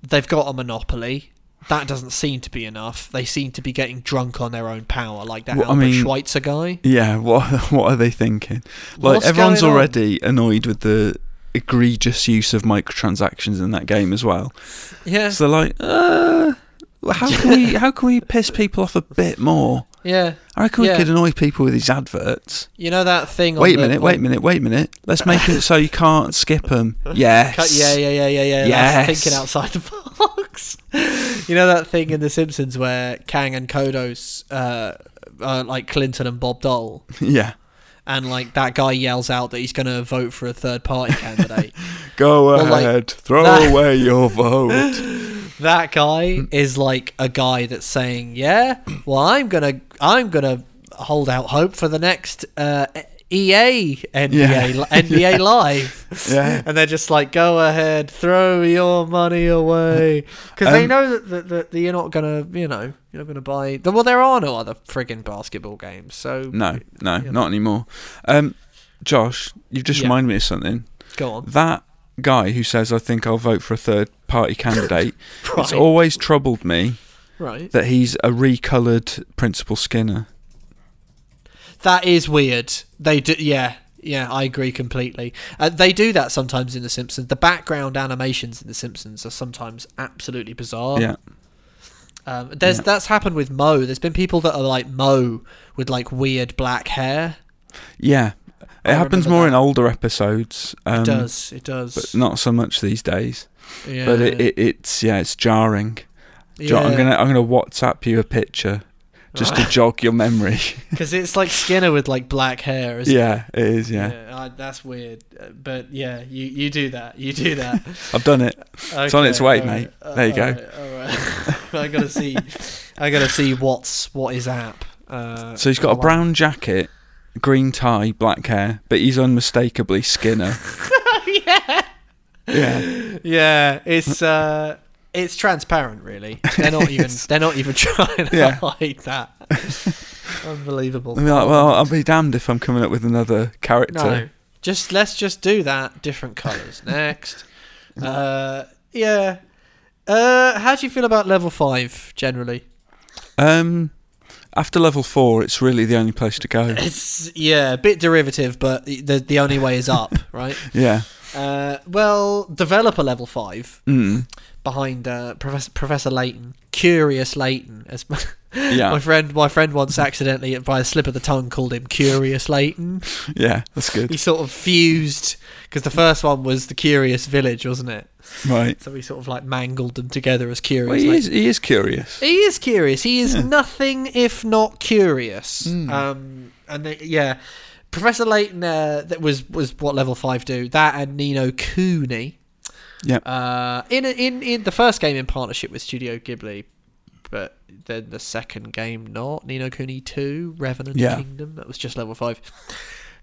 [SPEAKER 1] they've got a monopoly. That doesn't seem to be enough. They seem to be getting drunk on their own power, like that
[SPEAKER 2] Well, I
[SPEAKER 1] Albert
[SPEAKER 2] mean-
[SPEAKER 1] Schweitzer guy.
[SPEAKER 2] Yeah, what what are they thinking? Like
[SPEAKER 1] What's
[SPEAKER 2] everyone's
[SPEAKER 1] going on?
[SPEAKER 2] already annoyed with the egregious use of microtransactions in that game as well.
[SPEAKER 1] Yeah,
[SPEAKER 2] So they're like, uh, how can we how can we piss people off a bit more?
[SPEAKER 1] yeah.
[SPEAKER 2] I reckon
[SPEAKER 1] Yeah.
[SPEAKER 2] we could annoy people with these adverts.
[SPEAKER 1] You know that thing.
[SPEAKER 2] Wait a
[SPEAKER 1] on the-
[SPEAKER 2] minute,
[SPEAKER 1] on-
[SPEAKER 2] wait a minute, wait a minute. Let's make it so you can't skip them. Yes.
[SPEAKER 1] Cut, yeah, yeah, yeah, yeah, yeah. That's
[SPEAKER 2] Yes.
[SPEAKER 1] Thinking outside the box. you know that thing in The Simpsons where Kang and Kodos uh, are like Clinton and Bob Dole,
[SPEAKER 2] Yeah.
[SPEAKER 1] and like that guy yells out that he's going to vote for a third party candidate.
[SPEAKER 2] Go
[SPEAKER 1] Well, like,
[SPEAKER 2] ahead, throw
[SPEAKER 1] that-
[SPEAKER 2] away your vote.
[SPEAKER 1] that guy is like a guy that's saying, "Yeah, well, I'm gonna, I'm gonna hold out hope for the next uh, EA NBA
[SPEAKER 2] Yeah.
[SPEAKER 1] li- NBA live."
[SPEAKER 2] Yeah.
[SPEAKER 1] and they're just like, "Go ahead, throw your money away," because they
[SPEAKER 2] Um,
[SPEAKER 1] know that, that, that, that you're not gonna, you know, you're not gonna buy. Well, there are no other friggin' basketball games, so
[SPEAKER 2] No, no, not anymore. Um, Josh, you just
[SPEAKER 1] Yeah.
[SPEAKER 2] reminded me of something.
[SPEAKER 1] go on.
[SPEAKER 2] That guy who says I think I'll vote for a third party candidate,
[SPEAKER 1] Right.
[SPEAKER 2] it's always troubled me
[SPEAKER 1] Right,
[SPEAKER 2] that he's a recolored Principal Skinner.
[SPEAKER 1] that is weird. They do, yeah. Yeah, I agree completely. Uh, they do that sometimes in The Simpsons. The background animations in The Simpsons are sometimes absolutely bizarre.
[SPEAKER 2] Yeah.
[SPEAKER 1] Um, there's
[SPEAKER 2] Yeah.
[SPEAKER 1] that's happened with Mo. There's been people that are like Mo with like weird black hair.
[SPEAKER 2] Yeah.
[SPEAKER 1] I
[SPEAKER 2] It happens
[SPEAKER 1] remember
[SPEAKER 2] more
[SPEAKER 1] that.
[SPEAKER 2] in older episodes. Um,
[SPEAKER 1] it does. It does.
[SPEAKER 2] But not so much these days.
[SPEAKER 1] yeah.
[SPEAKER 2] But it, it, it's yeah, it's jarring. Jo- I'm
[SPEAKER 1] Yeah.
[SPEAKER 2] gonna I'm gonna WhatsApp you a picture just to jog your memory.
[SPEAKER 1] Because it's like Skinner with like black hair, isn't it?
[SPEAKER 2] yeah, it is. Yeah.
[SPEAKER 1] I, that's weird. Uh, But yeah, you, you do that. You do that.
[SPEAKER 2] I've done it. It's on its
[SPEAKER 1] Okay,
[SPEAKER 2] way,
[SPEAKER 1] all
[SPEAKER 2] mate.
[SPEAKER 1] right,
[SPEAKER 2] There you
[SPEAKER 1] all
[SPEAKER 2] go.
[SPEAKER 1] right, all right. I gotta see. I gotta see what's what is app. Uh,
[SPEAKER 2] So he's got a
[SPEAKER 1] like-
[SPEAKER 2] brown jacket, green tie, black hair, but he's unmistakably Skinner. yeah. Yeah.
[SPEAKER 1] Yeah, it's uh, it's transparent, really. They're not even. they're not even trying to
[SPEAKER 2] Yeah.
[SPEAKER 1] hide that. Unbelievable.
[SPEAKER 2] And be like, well, I'll be damned if I'm coming up with another character.
[SPEAKER 1] No, just let's just do that. Different colours next. Uh, yeah. Uh, how do you feel about level five generally?
[SPEAKER 2] Um, after level four, it's really the only place to go.
[SPEAKER 1] It's yeah, a bit derivative, but the the only way is up, right?
[SPEAKER 2] Yeah.
[SPEAKER 1] Uh, well, developer level five
[SPEAKER 2] Mm.
[SPEAKER 1] behind uh, Professor Professor Layton, Curious Layton, as my,
[SPEAKER 2] Yeah.
[SPEAKER 1] my friend my friend once accidentally by a slip of the tongue called him Curious Layton.
[SPEAKER 2] Yeah. That's
[SPEAKER 1] He
[SPEAKER 2] good.
[SPEAKER 1] sort of fused because the first one was the Curious Village, wasn't it?
[SPEAKER 2] Right.
[SPEAKER 1] So we sort of like mangled them together as Curious.
[SPEAKER 2] Well, he
[SPEAKER 1] Layton.
[SPEAKER 2] is. He is curious.
[SPEAKER 1] He is curious. He is nothing if not curious.
[SPEAKER 2] Hmm.
[SPEAKER 1] Um, and they, yeah, Professor Layton uh, that was was what level five do that and Nino Cooney.
[SPEAKER 2] Yep.
[SPEAKER 1] Uh, in in in the first game in partnership with Studio Ghibli, but then the second game not Nino Cooney two Revenant
[SPEAKER 2] Yeah.
[SPEAKER 1] Kingdom that was just level five.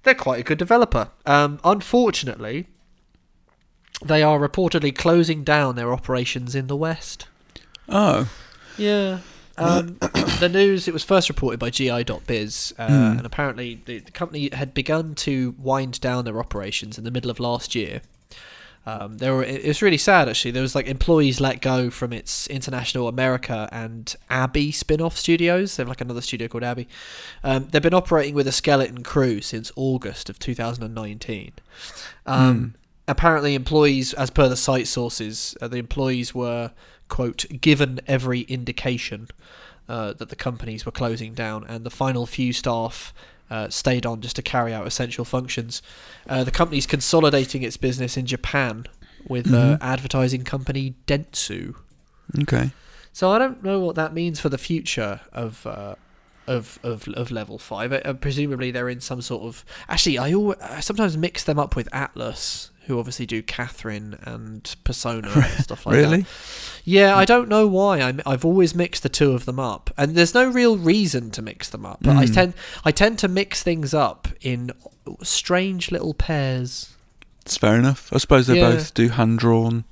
[SPEAKER 1] They're quite a good developer. Um, unfortunately, they are reportedly closing down their operations in the West.
[SPEAKER 2] Oh.
[SPEAKER 1] Yeah. Um, the news, it was first reported by GI.biz, uh, and apparently the, the company had begun to wind down their operations in the middle of last year. Um, there were, it it was really sad, actually. There was like employees let go from its international America and Abbey spin-off studios. They have like another studio called Abbey. Um, they've been operating with a skeleton crew since August of 2019. Um, Apparently, employees, as per the site sources, uh, the employees were quote given every indication uh, that the companies were closing down, and the final few staff. Uh, stayed on just to carry out essential functions. Uh, the company's consolidating its business in Japan with uh, advertising company Dentsu.
[SPEAKER 2] Okay.
[SPEAKER 1] So I don't know what that means for the future of uh, of, of of level five. Uh, presumably they're in some sort of. Actually, I always, I sometimes mix them up with Atlas, who obviously do Catherine and Persona and stuff like
[SPEAKER 2] Really?
[SPEAKER 1] that. Yeah, I don't know why. I'm, I've always mixed the two of them up, and there's no real reason to mix them up. But I tend I tend to mix things up in strange little pairs.
[SPEAKER 2] It's fair enough. I suppose they
[SPEAKER 1] Yeah.
[SPEAKER 2] both do hand drawn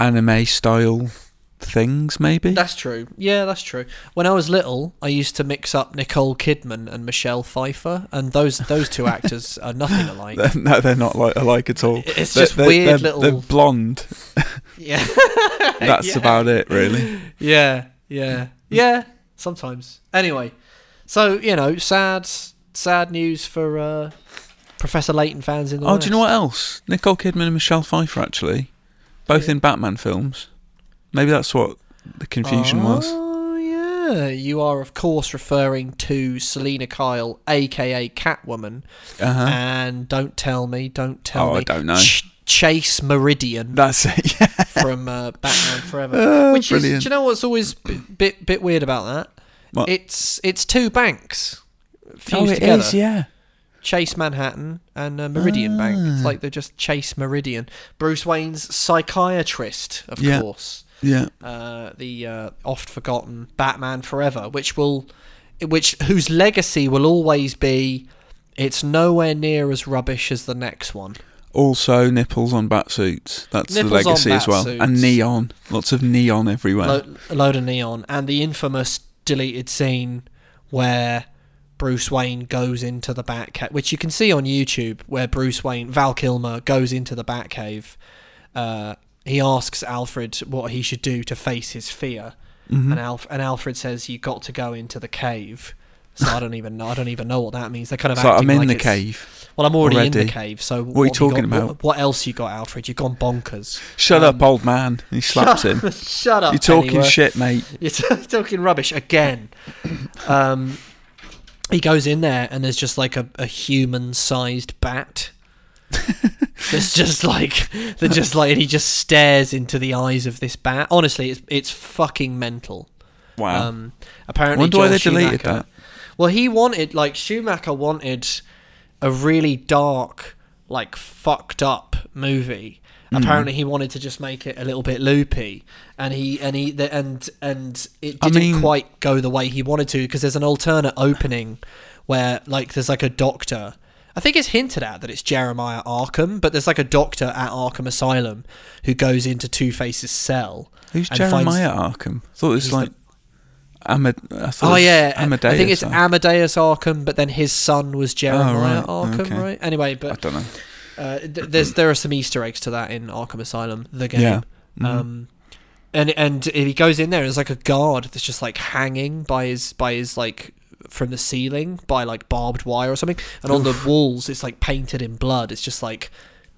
[SPEAKER 2] anime style things, maybe.
[SPEAKER 1] That's true. Yeah, that's true. When I was little, I used to mix up Nicole Kidman and Michelle Pfeiffer, and those those two actors are nothing alike.
[SPEAKER 2] no, they're not like alike at all.
[SPEAKER 1] It's
[SPEAKER 2] They're-
[SPEAKER 1] just
[SPEAKER 2] they're-
[SPEAKER 1] weird
[SPEAKER 2] they're-
[SPEAKER 1] little-
[SPEAKER 2] They're blonde.
[SPEAKER 1] Yeah,
[SPEAKER 2] That's
[SPEAKER 1] Yeah.
[SPEAKER 2] about it, really.
[SPEAKER 1] yeah, yeah, yeah. Sometimes. Anyway, so you know, sad, sad news for uh, Professor Layton fans in the
[SPEAKER 2] Oh, do you know
[SPEAKER 1] West.
[SPEAKER 2] what else? Nicole Kidman and Michelle Pfeiffer actually, both in Batman films. Maybe that's what the confusion was.
[SPEAKER 1] Oh yeah, you are of course referring to Selena Kyle, aka Catwoman, Um,
[SPEAKER 2] Uh-huh.
[SPEAKER 1] and don't tell me, don't tell
[SPEAKER 2] Oh,
[SPEAKER 1] me.
[SPEAKER 2] I don't know.
[SPEAKER 1] Ch- Chase Meridian
[SPEAKER 2] That's it. Yeah.
[SPEAKER 1] from uh, Batman Forever,
[SPEAKER 2] Oh,
[SPEAKER 1] which
[SPEAKER 2] brilliant.
[SPEAKER 1] is do you know what's always b- bit bit weird about that?
[SPEAKER 2] What?
[SPEAKER 1] It's it's two banks
[SPEAKER 2] Oh,
[SPEAKER 1] fused
[SPEAKER 2] it
[SPEAKER 1] together.
[SPEAKER 2] is. Yeah. Ah.
[SPEAKER 1] Chase Manhattan and uh, Meridian Bank. It's like they're just Chase Meridian. Bruce Wayne's psychiatrist, of
[SPEAKER 2] Yeah.
[SPEAKER 1] course.
[SPEAKER 2] Yeah.
[SPEAKER 1] Uh, the uh, oft forgotten Batman Forever, which will, which whose legacy will always be, it's nowhere near as rubbish as the next one.
[SPEAKER 2] Also, nipples on bat suits. That's the
[SPEAKER 1] Nipples on
[SPEAKER 2] legacy as
[SPEAKER 1] bat
[SPEAKER 2] well. And
[SPEAKER 1] suits.
[SPEAKER 2] neon. Lots of neon everywhere.
[SPEAKER 1] Lo- a load of neon and the infamous deleted scene where Bruce Wayne goes into the Batcave, which you can see on YouTube, where Bruce Wayne, Val Kilmer, goes into the Batcave. Uh, he asks Alfred what he should do to face his fear,
[SPEAKER 2] Mm-hmm.
[SPEAKER 1] and, Alf- and Alfred says, "You got to go into the cave." So I don't even know. I don't even know what that means. They're kind of
[SPEAKER 2] so
[SPEAKER 1] acting
[SPEAKER 2] I'm in
[SPEAKER 1] like
[SPEAKER 2] the
[SPEAKER 1] it's-
[SPEAKER 2] cave.
[SPEAKER 1] Well, I'm already, in the
[SPEAKER 2] already.
[SPEAKER 1] cave. So what,
[SPEAKER 2] are you
[SPEAKER 1] have
[SPEAKER 2] talking
[SPEAKER 1] got-
[SPEAKER 2] about?
[SPEAKER 1] What, what else you got, Alfred? You've gone bonkers.
[SPEAKER 2] Shut up, old man. He slaps him.
[SPEAKER 1] um, Shut up.
[SPEAKER 2] You're talking
[SPEAKER 1] Pennyworth.
[SPEAKER 2] shit, mate.
[SPEAKER 1] You're t- talking rubbish again. Um, he goes in there and there's just like a, a human-sized bat. That's just like they're just like and he just stares into the eyes of this bat. Honestly, it's it's fucking mental.
[SPEAKER 2] Wow.
[SPEAKER 1] Um, apparently,
[SPEAKER 2] Wonder why
[SPEAKER 1] Joel
[SPEAKER 2] they deleted
[SPEAKER 1] Schumacher-
[SPEAKER 2] that.
[SPEAKER 1] Well, he wanted like Schumacher wanted a really dark, like fucked up movie.
[SPEAKER 2] Hmm.
[SPEAKER 1] Apparently, he wanted to just make it a little bit loopy, and he and he the, and and it
[SPEAKER 2] I
[SPEAKER 1] didn't
[SPEAKER 2] mean-
[SPEAKER 1] quite go the way he wanted to because there's an alternate opening where like there's like a doctor. I think it's hinted at that it's Jeremiah Arkham, but there's like a doctor at Arkham Asylum who goes into Two Face's cell.
[SPEAKER 2] Who's
[SPEAKER 1] and finds-
[SPEAKER 2] Jeremiah Arkham? I thought it was
[SPEAKER 1] He's the-
[SPEAKER 2] like. Amad- I thought
[SPEAKER 1] Oh
[SPEAKER 2] it was
[SPEAKER 1] yeah,
[SPEAKER 2] Amadeus.
[SPEAKER 1] I think it's
[SPEAKER 2] Arkham.
[SPEAKER 1] Amadeus Arkham, but then his son was Jeremiah
[SPEAKER 2] right,
[SPEAKER 1] Arkham,
[SPEAKER 2] okay.
[SPEAKER 1] right? Anyway, but
[SPEAKER 2] I don't know.
[SPEAKER 1] uh, th- there's there are some Easter eggs to that in Arkham Asylum, the game.
[SPEAKER 2] Yeah.
[SPEAKER 1] Um, and and he goes in there. and There's like a guard that's just like hanging by his by his like from the ceiling by like barbed wire or something. And on the walls, it's like painted in blood. It's just like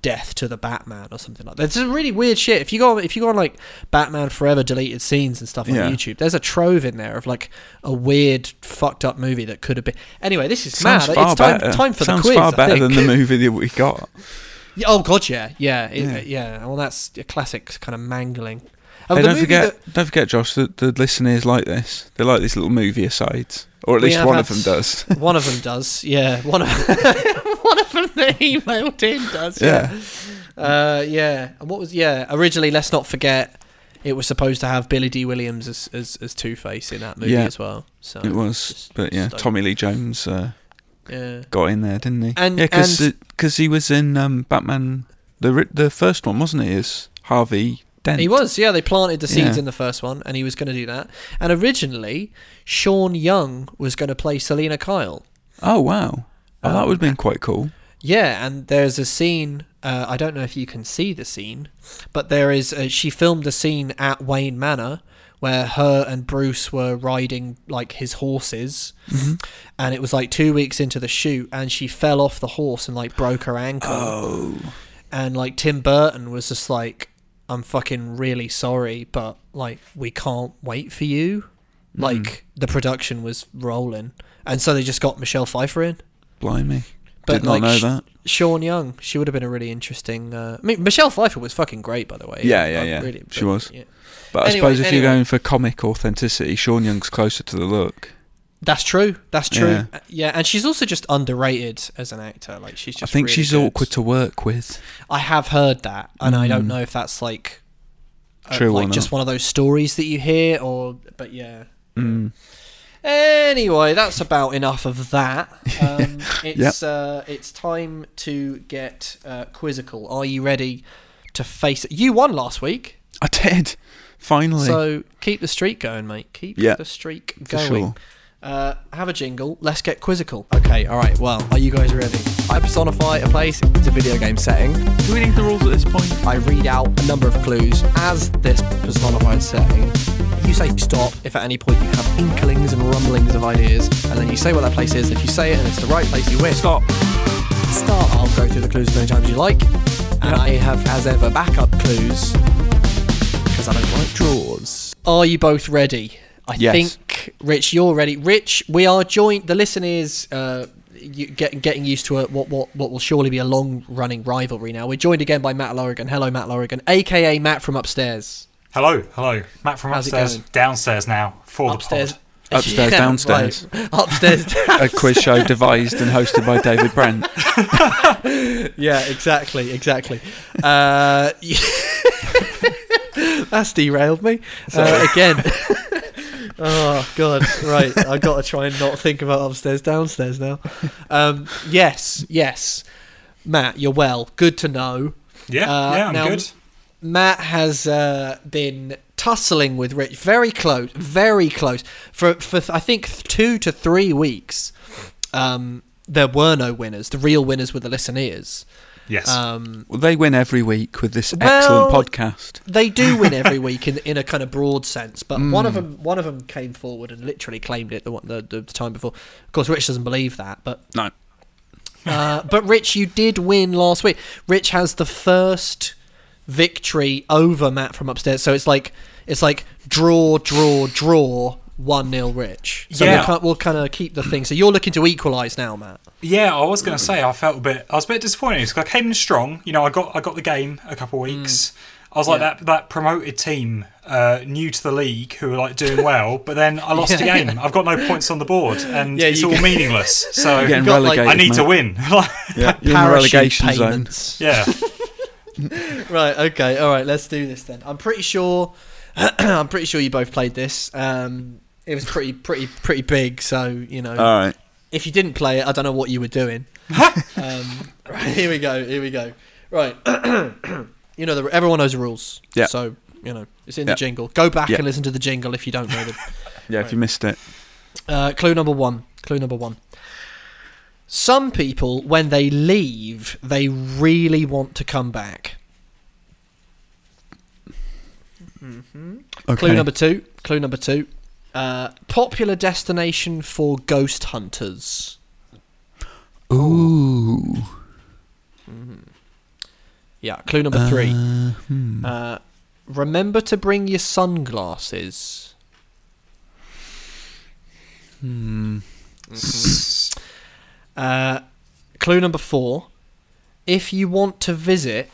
[SPEAKER 1] death to the Batman or something like that. It's some really weird shit. If you go on, if you go on like Batman Forever deleted scenes and stuff on
[SPEAKER 2] Yeah.
[SPEAKER 1] YouTube, there's a trove in there of like a weird fucked up movie that could have been. Anyway, this is
[SPEAKER 2] Sounds
[SPEAKER 1] mad.
[SPEAKER 2] far
[SPEAKER 1] It's time,
[SPEAKER 2] better.
[SPEAKER 1] time for
[SPEAKER 2] Sounds
[SPEAKER 1] the quiz.
[SPEAKER 2] far
[SPEAKER 1] I
[SPEAKER 2] better
[SPEAKER 1] think.
[SPEAKER 2] than the movie that we got.
[SPEAKER 1] Yeah, oh god, yeah, yeah, it, uh,
[SPEAKER 2] Yeah.
[SPEAKER 1] yeah, Well, that's a classic kind of mangling. Oh,
[SPEAKER 2] Hey,
[SPEAKER 1] the
[SPEAKER 2] don't
[SPEAKER 1] movie
[SPEAKER 2] forget, don't forget, Josh. That the listeners like this. They like these little movie asides, or at
[SPEAKER 1] We
[SPEAKER 2] least
[SPEAKER 1] have
[SPEAKER 2] one
[SPEAKER 1] had
[SPEAKER 2] of them does.
[SPEAKER 1] that- one of them does. Yeah, one of one of them that emailed in does. Yeah.
[SPEAKER 2] yeah.
[SPEAKER 1] yeah, uh, yeah. And what was yeah? Originally, let's not forget, it was supposed to have Billy D. Williams as as, as Two Face in that movie
[SPEAKER 2] Yeah.
[SPEAKER 1] as well. So
[SPEAKER 2] it was.
[SPEAKER 1] just
[SPEAKER 2] But yeah,
[SPEAKER 1] stoked.
[SPEAKER 2] Tommy Lee Jones uh,
[SPEAKER 1] Yeah.
[SPEAKER 2] got in there, didn't he?
[SPEAKER 1] And-
[SPEAKER 2] yeah, because
[SPEAKER 1] and-
[SPEAKER 2] he was in um, Batman, the ri- the first one, wasn't he? Is Harvey Dent?
[SPEAKER 1] He was, yeah. They planted the seeds
[SPEAKER 2] Yeah.
[SPEAKER 1] in the first one, and he was going to do that. And originally, Sean Young was going to play Selena Kyle.
[SPEAKER 2] Oh wow. Oh, that
[SPEAKER 1] Um,
[SPEAKER 2] would have been quite cool.
[SPEAKER 1] Yeah, and there's a scene. Uh, I don't know if you can see the scene, but there is. A, she filmed a scene at Wayne Manor where her and Bruce were riding like his horses, and it was like two weeks into the shoot, and she fell off the horse and like broke her ankle.
[SPEAKER 2] Oh,
[SPEAKER 1] And like Tim Burton was just like, "I'm fucking really sorry, but like we can't wait for you." Like the production was rolling, and so they just got Michelle Pfeiffer in.
[SPEAKER 2] blimey!
[SPEAKER 1] But,
[SPEAKER 2] Did not
[SPEAKER 1] like,
[SPEAKER 2] know
[SPEAKER 1] sh-
[SPEAKER 2] that.
[SPEAKER 1] Sean Young, she would have been a really interesting. Uh, I mean, Michelle Pfeiffer was fucking great, by the way.
[SPEAKER 2] Yeah, yeah,
[SPEAKER 1] I'm
[SPEAKER 2] yeah.
[SPEAKER 1] really-
[SPEAKER 2] She was.
[SPEAKER 1] yeah.
[SPEAKER 2] But I
[SPEAKER 1] Anyway,
[SPEAKER 2] suppose if you're
[SPEAKER 1] anyway.
[SPEAKER 2] going for comic authenticity, Sean Young's closer to the look.
[SPEAKER 1] That's true. That's true. Uh,
[SPEAKER 2] Yeah.
[SPEAKER 1] Yeah. and she's also just underrated as an actor. Like she's
[SPEAKER 2] I
[SPEAKER 1] just.
[SPEAKER 2] think
[SPEAKER 1] really
[SPEAKER 2] she's
[SPEAKER 1] good.
[SPEAKER 2] awkward to work with.
[SPEAKER 1] I have heard that, and I don't know if that's like. uh,
[SPEAKER 2] True or
[SPEAKER 1] like just
[SPEAKER 2] not.
[SPEAKER 1] one of those stories that you hear, or but yeah.
[SPEAKER 2] Mm.
[SPEAKER 1] Anyway, that's about enough of that. Um, it's uh, it's time to get uh, quizzical. Are you ready to face? You won last week.
[SPEAKER 2] I did. Finally.
[SPEAKER 1] So keep the streak going, mate. Keep
[SPEAKER 2] Yeah,
[SPEAKER 1] the streak
[SPEAKER 2] for
[SPEAKER 1] going.
[SPEAKER 2] sure.
[SPEAKER 1] Uh, have a jingle. Let's get quizzical. Okay, all right. Well, are you guys ready?
[SPEAKER 3] I personify a place. It's a video game setting.
[SPEAKER 2] Do we need the rules at this point?
[SPEAKER 3] I read out a number of clues as this personified setting. You say stop if at any point you have inklings and rumblings of ideas, and then you say what that place is. If you say it and it's the right place, you win.
[SPEAKER 2] Stop.
[SPEAKER 3] Start. I'll go through the clues as many times as you like, and I have, as ever, backup clues because I don't like draws.
[SPEAKER 1] Are you both ready? I
[SPEAKER 2] Yes.
[SPEAKER 1] think Rich, you're ready. Rich, we are joined. The listeners uh, you, get, getting used to a, what what what will surely be a long running rivalry. Now we're joined again by Matt Lorrigan. Hello, Matt Lorrigan, aka Matt from upstairs.
[SPEAKER 4] Hello, hello. Matt from
[SPEAKER 1] How's it
[SPEAKER 4] upstairs,
[SPEAKER 1] going?
[SPEAKER 4] downstairs now for
[SPEAKER 1] Upstairs.
[SPEAKER 4] the pod.
[SPEAKER 2] Upstairs,
[SPEAKER 1] Yeah,
[SPEAKER 2] downstairs.
[SPEAKER 1] right. Upstairs. down-
[SPEAKER 2] A quiz show devised and hosted by David Brent.
[SPEAKER 1] yeah, exactly, exactly. Uh, that's derailed me uh, again. oh god, right. I've got to try and not think about upstairs, downstairs now. Um, yes, yes. Matt, you're well. Good to know.
[SPEAKER 4] Yeah,
[SPEAKER 1] Uh,
[SPEAKER 4] yeah, I'm
[SPEAKER 1] now-
[SPEAKER 4] good.
[SPEAKER 1] Matt has uh, been tussling with Rich, very close, very close for for I think two to three weeks. Um, there were no winners. The real winners were the listeners.
[SPEAKER 4] Yes.
[SPEAKER 1] Um,
[SPEAKER 2] Well, they win every week with this
[SPEAKER 1] Well-
[SPEAKER 2] excellent podcast.
[SPEAKER 1] they do win every week in in a kind of broad sense, but one of them one of them came forward and literally claimed it the one- the, the time before. Of course, Rich doesn't believe that, but
[SPEAKER 2] No.
[SPEAKER 1] uh, but Rich, you did win last week. Rich has the first victory over Matt from upstairs, so it's like it's like draw, draw, draw, one 0 Rich. So
[SPEAKER 4] Yeah.
[SPEAKER 1] we'll, kind- we'll kind of keep the thing. So you're looking to equalise now, Matt.
[SPEAKER 4] yeah, I was going to say I felt a bit. I was a bit disappointed because I came in strong. You know, I got I got the game a couple of weeks. I was like
[SPEAKER 1] Hmm. Yeah.
[SPEAKER 4] that that promoted team, uh, new to the league, who were like doing well, but then I lost the game. I've got no points on the board, and
[SPEAKER 1] Yeah,
[SPEAKER 4] it's
[SPEAKER 1] you
[SPEAKER 4] all
[SPEAKER 1] get-
[SPEAKER 4] meaningless. So
[SPEAKER 2] You're getting
[SPEAKER 1] got, like-
[SPEAKER 2] relegated.
[SPEAKER 4] I need
[SPEAKER 2] mate.
[SPEAKER 4] to win. Like,
[SPEAKER 2] Yeah, you're in the
[SPEAKER 1] Parachute
[SPEAKER 2] relegation zone.
[SPEAKER 1] payments.
[SPEAKER 4] yeah,
[SPEAKER 1] Right. Okay. All right. Let's do this then. I'm pretty sure. I'm pretty sure you both played this. Um, it was pretty, pretty, pretty big. So you know,
[SPEAKER 2] All right.
[SPEAKER 1] if you didn't play it, I don't know what you were doing. um, right. Here we go. Here we go. Right. you know, the, everyone knows the rules.
[SPEAKER 2] Yeah.
[SPEAKER 1] So you know, it's in
[SPEAKER 2] Yeah.
[SPEAKER 1] the jingle. Go back
[SPEAKER 2] Yeah.
[SPEAKER 1] and listen to the jingle if you don't know them.
[SPEAKER 2] Yeah, if you missed it.
[SPEAKER 1] Uh, clue number one. Clue number one. Some people, when they leave, they really want to come back.
[SPEAKER 2] Okay.
[SPEAKER 1] Clue number two. Clue number two. Uh, popular destination for ghost hunters.
[SPEAKER 2] Ooh.
[SPEAKER 1] Mm-hmm. Yeah. Clue number three.
[SPEAKER 2] Uh, hmm.
[SPEAKER 1] Uh, remember to bring your sunglasses.
[SPEAKER 2] Hmm.
[SPEAKER 1] Mm-hmm. Uh, clue number four. If you want to visit,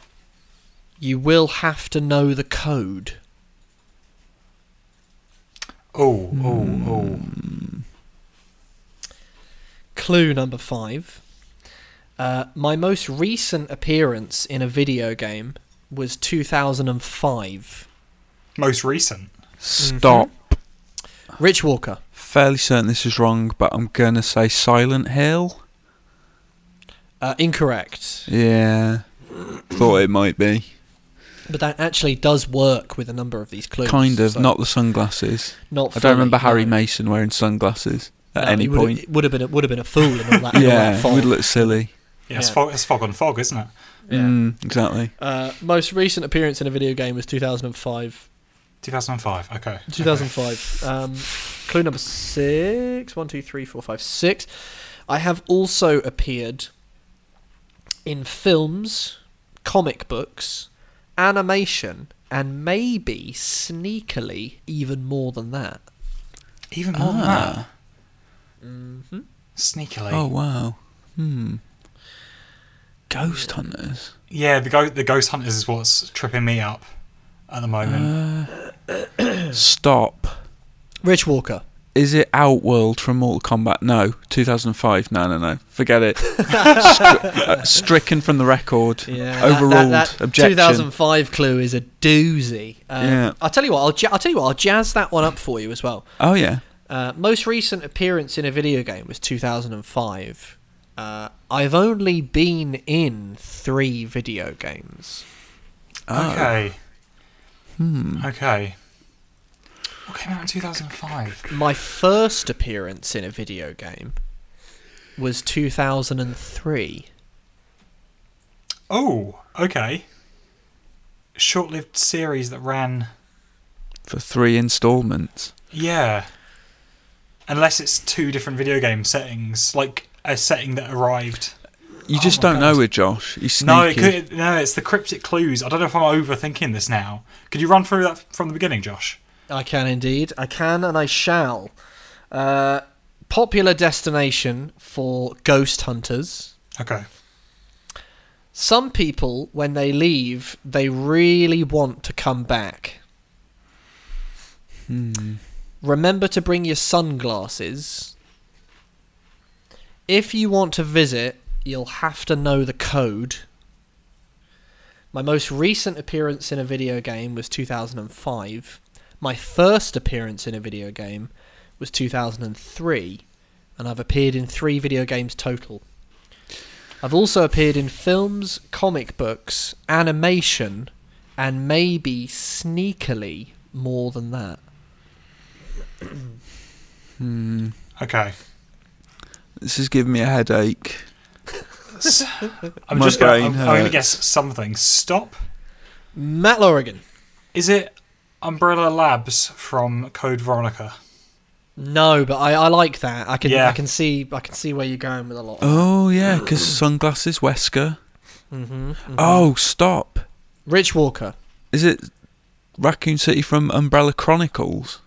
[SPEAKER 1] you will have to know the code.
[SPEAKER 4] oh, oh, oh.
[SPEAKER 1] Hmm. Clue number five. Uh, my most recent appearance in a video game was 2005.
[SPEAKER 4] Most recent.
[SPEAKER 1] Mm-hmm.
[SPEAKER 2] Stop.
[SPEAKER 1] Rich Walker.
[SPEAKER 2] Fairly certain this is wrong, but I'm gonna say Silent Hill.
[SPEAKER 1] Uh, incorrect.
[SPEAKER 2] Yeah. Thought it might be.
[SPEAKER 1] But that actually does work with a number of these clues.
[SPEAKER 2] Kind of.
[SPEAKER 1] so
[SPEAKER 2] Not the sunglasses.
[SPEAKER 1] Not.
[SPEAKER 2] I don't remember
[SPEAKER 1] fully,
[SPEAKER 2] Harry
[SPEAKER 1] no.
[SPEAKER 2] Mason wearing sunglasses at
[SPEAKER 1] No,
[SPEAKER 2] any
[SPEAKER 1] it would've-
[SPEAKER 2] point.
[SPEAKER 1] It would have been. It would have been a fool and all that. and all
[SPEAKER 2] Yeah,
[SPEAKER 1] that
[SPEAKER 2] it would
[SPEAKER 1] fog.
[SPEAKER 2] look silly.
[SPEAKER 4] Yeah, It's,
[SPEAKER 1] Yeah.
[SPEAKER 4] fog, it's fog on fog, isn't it?
[SPEAKER 1] Yeah.
[SPEAKER 2] Mm, exactly.
[SPEAKER 1] Uh, most recent appearance in a video game was 2005.
[SPEAKER 4] 2005. Okay.
[SPEAKER 1] 2005. Um, clue number six. One, two, three, four, five, six. I have also appeared in films, comic books, animation, and maybe sneakily even more than that.
[SPEAKER 4] Even more than
[SPEAKER 1] Ah.
[SPEAKER 4] that. Sneakily.
[SPEAKER 2] Ah, Oh wow. Hmm. Ghost hunters.
[SPEAKER 4] Yeah, the, go- the Ghost Hunters is what's tripping me up at the moment.
[SPEAKER 2] Stop.
[SPEAKER 1] Rich Walker.
[SPEAKER 2] Is it Outworld from Mortal Kombat? No, 2005. No, no, no. Forget it. Stri- uh, stricken from the record. Overruled. Objection.
[SPEAKER 1] 2005 clue is a doozy. Um,
[SPEAKER 2] Yeah.
[SPEAKER 1] I'll tell you what. I'll, ja- I'll tell you what. I'll jazz that one up for you as well.
[SPEAKER 2] Oh yeah.
[SPEAKER 1] Uh, most recent appearance in a video game was 2005. Uh, I've only been in three video games.
[SPEAKER 2] Oh. Hmm.
[SPEAKER 4] okay. Okay. What came out in 2005?
[SPEAKER 1] My first appearance in a video game was 2003.
[SPEAKER 4] Oh, okay. Short lived series that ran.
[SPEAKER 2] for three installments.
[SPEAKER 4] Yeah. Unless it's two different video game settings, like a setting that arrived.
[SPEAKER 2] You
[SPEAKER 4] Oh
[SPEAKER 2] just
[SPEAKER 4] my
[SPEAKER 2] don't
[SPEAKER 4] God.
[SPEAKER 2] know with Josh. He's sneaky.
[SPEAKER 4] No, it could, no, it's the cryptic clues. I don't know if I'm overthinking this now. Could you run through that from the beginning, Josh?
[SPEAKER 1] I can indeed. I can and I shall. Uh, popular destination for ghost hunters.
[SPEAKER 4] Okay.
[SPEAKER 1] Some people, when they leave, they really want to come back. Remember to bring your sunglasses. If you want to visit, you'll have to know the code. My most recent appearance in a video game was 2005. My first appearance in a video game was 2003, and I've appeared in three video games total. I've also appeared in films, comic books, animation, and maybe sneakily more than that.
[SPEAKER 4] Okay.
[SPEAKER 2] This is giving me a headache.
[SPEAKER 4] S- I'm
[SPEAKER 2] My
[SPEAKER 4] just gonna, I'm,
[SPEAKER 2] brain
[SPEAKER 4] I'm gonna
[SPEAKER 2] hurts.
[SPEAKER 4] guess something. Stop.
[SPEAKER 1] Matt Lorigan.
[SPEAKER 4] Is it Umbrella Labs from Code Veronica?
[SPEAKER 1] No, but I, I like that. I can
[SPEAKER 4] Yeah.
[SPEAKER 1] I can see I can see where you're going with a lot.
[SPEAKER 2] Oh yeah, because sunglasses, Wesker. Mm-hmm, Oh stop!
[SPEAKER 1] Rich Walker.
[SPEAKER 2] Is it Raccoon City from Umbrella Chronicles?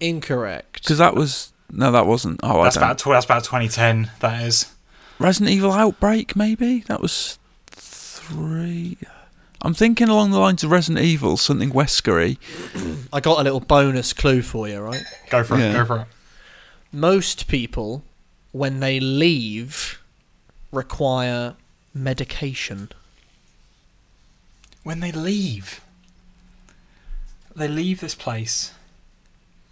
[SPEAKER 1] Incorrect.
[SPEAKER 2] Because that was no, that wasn't. Oh,
[SPEAKER 4] That's
[SPEAKER 2] I don't.
[SPEAKER 4] about tw- that's about 2010. That is.
[SPEAKER 2] Resident Evil Outbreak, maybe that was three. I'm thinking along the lines of Resident Evil, something Weskery.
[SPEAKER 1] I got a little bonus clue for you, right?
[SPEAKER 4] Go for it.
[SPEAKER 2] Yeah.
[SPEAKER 4] Go for it.
[SPEAKER 1] Most people, when they leave, require medication.
[SPEAKER 4] When they leave, they leave this place,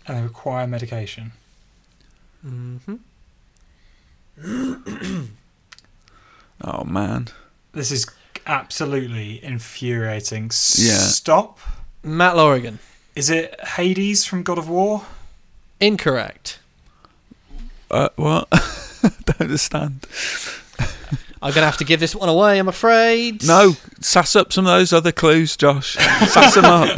[SPEAKER 4] and they require medication.
[SPEAKER 2] Oh man,
[SPEAKER 4] This is absolutely infuriating. S-
[SPEAKER 2] Yeah.
[SPEAKER 4] Stop.
[SPEAKER 1] Matt Lorigan.
[SPEAKER 4] Is it Hades from God of War?
[SPEAKER 1] Incorrect.
[SPEAKER 2] uh, what? I don't understand.
[SPEAKER 1] I'm gonna have to give this one away, I'm afraid.
[SPEAKER 2] No, sass up some of those other clues, Josh. sass them up.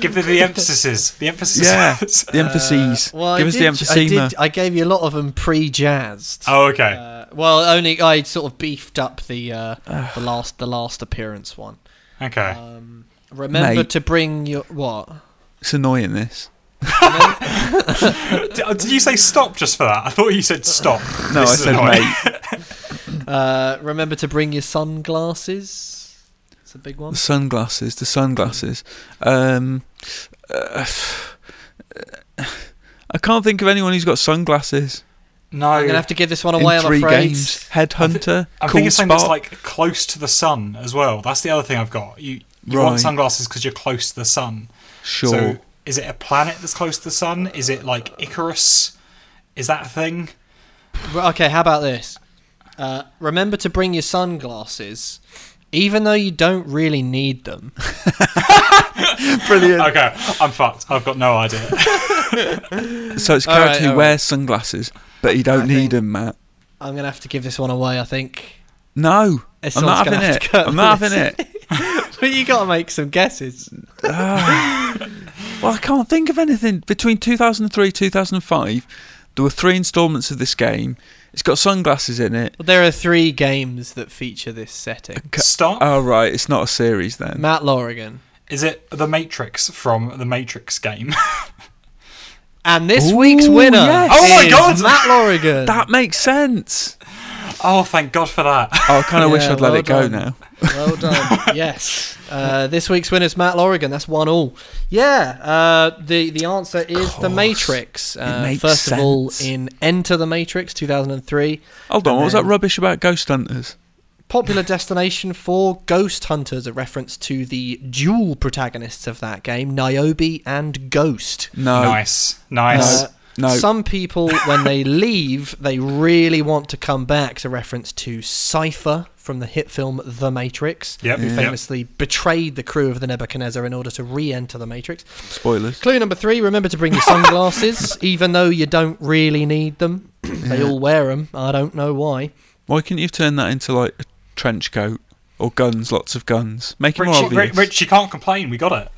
[SPEAKER 4] Give them the emphases. The emphases.
[SPEAKER 2] Yeah,
[SPEAKER 4] Uh,
[SPEAKER 2] the emphases.
[SPEAKER 1] Uh, Well,
[SPEAKER 2] Give
[SPEAKER 1] I
[SPEAKER 2] us
[SPEAKER 1] did,
[SPEAKER 2] the emphysema.
[SPEAKER 1] I, did, I gave you a lot of them pre-jazzed.
[SPEAKER 4] oh, okay.
[SPEAKER 1] Uh, well, only I sort of beefed up the uh, the last the last appearance one. Um,
[SPEAKER 4] okay.
[SPEAKER 1] Remember
[SPEAKER 2] Mate.
[SPEAKER 1] to bring your what?
[SPEAKER 2] It's annoying. This.
[SPEAKER 4] D- uh, Did you say stop just for that? I thought you said stop.
[SPEAKER 2] No,
[SPEAKER 4] This
[SPEAKER 2] I
[SPEAKER 4] is
[SPEAKER 2] said
[SPEAKER 4] annoying.
[SPEAKER 2] mate.
[SPEAKER 1] Uh, remember to bring your sunglasses. It's a big one.
[SPEAKER 2] The sunglasses. The sunglasses. Um, uh, I can't think of anyone who's got sunglasses.
[SPEAKER 4] No,
[SPEAKER 1] I'm
[SPEAKER 4] i
[SPEAKER 1] gonna have to give this one
[SPEAKER 2] in
[SPEAKER 1] away. I'm
[SPEAKER 2] three
[SPEAKER 1] afraid.
[SPEAKER 2] games. Headhunter.
[SPEAKER 4] I'm
[SPEAKER 2] cool
[SPEAKER 4] thinking something that's
[SPEAKER 2] Spot.
[SPEAKER 4] like close to the sun as well. That's the other thing I've got. You, you want
[SPEAKER 2] Right.
[SPEAKER 4] sunglasses because you're close to the sun.
[SPEAKER 2] sure.
[SPEAKER 4] So is it a planet that's close to the sun? Is it like Icarus? Is that a thing?
[SPEAKER 1] Right, Okay, how about this? Uh, remember to bring your sunglasses, even though you don't really need them.
[SPEAKER 2] Brilliant.
[SPEAKER 4] Okay, I'm fucked. I've got no idea.
[SPEAKER 2] So it's
[SPEAKER 1] All right,
[SPEAKER 2] a character who
[SPEAKER 1] all right. um,
[SPEAKER 2] wears sunglasses, but you don't 'em, need
[SPEAKER 1] think-
[SPEAKER 2] them, Matt.
[SPEAKER 1] I'm gonna have to give this one away. I think.
[SPEAKER 2] No,
[SPEAKER 1] It's
[SPEAKER 2] I'm
[SPEAKER 1] someone's
[SPEAKER 2] not
[SPEAKER 1] gonna
[SPEAKER 2] having
[SPEAKER 1] have to
[SPEAKER 2] it.
[SPEAKER 1] cut
[SPEAKER 2] I'm not
[SPEAKER 1] this.
[SPEAKER 2] having it.
[SPEAKER 1] but you gotta make some guesses.
[SPEAKER 2] Ah. Well, I can't think of anything. Between 2003 2005, there were three installments of this game. It's got sunglasses in it.
[SPEAKER 1] Well, there are three games that feature this setting.
[SPEAKER 4] Stop.
[SPEAKER 2] Oh, right, it's not a series then.
[SPEAKER 1] Matt Lorigan.
[SPEAKER 4] Is it the Matrix from the Matrix game?
[SPEAKER 1] And this
[SPEAKER 2] Ooh,
[SPEAKER 1] week's winner.
[SPEAKER 2] yes. Oh
[SPEAKER 4] my
[SPEAKER 1] is
[SPEAKER 4] God.
[SPEAKER 1] Matt Lorigan.
[SPEAKER 2] That makes sense.
[SPEAKER 4] oh, thank God for that.
[SPEAKER 2] Oh, I kind of wish
[SPEAKER 1] Yeah,
[SPEAKER 2] I'd let
[SPEAKER 1] well
[SPEAKER 2] it go
[SPEAKER 1] done.
[SPEAKER 2] now.
[SPEAKER 1] Well done. yes. Uh, this week's winner is Matt Lorigan. That's one all. Yeah. Uh, the the answer is The
[SPEAKER 2] course.
[SPEAKER 1] Matrix. Uh,
[SPEAKER 2] makes
[SPEAKER 1] first of all,
[SPEAKER 2] sense.
[SPEAKER 1] in Enter the Matrix 2003,
[SPEAKER 2] Hold on,
[SPEAKER 1] And
[SPEAKER 2] what was
[SPEAKER 1] then-
[SPEAKER 2] that rubbish about ghost hunters?
[SPEAKER 1] popular destination for ghost hunters, a reference to the dual protagonists of that game, Niobe and Ghost.
[SPEAKER 2] No.
[SPEAKER 4] nice, nice.
[SPEAKER 1] Uh,
[SPEAKER 2] No.
[SPEAKER 1] Some people, when they leave, they really want to come back. It's a reference to Cypher from the hit film The Matrix,
[SPEAKER 4] Yep.
[SPEAKER 1] who
[SPEAKER 4] Yeah.
[SPEAKER 1] famously betrayed the crew of the Nebuchadnezzar in order to re enter the Matrix.
[SPEAKER 2] Spoilers.
[SPEAKER 1] Clue number three remember to bring your sunglasses, even though you don't really need them. They all wear them. I don't know why.
[SPEAKER 2] Why couldn't you turn that into like a trench coat or guns? Lots of guns. Make it more
[SPEAKER 4] Rich,
[SPEAKER 2] obvious.
[SPEAKER 4] Rich, Rich, you can't complain. We got it.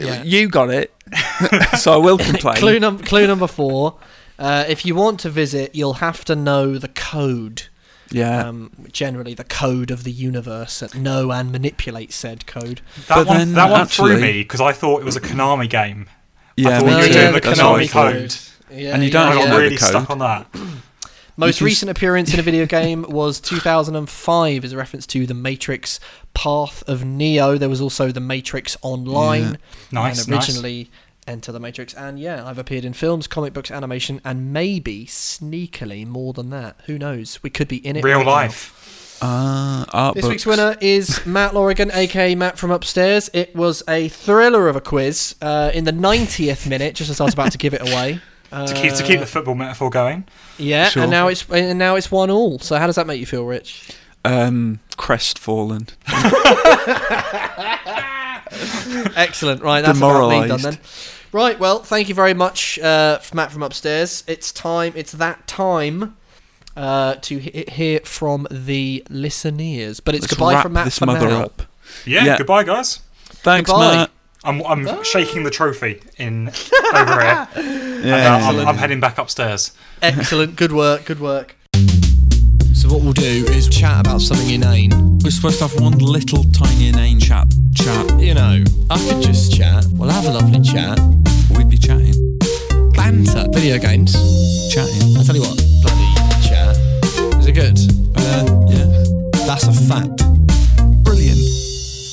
[SPEAKER 1] Yeah.
[SPEAKER 2] You got it, so I will complain.
[SPEAKER 1] Clue, num- clue number four. Uh, if you want to visit, you'll have to know the code.
[SPEAKER 4] Ah.
[SPEAKER 2] yeah,
[SPEAKER 1] Um, generally, the code of the universe. That know and manipulate said code.
[SPEAKER 4] That
[SPEAKER 2] But
[SPEAKER 4] one,
[SPEAKER 2] then,
[SPEAKER 4] that one threw
[SPEAKER 2] actually-
[SPEAKER 4] me because I thought it was a Konami game.
[SPEAKER 2] yeah.
[SPEAKER 4] thought
[SPEAKER 2] me
[SPEAKER 4] you were
[SPEAKER 2] too.
[SPEAKER 4] doing the
[SPEAKER 2] That's what I
[SPEAKER 4] Konami
[SPEAKER 2] thought.
[SPEAKER 4] code.
[SPEAKER 1] Yeah,
[SPEAKER 2] And you
[SPEAKER 1] yeah,
[SPEAKER 2] don't
[SPEAKER 4] I
[SPEAKER 2] have
[SPEAKER 1] Oh, yeah.
[SPEAKER 4] got
[SPEAKER 2] know the
[SPEAKER 4] really stuck
[SPEAKER 2] code.
[SPEAKER 4] on that.
[SPEAKER 1] Most
[SPEAKER 2] just-
[SPEAKER 1] recent appearance in a video game was 2005 as a reference to The Matrix Path of Neo. There was also The Matrix Online.
[SPEAKER 4] Nice,
[SPEAKER 1] And
[SPEAKER 4] nice.
[SPEAKER 1] originally Enter the Matrix. And yeah, I've appeared in films, comic books, animation, and maybe sneakily more than that. Who knows? We could be in it.
[SPEAKER 4] Real
[SPEAKER 1] right now.
[SPEAKER 4] life.
[SPEAKER 2] Ah, art
[SPEAKER 1] This week's
[SPEAKER 2] books.
[SPEAKER 1] winner is Matt Lorigan, aka Matt from upstairs. It was a thriller of a quiz uh, in the 90th minute, just as I was about to give it away. Uh,
[SPEAKER 4] To keep, to keep the football metaphor going.
[SPEAKER 1] yeah,
[SPEAKER 2] Sure.
[SPEAKER 1] and now it's and now it's one all. So how does that make you feel, Rich?
[SPEAKER 2] Um, crestfallen.
[SPEAKER 1] Excellent. Right, that's about me done
[SPEAKER 2] Demoralised.
[SPEAKER 1] then. Right, well, thank you very much, uh, f- Matt from upstairs. It's time. It's that time uh, to he- hear from the listeners. But it's
[SPEAKER 2] Let's
[SPEAKER 1] goodbye
[SPEAKER 2] wrap
[SPEAKER 1] from Matt
[SPEAKER 2] this
[SPEAKER 1] for
[SPEAKER 2] mother
[SPEAKER 1] now.
[SPEAKER 2] up.
[SPEAKER 4] Yeah,
[SPEAKER 2] Yeah.
[SPEAKER 4] goodbye, guys.
[SPEAKER 2] Thanks,
[SPEAKER 1] Goodbye.
[SPEAKER 4] I'm, I'm shaking the trophy in over here.
[SPEAKER 2] Matt.
[SPEAKER 4] Uh,
[SPEAKER 2] Yeah.
[SPEAKER 4] I'm, I'm heading back upstairs.
[SPEAKER 1] Excellent. Good work. Good work.
[SPEAKER 3] So what we'll do is chat about something inane.
[SPEAKER 2] We're supposed to have one little tiny inane chat. Chat.
[SPEAKER 3] You know, I could just chat. We'll have a lovely chat.
[SPEAKER 2] We'd be chatting.
[SPEAKER 3] Banter. Video games.
[SPEAKER 2] Chatting.
[SPEAKER 3] I tell you what, bloody chat. Is it good?
[SPEAKER 2] Uh, yeah.
[SPEAKER 3] That's a fact.
[SPEAKER 2] Brilliant.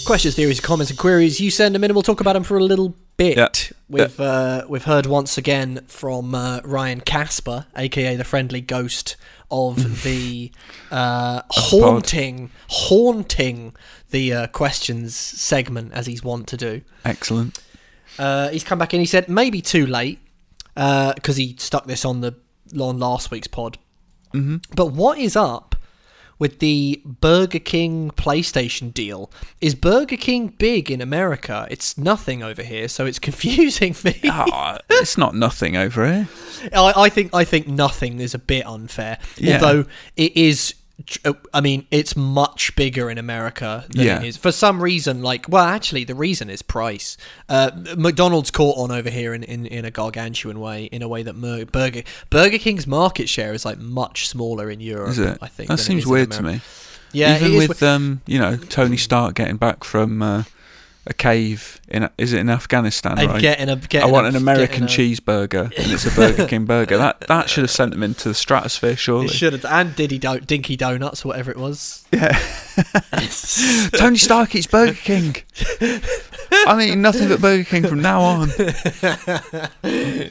[SPEAKER 1] Questions, theories, comments, and queries. You send them in, and we'll talk about them for a little bit.
[SPEAKER 2] Yeah.
[SPEAKER 1] We've uh, we've heard once again from uh, Ryan Casper, aka the friendly ghost of the uh, haunting, haunting the uh, questions segment as he's wont to do.
[SPEAKER 2] Excellent.
[SPEAKER 1] Uh, he's come back in. He said maybe too late because he stuck this on the on last week's pod. Mm-hmm. But what is up with the Burger King PlayStation deal? Is Burger King big in America? It's nothing over here, so it's confusing me.
[SPEAKER 2] Ah, it's not nothing over here.
[SPEAKER 1] I, I think I think nothing is a bit unfair.
[SPEAKER 2] Yeah.
[SPEAKER 1] Although it is, uh, I mean, it's much bigger in America than
[SPEAKER 2] Yeah.
[SPEAKER 1] it is for some reason. Like, well, actually, the reason is price. Uh, McDonald's caught on over here in, in, in a gargantuan way, in a way that Mer- Burger Burger King's market share is like much smaller in Europe.
[SPEAKER 2] Is it?
[SPEAKER 1] I think than
[SPEAKER 2] that
[SPEAKER 1] it
[SPEAKER 2] seems
[SPEAKER 1] is in
[SPEAKER 2] weird to
[SPEAKER 1] America.
[SPEAKER 2] me.
[SPEAKER 1] Yeah, it
[SPEAKER 2] Even
[SPEAKER 1] is
[SPEAKER 2] with um, you know, Tony Stark getting back from uh, a cave in is it in Afghanistan?
[SPEAKER 1] weird.
[SPEAKER 2] right.
[SPEAKER 1] And getting a
[SPEAKER 2] I
[SPEAKER 1] getting
[SPEAKER 2] want
[SPEAKER 1] a-
[SPEAKER 2] an American
[SPEAKER 1] getting a-
[SPEAKER 2] cheeseburger, and it's a Burger King burger. That that should have sent them into the stratosphere, surely.
[SPEAKER 1] It should have and Diddy Do- Dinky Donuts or whatever it was.
[SPEAKER 2] Tony Stark eats Burger King. I'm eating nothing but Burger King from now on.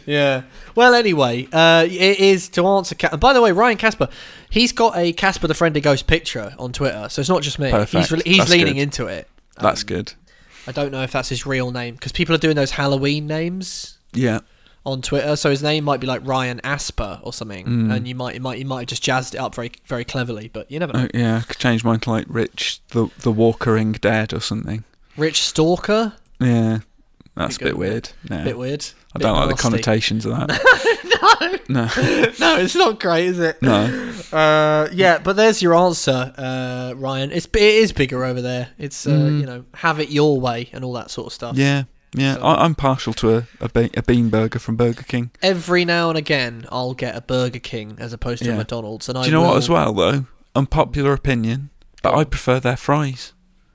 [SPEAKER 1] yeah. Well, anyway, uh, it is to answer. Ca- and by the way, Ryan Casper, he's got a Casper the Friendly Ghost picture on Twitter, so it's not just me. He's
[SPEAKER 2] Perfect.
[SPEAKER 1] re- he's
[SPEAKER 2] That's
[SPEAKER 1] leaning
[SPEAKER 2] good.
[SPEAKER 1] into it.
[SPEAKER 2] That's good.
[SPEAKER 1] I don't know if that's his real name because people are doing those Halloween names
[SPEAKER 2] Yeah.
[SPEAKER 1] on Twitter, so his name might be like Ryan Asper or something,
[SPEAKER 2] Mm.
[SPEAKER 1] and you might you might you might have just jazzed it up very very cleverly, but you never know.
[SPEAKER 2] Oh, yeah, I could change mine to like Rich the the Walkering Dead or something.
[SPEAKER 1] Rich Stalker,
[SPEAKER 2] Yeah. That's a
[SPEAKER 1] Be
[SPEAKER 2] bit
[SPEAKER 1] good.
[SPEAKER 2] weird. No.
[SPEAKER 1] bit weird.
[SPEAKER 2] I
[SPEAKER 1] bit
[SPEAKER 2] don't like the
[SPEAKER 1] nasty.
[SPEAKER 2] connotations of that. no. No.
[SPEAKER 1] no, it's not great, is it?
[SPEAKER 2] No.
[SPEAKER 1] Uh, yeah, but there's your answer, uh, Ryan. It's it is bigger over there. It's uh, you know have it your way and all that sort of stuff.
[SPEAKER 2] Mm. Yeah. Yeah. I, I'm partial to a, a, be- a bean burger from Burger King.
[SPEAKER 1] Every now and again, I'll get a Burger King as opposed to a
[SPEAKER 2] Yeah.
[SPEAKER 1] McDonald's, and I
[SPEAKER 2] Do you know
[SPEAKER 1] will,
[SPEAKER 2] what, as well, though? Unpopular opinion, but I prefer their fries.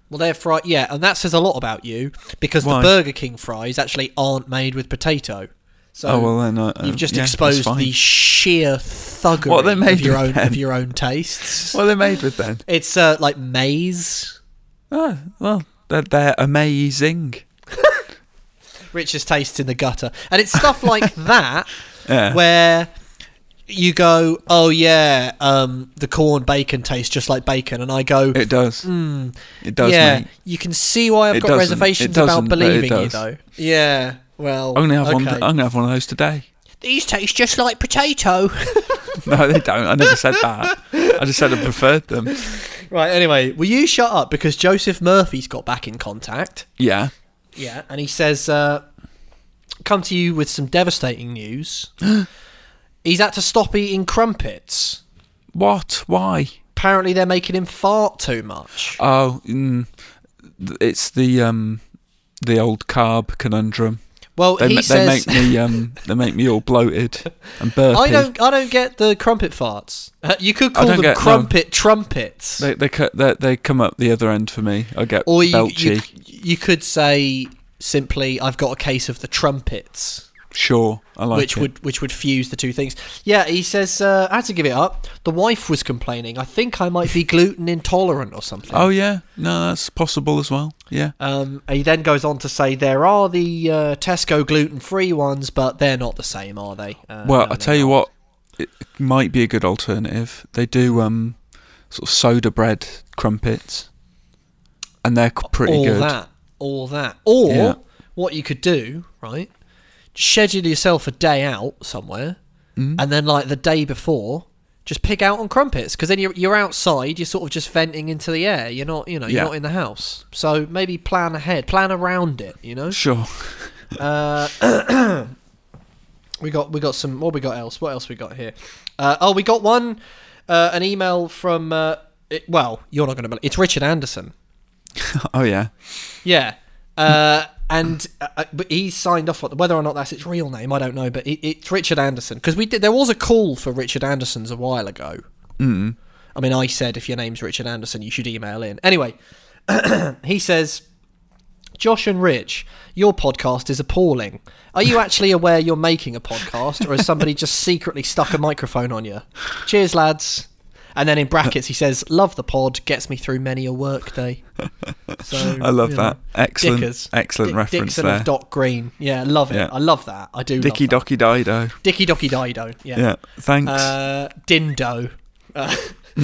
[SPEAKER 1] Well, they're fried. Yeah, and that says a lot about you because
[SPEAKER 2] Why?
[SPEAKER 1] the Burger King fries actually aren't made with potato. So
[SPEAKER 2] oh, well, then. I, uh,
[SPEAKER 1] you've just
[SPEAKER 2] yeah, that's
[SPEAKER 1] exposed
[SPEAKER 2] fine.
[SPEAKER 1] the sheer thuggery
[SPEAKER 2] What are they made
[SPEAKER 1] of your
[SPEAKER 2] with
[SPEAKER 1] own
[SPEAKER 2] then?
[SPEAKER 1] of your own tastes.
[SPEAKER 2] What are they made with then?
[SPEAKER 1] it's uh, like maize. Ah,
[SPEAKER 2] Oh, well, they're, they're amazing.
[SPEAKER 1] richest taste in the gutter and it's stuff like that
[SPEAKER 2] Yeah.
[SPEAKER 1] where you go oh yeah um the corn bacon tastes just like bacon and i go
[SPEAKER 2] It does. It
[SPEAKER 1] hmm.
[SPEAKER 2] does,
[SPEAKER 1] yeah
[SPEAKER 2] mate.
[SPEAKER 1] you can see why i've
[SPEAKER 2] It
[SPEAKER 1] got
[SPEAKER 2] doesn't.
[SPEAKER 1] reservations
[SPEAKER 2] It doesn't,
[SPEAKER 1] about
[SPEAKER 2] but it
[SPEAKER 1] believing you
[SPEAKER 2] does.
[SPEAKER 1] though yeah well
[SPEAKER 2] I'm gonna have one. uh,
[SPEAKER 1] okay.
[SPEAKER 2] I'm gonna have one of those today.
[SPEAKER 1] these taste just like potato
[SPEAKER 2] No, they don't. I never said that. I just said I preferred them.
[SPEAKER 1] Right, anyway, will you shut up? Because Joseph Murphy's got back in contact.
[SPEAKER 2] Yeah.
[SPEAKER 1] Yeah, and he says, uh, "Come to you with some devastating news. He's had to stop eating crumpets.
[SPEAKER 2] What? Why?
[SPEAKER 1] Apparently, they're making him fart too much.
[SPEAKER 2] Oh, mm, th- it's the um, the old carb conundrum.
[SPEAKER 1] Well,
[SPEAKER 2] They,
[SPEAKER 1] he
[SPEAKER 2] ma- they
[SPEAKER 1] says,
[SPEAKER 2] make me um, they make me all bloated and burpy.
[SPEAKER 1] "I don't, I don't get the crumpet farts. Uh, you could call
[SPEAKER 2] don't
[SPEAKER 1] them
[SPEAKER 2] get- no.
[SPEAKER 1] crumpet trumpets,
[SPEAKER 2] They they, cut, they they come up the other end for me. I get
[SPEAKER 1] or you,
[SPEAKER 2] belchy.
[SPEAKER 1] you, you could say simply, "I've got a case of the trumpets."
[SPEAKER 2] sure, I like
[SPEAKER 1] which
[SPEAKER 2] it.
[SPEAKER 1] would which would fuse the two things. Yeah, he says uh, I had to give it up. The wife was complaining. I think I might be gluten intolerant or something.
[SPEAKER 2] Oh yeah, no, that's possible as well. Yeah,
[SPEAKER 1] Um, he then goes on to say there are the uh, Tesco gluten free ones, but they're not the same, are they? Uh,
[SPEAKER 2] Well,
[SPEAKER 1] no,
[SPEAKER 2] I
[SPEAKER 1] they're
[SPEAKER 2] tell you
[SPEAKER 1] not.
[SPEAKER 2] what, it might be a good alternative. They do um, sort of soda bread crumpets, and they're c- pretty
[SPEAKER 1] all
[SPEAKER 2] good.
[SPEAKER 1] that, all that, or
[SPEAKER 2] Yeah.
[SPEAKER 1] what you could do, right? Schedule yourself a day out somewhere,
[SPEAKER 2] Mm.
[SPEAKER 1] and then like the day before. Just pig out on crumpets because then you're, you're outside. You're sort of just venting into the air. You're not, you know, you're
[SPEAKER 2] Yeah.
[SPEAKER 1] not in the house. So maybe plan ahead, plan around it. You know.
[SPEAKER 2] Sure.
[SPEAKER 1] We got we got some what we got else. What else we got here? Uh, oh, we got one uh, an email from uh, it, well, you're not going to believe it's Richard Anderson.
[SPEAKER 2] Oh yeah.
[SPEAKER 1] Yeah, uh, and uh, uh, but he signed off. on- Whether or not that's its real name, I don't know. But it, it's Richard Anderson because we did. There was a call for Richard Anderson's a while ago.
[SPEAKER 2] Mm.
[SPEAKER 1] I mean, I said if your name's Richard Anderson, you should email in. Anyway, he says, Josh and Rich, your podcast is appalling. Are you actually aware you're making a podcast, or has somebody just secretly stuck a microphone on you? Cheers, lads. And then in brackets, he says, Love the pod, gets me through many a work day. So,
[SPEAKER 2] I love
[SPEAKER 1] you know.
[SPEAKER 2] that. Excellent.
[SPEAKER 1] Dickers.
[SPEAKER 2] Excellent
[SPEAKER 1] Dick-
[SPEAKER 2] reference
[SPEAKER 1] Dixon
[SPEAKER 2] there.
[SPEAKER 1] of Doc Green. Yeah, love it.
[SPEAKER 2] Yeah.
[SPEAKER 1] I love that. I do
[SPEAKER 2] Dicky
[SPEAKER 1] love
[SPEAKER 2] Docky Dido.
[SPEAKER 1] that. Dicky Docky Dido. Yeah.
[SPEAKER 2] Yeah. Mm. Thanks.
[SPEAKER 1] Uh, Dindo. Uh,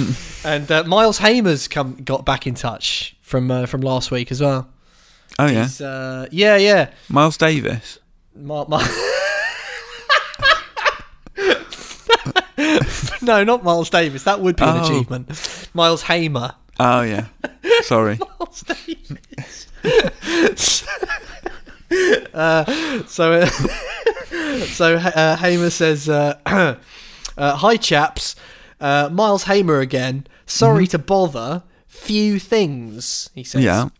[SPEAKER 1] and uh, Miles Hamer's come got back in touch from uh, from last week as well.
[SPEAKER 2] oh yeah.
[SPEAKER 1] He's, uh, yeah, yeah.
[SPEAKER 2] Miles Davis.
[SPEAKER 1] Mar- Mar- no, not Miles Davis. That would be an
[SPEAKER 2] Oh.
[SPEAKER 1] achievement. Miles Hamer.
[SPEAKER 2] Oh yeah. Sorry.
[SPEAKER 1] Miles Davis. uh, so, uh, so uh, Hamer says, uh, uh, "Hi chaps, uh, Miles Hamer again. Sorry to bother. Few things." He says.
[SPEAKER 2] Mm-hmm. Yeah.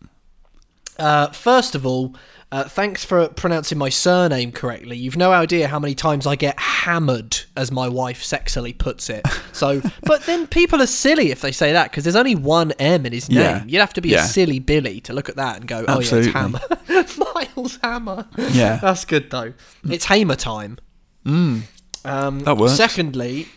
[SPEAKER 1] Uh, first of all, uh, thanks for pronouncing my surname correctly. You've no idea how many times I get hammered, as my wife sexily puts it. So, but then people are silly if they say that because there's only one M in his name.
[SPEAKER 2] Yeah.
[SPEAKER 1] You'd have to be a
[SPEAKER 2] Yeah.
[SPEAKER 1] silly Billy to look at that and go, "Oh
[SPEAKER 2] Absolutely.
[SPEAKER 1] yeah, it's Hammer, Miles Hammer."
[SPEAKER 2] Yeah. Mm.
[SPEAKER 1] that's good though. It's Hamer time. Um,
[SPEAKER 2] That works.
[SPEAKER 1] Secondly,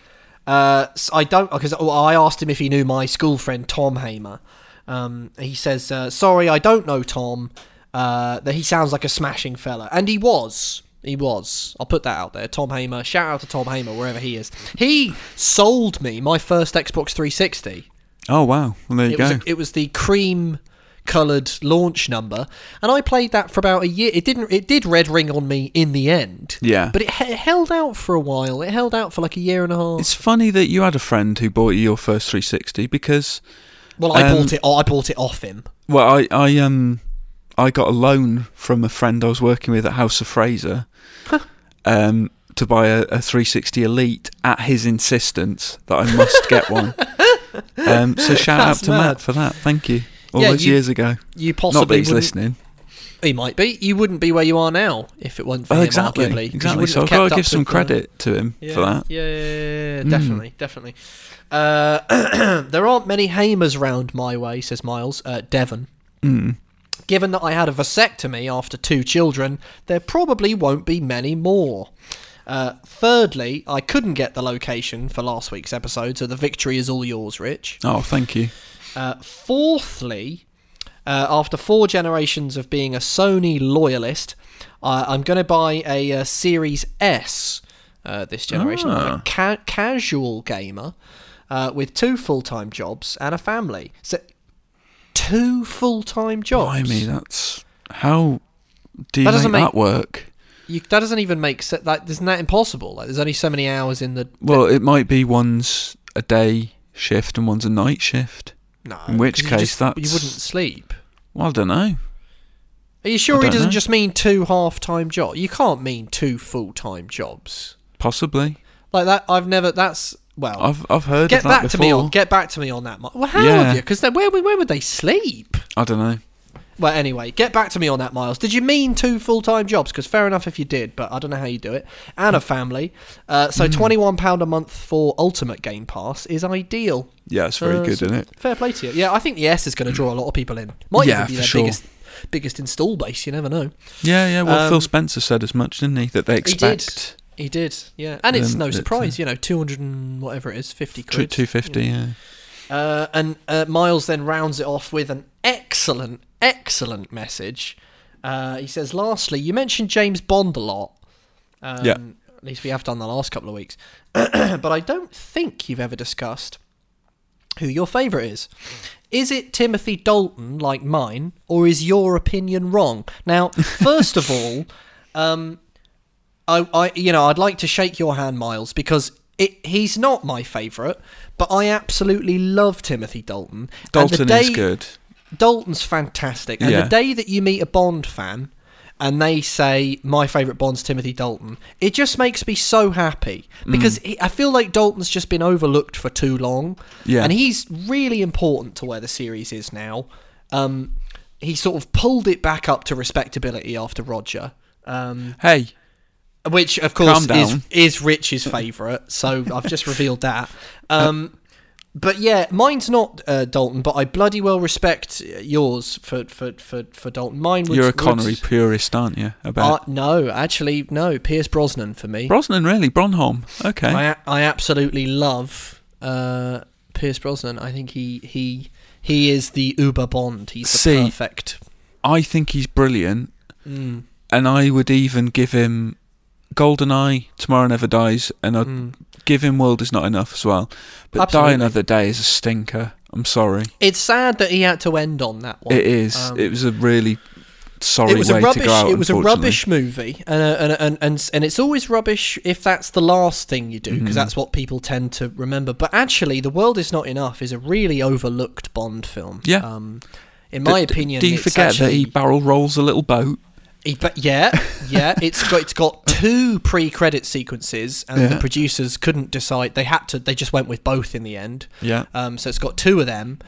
[SPEAKER 1] uh, s- I don't because I asked him if he knew my school friend Tom Hamer. Um, he says, uh, "Sorry, I don't know Tom. Uh, that he sounds like a smashing fella, and he was." He was. I'll put that out there. Tom Hamer. Shout out to Tom Hamer, wherever he is. He sold me my first Xbox 360.
[SPEAKER 2] Oh wow. Well, there you
[SPEAKER 1] It
[SPEAKER 2] go.
[SPEAKER 1] was, a, it was the cream coloured launch number, and I played that for about a year. It didn't. It did red ring on me in the end.
[SPEAKER 2] Yeah.
[SPEAKER 1] but it, he- it held out for a while. It held out for like a year and a half.
[SPEAKER 2] it's funny that you had a friend who bought you your first 360 because
[SPEAKER 1] well, I
[SPEAKER 2] um,
[SPEAKER 1] bought it. I bought it off him.
[SPEAKER 2] Well, I, I um I got a loan from a friend I was working with at House of Fraser um to buy a, a 360 Elite at his insistence that I must get one. Um, so shout out
[SPEAKER 1] That's
[SPEAKER 2] to
[SPEAKER 1] mad.
[SPEAKER 2] Matt for that. Thank you. All
[SPEAKER 1] Yeah,
[SPEAKER 2] those
[SPEAKER 1] you
[SPEAKER 2] years ago.
[SPEAKER 1] You
[SPEAKER 2] Not that
[SPEAKER 1] possibly
[SPEAKER 2] he's
[SPEAKER 1] wouldn't-
[SPEAKER 2] listening.
[SPEAKER 1] He might be. You wouldn't be where you are now if it wasn't for
[SPEAKER 2] Oh,
[SPEAKER 1] him,
[SPEAKER 2] exactly.
[SPEAKER 1] arguably, 'cause you
[SPEAKER 2] exactly.
[SPEAKER 1] wouldn't
[SPEAKER 2] So
[SPEAKER 1] have
[SPEAKER 2] I've got
[SPEAKER 1] kept
[SPEAKER 2] to
[SPEAKER 1] up
[SPEAKER 2] give some
[SPEAKER 1] with the-
[SPEAKER 2] credit to him
[SPEAKER 1] yeah,
[SPEAKER 2] for that. Hmm.
[SPEAKER 1] Yeah, yeah, yeah, definitely, definitely. Uh, there aren't many Hamers round my way, says Miles. Uh, Devon.
[SPEAKER 2] Hmm.
[SPEAKER 1] Given that I had a vasectomy after two children, there probably won't be many more. Uh, thirdly, I couldn't get the location for last week's episode, so the victory is all yours, Rich.
[SPEAKER 2] Oh, thank you.
[SPEAKER 1] Uh, fourthly, uh, after four generations of being a Sony loyalist, I I'm going to buy a, uh Series S uh, this generation. I'm
[SPEAKER 2] Ah.
[SPEAKER 1] a ca- casual gamer uh, with two full time jobs and a family. So, two full time jobs.
[SPEAKER 2] Blimey, that's how do you
[SPEAKER 1] That
[SPEAKER 2] make,
[SPEAKER 1] doesn't make-
[SPEAKER 2] that work?
[SPEAKER 1] You, that doesn't even make sense. Like, isn't that impossible? Like, there's only so many hours in the.
[SPEAKER 2] Well, it might be one's a day shift and one's a night shift.
[SPEAKER 1] No.
[SPEAKER 2] In which
[SPEAKER 1] 'cause you
[SPEAKER 2] case,
[SPEAKER 1] just-
[SPEAKER 2] that's-
[SPEAKER 1] you wouldn't sleep.
[SPEAKER 2] Well, I don't know.
[SPEAKER 1] Are you sure he
[SPEAKER 2] don't
[SPEAKER 1] doesn't
[SPEAKER 2] know.
[SPEAKER 1] just mean two half-time jobs? You can't mean two full-time jobs
[SPEAKER 2] Possibly.
[SPEAKER 1] like that. I've never. That's well.
[SPEAKER 2] I've I've heard
[SPEAKER 1] get
[SPEAKER 2] of that
[SPEAKER 1] back to
[SPEAKER 2] before.
[SPEAKER 1] me on. Get back to me on that. Mar- Well, how
[SPEAKER 2] Yeah.
[SPEAKER 1] have you? Because then where where would they sleep?
[SPEAKER 2] I don't know.
[SPEAKER 1] Well, anyway, get back to me on that, Miles. Did you mean two full time jobs? Because fair enough if you did, but I don't know how you do it. And a family. Uh, so
[SPEAKER 2] Hmm.
[SPEAKER 1] £21 a month for Ultimate Game Pass is ideal.
[SPEAKER 2] Yeah, it's very
[SPEAKER 1] Uh,
[SPEAKER 2] good,
[SPEAKER 1] so
[SPEAKER 2] isn't it?
[SPEAKER 1] Fair play to you. Yeah, I think the S is going to draw a lot of people in. Might
[SPEAKER 2] Yeah,
[SPEAKER 1] even be
[SPEAKER 2] for
[SPEAKER 1] their
[SPEAKER 2] sure.
[SPEAKER 1] biggest, biggest install base, you never know.
[SPEAKER 2] Yeah, yeah. Well,
[SPEAKER 1] Um,
[SPEAKER 2] Phil Spencer said as much, didn't he? That they
[SPEAKER 1] He did.
[SPEAKER 2] expect
[SPEAKER 1] He did, yeah. And it's
[SPEAKER 2] Um,
[SPEAKER 1] no
[SPEAKER 2] it's, uh,
[SPEAKER 1] surprise, you know, 200 and whatever it is, 50 quid.
[SPEAKER 2] two fifty. Yeah.
[SPEAKER 1] Uh, and uh, Miles then rounds it off with an excellent, excellent message. Uh, he says, "Lastly, you mentioned James Bond a lot. Um,
[SPEAKER 2] Yeah.
[SPEAKER 1] At least we have done the last couple of weeks, but I don't think you've ever discussed who your favourite is. Is it Timothy Dalton, like mine, or is your opinion wrong? Now, first of all, um, I, I, you know, I'd like to shake your hand, Miles, because it, he's not my favourite, but I absolutely love Timothy Dalton. And the
[SPEAKER 2] Dalton is
[SPEAKER 1] day-
[SPEAKER 2] good.
[SPEAKER 1] Dalton's fantastic. And
[SPEAKER 2] Yeah.
[SPEAKER 1] the day that you meet a Bond fan and they say, My favourite Bond's Timothy Dalton, it just makes me so happy
[SPEAKER 2] Mm.
[SPEAKER 1] because he, I feel like Dalton's just been overlooked for too long.
[SPEAKER 2] Yeah.
[SPEAKER 1] And he's really important to where the series is now. Um, he sort of pulled it back up to respectability after Roger. Um,
[SPEAKER 2] Hey,
[SPEAKER 1] which of
[SPEAKER 2] Calm
[SPEAKER 1] course is
[SPEAKER 2] down.
[SPEAKER 1] is Rich's favourite. So I've just revealed that. Um, but yeah, mine's not uh, Dalton, but I bloody well respect yours for for for, for Dalton. Mine was
[SPEAKER 2] you're a
[SPEAKER 1] was-
[SPEAKER 2] Connery purist, aren't you?
[SPEAKER 1] uh,
[SPEAKER 2] About
[SPEAKER 1] no, actually, no. Pierce Brosnan for me.
[SPEAKER 2] Brosnan, really? Bronholm. Okay.
[SPEAKER 1] I I absolutely love uh, Pierce Brosnan. I think he he he is the Uber Bond. He's the
[SPEAKER 2] See.
[SPEAKER 1] perfect.
[SPEAKER 2] I think he's brilliant,
[SPEAKER 1] Mm,
[SPEAKER 2] and I would even give him GoldenEye, Tomorrow Never Dies, and I'd
[SPEAKER 1] mm.
[SPEAKER 2] give him World Is Not Enough as well. But
[SPEAKER 1] Absolutely.
[SPEAKER 2] Die Another Day is a stinker. I'm sorry.
[SPEAKER 1] It's sad that he had to end on that one.
[SPEAKER 2] it is.
[SPEAKER 1] um,
[SPEAKER 2] it was a really sorry
[SPEAKER 1] it was
[SPEAKER 2] way
[SPEAKER 1] a rubbish.
[SPEAKER 2] to go out.
[SPEAKER 1] it was a
[SPEAKER 2] unfortunately.
[SPEAKER 1] rubbish movie, and, uh, and and and and it's always rubbish if that's the last thing you do, because
[SPEAKER 2] Mhm.
[SPEAKER 1] that's what people tend to remember. But actually, the world is not enough is a really overlooked Bond film.
[SPEAKER 2] Yeah.
[SPEAKER 1] Um, in
[SPEAKER 2] D-
[SPEAKER 1] my
[SPEAKER 2] d-
[SPEAKER 1] opinion,
[SPEAKER 2] do you
[SPEAKER 1] it's
[SPEAKER 2] forget that he
[SPEAKER 1] actually-
[SPEAKER 2] barrel rolls a little boat?
[SPEAKER 1] he- but yeah, yeah, it's got it's got two pre-credit sequences, and the
[SPEAKER 2] Yeah.
[SPEAKER 1] producers couldn't decide. They had to. They just went with both in the end.
[SPEAKER 2] Yeah.
[SPEAKER 1] Um, so it's got two of them.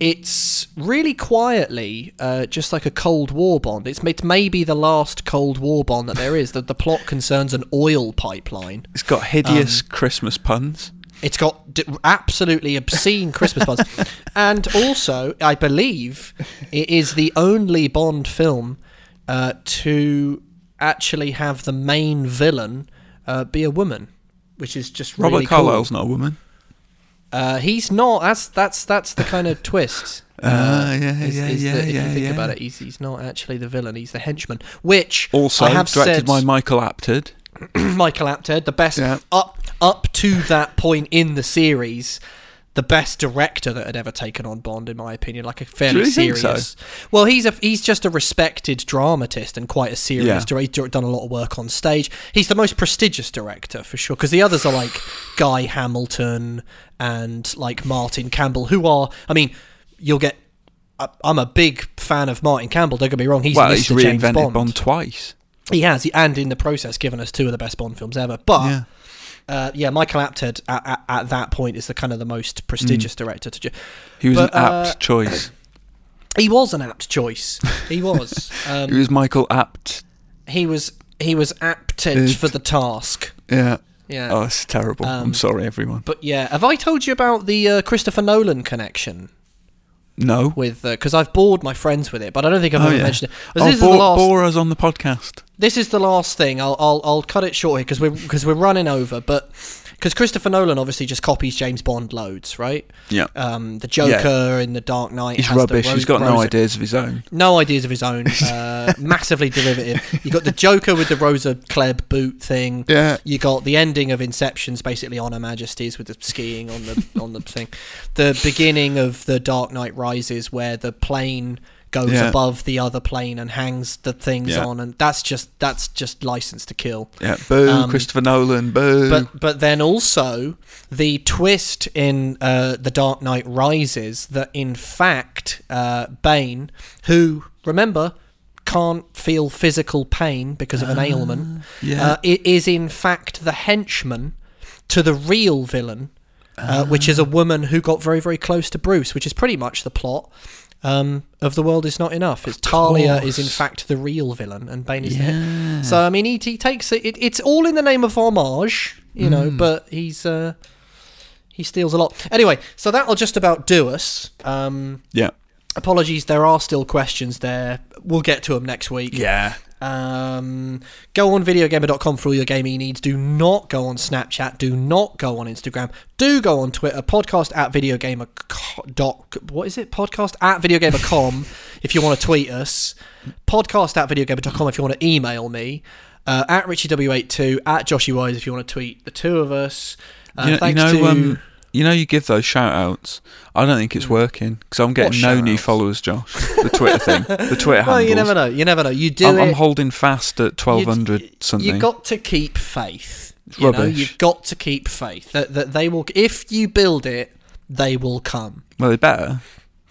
[SPEAKER 1] It's really quietly, uh, just like a Cold War bond. It's, it's maybe the last Cold War bond that there is. That the plot concerns an oil pipeline.
[SPEAKER 2] It's got hideous
[SPEAKER 1] Um,
[SPEAKER 2] Christmas puns.
[SPEAKER 1] It's got d- absolutely obscene Christmas bonds, and also, I believe, it is the only Bond film uh, to actually have the main villain uh, be a woman, which is just
[SPEAKER 2] Robert
[SPEAKER 1] really cool.
[SPEAKER 2] Carlyle's not a woman.
[SPEAKER 1] Uh, he's not. That's that's that's the kind of twist.
[SPEAKER 2] Ah, yeah, yeah,
[SPEAKER 1] Uh, is
[SPEAKER 2] yeah,
[SPEAKER 1] that If
[SPEAKER 2] yeah,
[SPEAKER 1] you think
[SPEAKER 2] yeah.
[SPEAKER 1] about it, he's, he's not actually the villain. He's the henchman, which
[SPEAKER 2] Also
[SPEAKER 1] I have
[SPEAKER 2] directed
[SPEAKER 1] said,
[SPEAKER 2] by Michael Apted.
[SPEAKER 1] Michael Apted, the best
[SPEAKER 2] Yeah.
[SPEAKER 1] up up to that point in the series, the best director that had ever taken on Bond, in my opinion. Like a fairly
[SPEAKER 2] you think
[SPEAKER 1] serious.
[SPEAKER 2] so?
[SPEAKER 1] Well, he's a he's just a respected dramatist and quite a serious
[SPEAKER 2] Yeah.
[SPEAKER 1] director. Done a lot of work on stage. He's the most prestigious director for sure because the others are like Guy Hamilton and like Martin Campbell, who are I mean, you'll get. I- I'm a big fan of Martin Campbell. Don't get me wrong; he's
[SPEAKER 2] well,
[SPEAKER 1] Mr.
[SPEAKER 2] he's
[SPEAKER 1] James
[SPEAKER 2] reinvented
[SPEAKER 1] Bond.
[SPEAKER 2] Bond, twice.
[SPEAKER 1] He has, he- and in the process, given us two of the best Bond films ever. But
[SPEAKER 2] Yeah.
[SPEAKER 1] uh, yeah, Michael Apted at, at, at that point is the kind of the most prestigious
[SPEAKER 2] Mm.
[SPEAKER 1] director to. Ju-
[SPEAKER 2] He was
[SPEAKER 1] But,
[SPEAKER 2] an
[SPEAKER 1] uh,
[SPEAKER 2] apt choice.
[SPEAKER 1] he was an apt choice. He was. Um,
[SPEAKER 2] He was Michael Apt.
[SPEAKER 1] he was. He was apted
[SPEAKER 2] It-
[SPEAKER 1] for the task.
[SPEAKER 2] Yeah.
[SPEAKER 1] Yeah.
[SPEAKER 2] Oh, it's terrible.
[SPEAKER 1] Um,
[SPEAKER 2] I'm sorry, everyone.
[SPEAKER 1] but yeah, have I told you about the uh, Christopher Nolan connection
[SPEAKER 2] No.
[SPEAKER 1] with? Because I've bored my friends with it, but I don't think I've
[SPEAKER 2] Oh,
[SPEAKER 1] ever
[SPEAKER 2] yeah.
[SPEAKER 1] mentioned it. 'Cause
[SPEAKER 2] Oh,
[SPEAKER 1] this is
[SPEAKER 2] bore,
[SPEAKER 1] the last.
[SPEAKER 2] bore us on the podcast.
[SPEAKER 1] this is the last thing. I'll I'll, I'll cut it short here because we're because we're running over. But because Christopher Nolan obviously just copies James Bond loads, right?
[SPEAKER 2] Yeah.
[SPEAKER 1] Um, the Joker in the Dark Knight.
[SPEAKER 2] He's
[SPEAKER 1] has the
[SPEAKER 2] rubbish.
[SPEAKER 1] ro-
[SPEAKER 2] He's got no
[SPEAKER 1] rose-
[SPEAKER 2] ideas of his own.
[SPEAKER 1] No ideas of his own. Uh, massively derivative. You got the Joker with the Rosa Klebb boot thing.
[SPEAKER 2] Yeah.
[SPEAKER 1] You got the ending of Inception's basically on Her Majesty's with the skiing on the on the thing. The beginning of the Dark Knight Rises where the plane goes
[SPEAKER 2] Yeah.
[SPEAKER 1] above the other plane and hangs the things
[SPEAKER 2] Yeah.
[SPEAKER 1] on, and that's just that's just license to kill.
[SPEAKER 2] Yeah, boo,
[SPEAKER 1] Um,
[SPEAKER 2] Christopher Nolan, boo.
[SPEAKER 1] But but then also the twist in uh, the Dark Knight Rises that in fact uh, Bane, who remember can't feel physical pain because of an ailment,
[SPEAKER 2] Ah, yeah.
[SPEAKER 1] uh, i- is in fact the henchman to the real villain, uh, which
[SPEAKER 2] Ah.
[SPEAKER 1] is a woman who got very very close to Bruce, which is pretty much the plot. Um, of the world is not enough. It's Talia is in
[SPEAKER 2] course.
[SPEAKER 1] fact the real villain, and Bane is the hen-
[SPEAKER 2] yeah.
[SPEAKER 1] so I mean, he, he takes it, it. It's all in the name of homage, you know. But he's uh, he steals a lot. Anyway, so that'll just about do us. Um,
[SPEAKER 2] yeah.
[SPEAKER 1] apologies, there are still questions there. We'll get to them next week.
[SPEAKER 2] Yeah.
[SPEAKER 1] Um, go on videogamer.com for all your gaming needs. Do not go on Snapchat. Do not go on Instagram. Do go on Twitter. Podcast at videogamer. Doc, what is it? Podcast at videogamer.com if you want to tweet us. Podcast at videogamer.com if you want to email me. Uh, at RichieW82, at Joshy Wise if you want to tweet the two of us. Uh,
[SPEAKER 2] you know,
[SPEAKER 1] thanks
[SPEAKER 2] you know,
[SPEAKER 1] to.
[SPEAKER 2] um, you know, you give those shout outs. I don't think it's working because I'm getting no new
[SPEAKER 1] Hmm. shout-outs?
[SPEAKER 2] followers, Josh. The Twitter thing, the Twitter handle.
[SPEAKER 1] well, you never know. You never know. You do
[SPEAKER 2] I'm, I'm
[SPEAKER 1] it.
[SPEAKER 2] holding fast at
[SPEAKER 1] You-
[SPEAKER 2] 1200 something.
[SPEAKER 1] You've got to keep faith. You know,
[SPEAKER 2] Rubbish.
[SPEAKER 1] you've got to keep faith that, that they will. If you build it, they will come.
[SPEAKER 2] well, they better.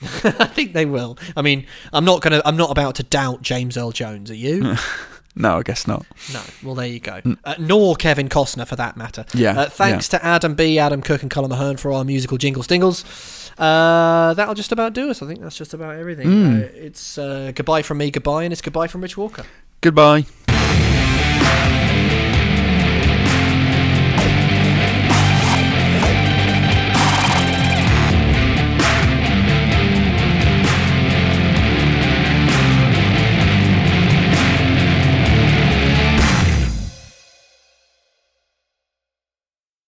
[SPEAKER 1] I think they will. I mean, I'm not gonna. I'm not about to doubt James Earl Jones. Are you?
[SPEAKER 2] No, I guess not.
[SPEAKER 1] no. Well, there you go. Uh, nor Kevin Costner, for that matter.
[SPEAKER 2] Mm. Yeah,
[SPEAKER 1] Uh, thanks to Adam B, Adam Cook, and Colin Mahern for our musical jingles dingles. Uh, that'll just about do us. I think
[SPEAKER 2] Mm.
[SPEAKER 1] that's just about everything. Uh, it's uh, goodbye from me. Goodbye, and it's goodbye from Rich Walker.
[SPEAKER 2] Goodbye.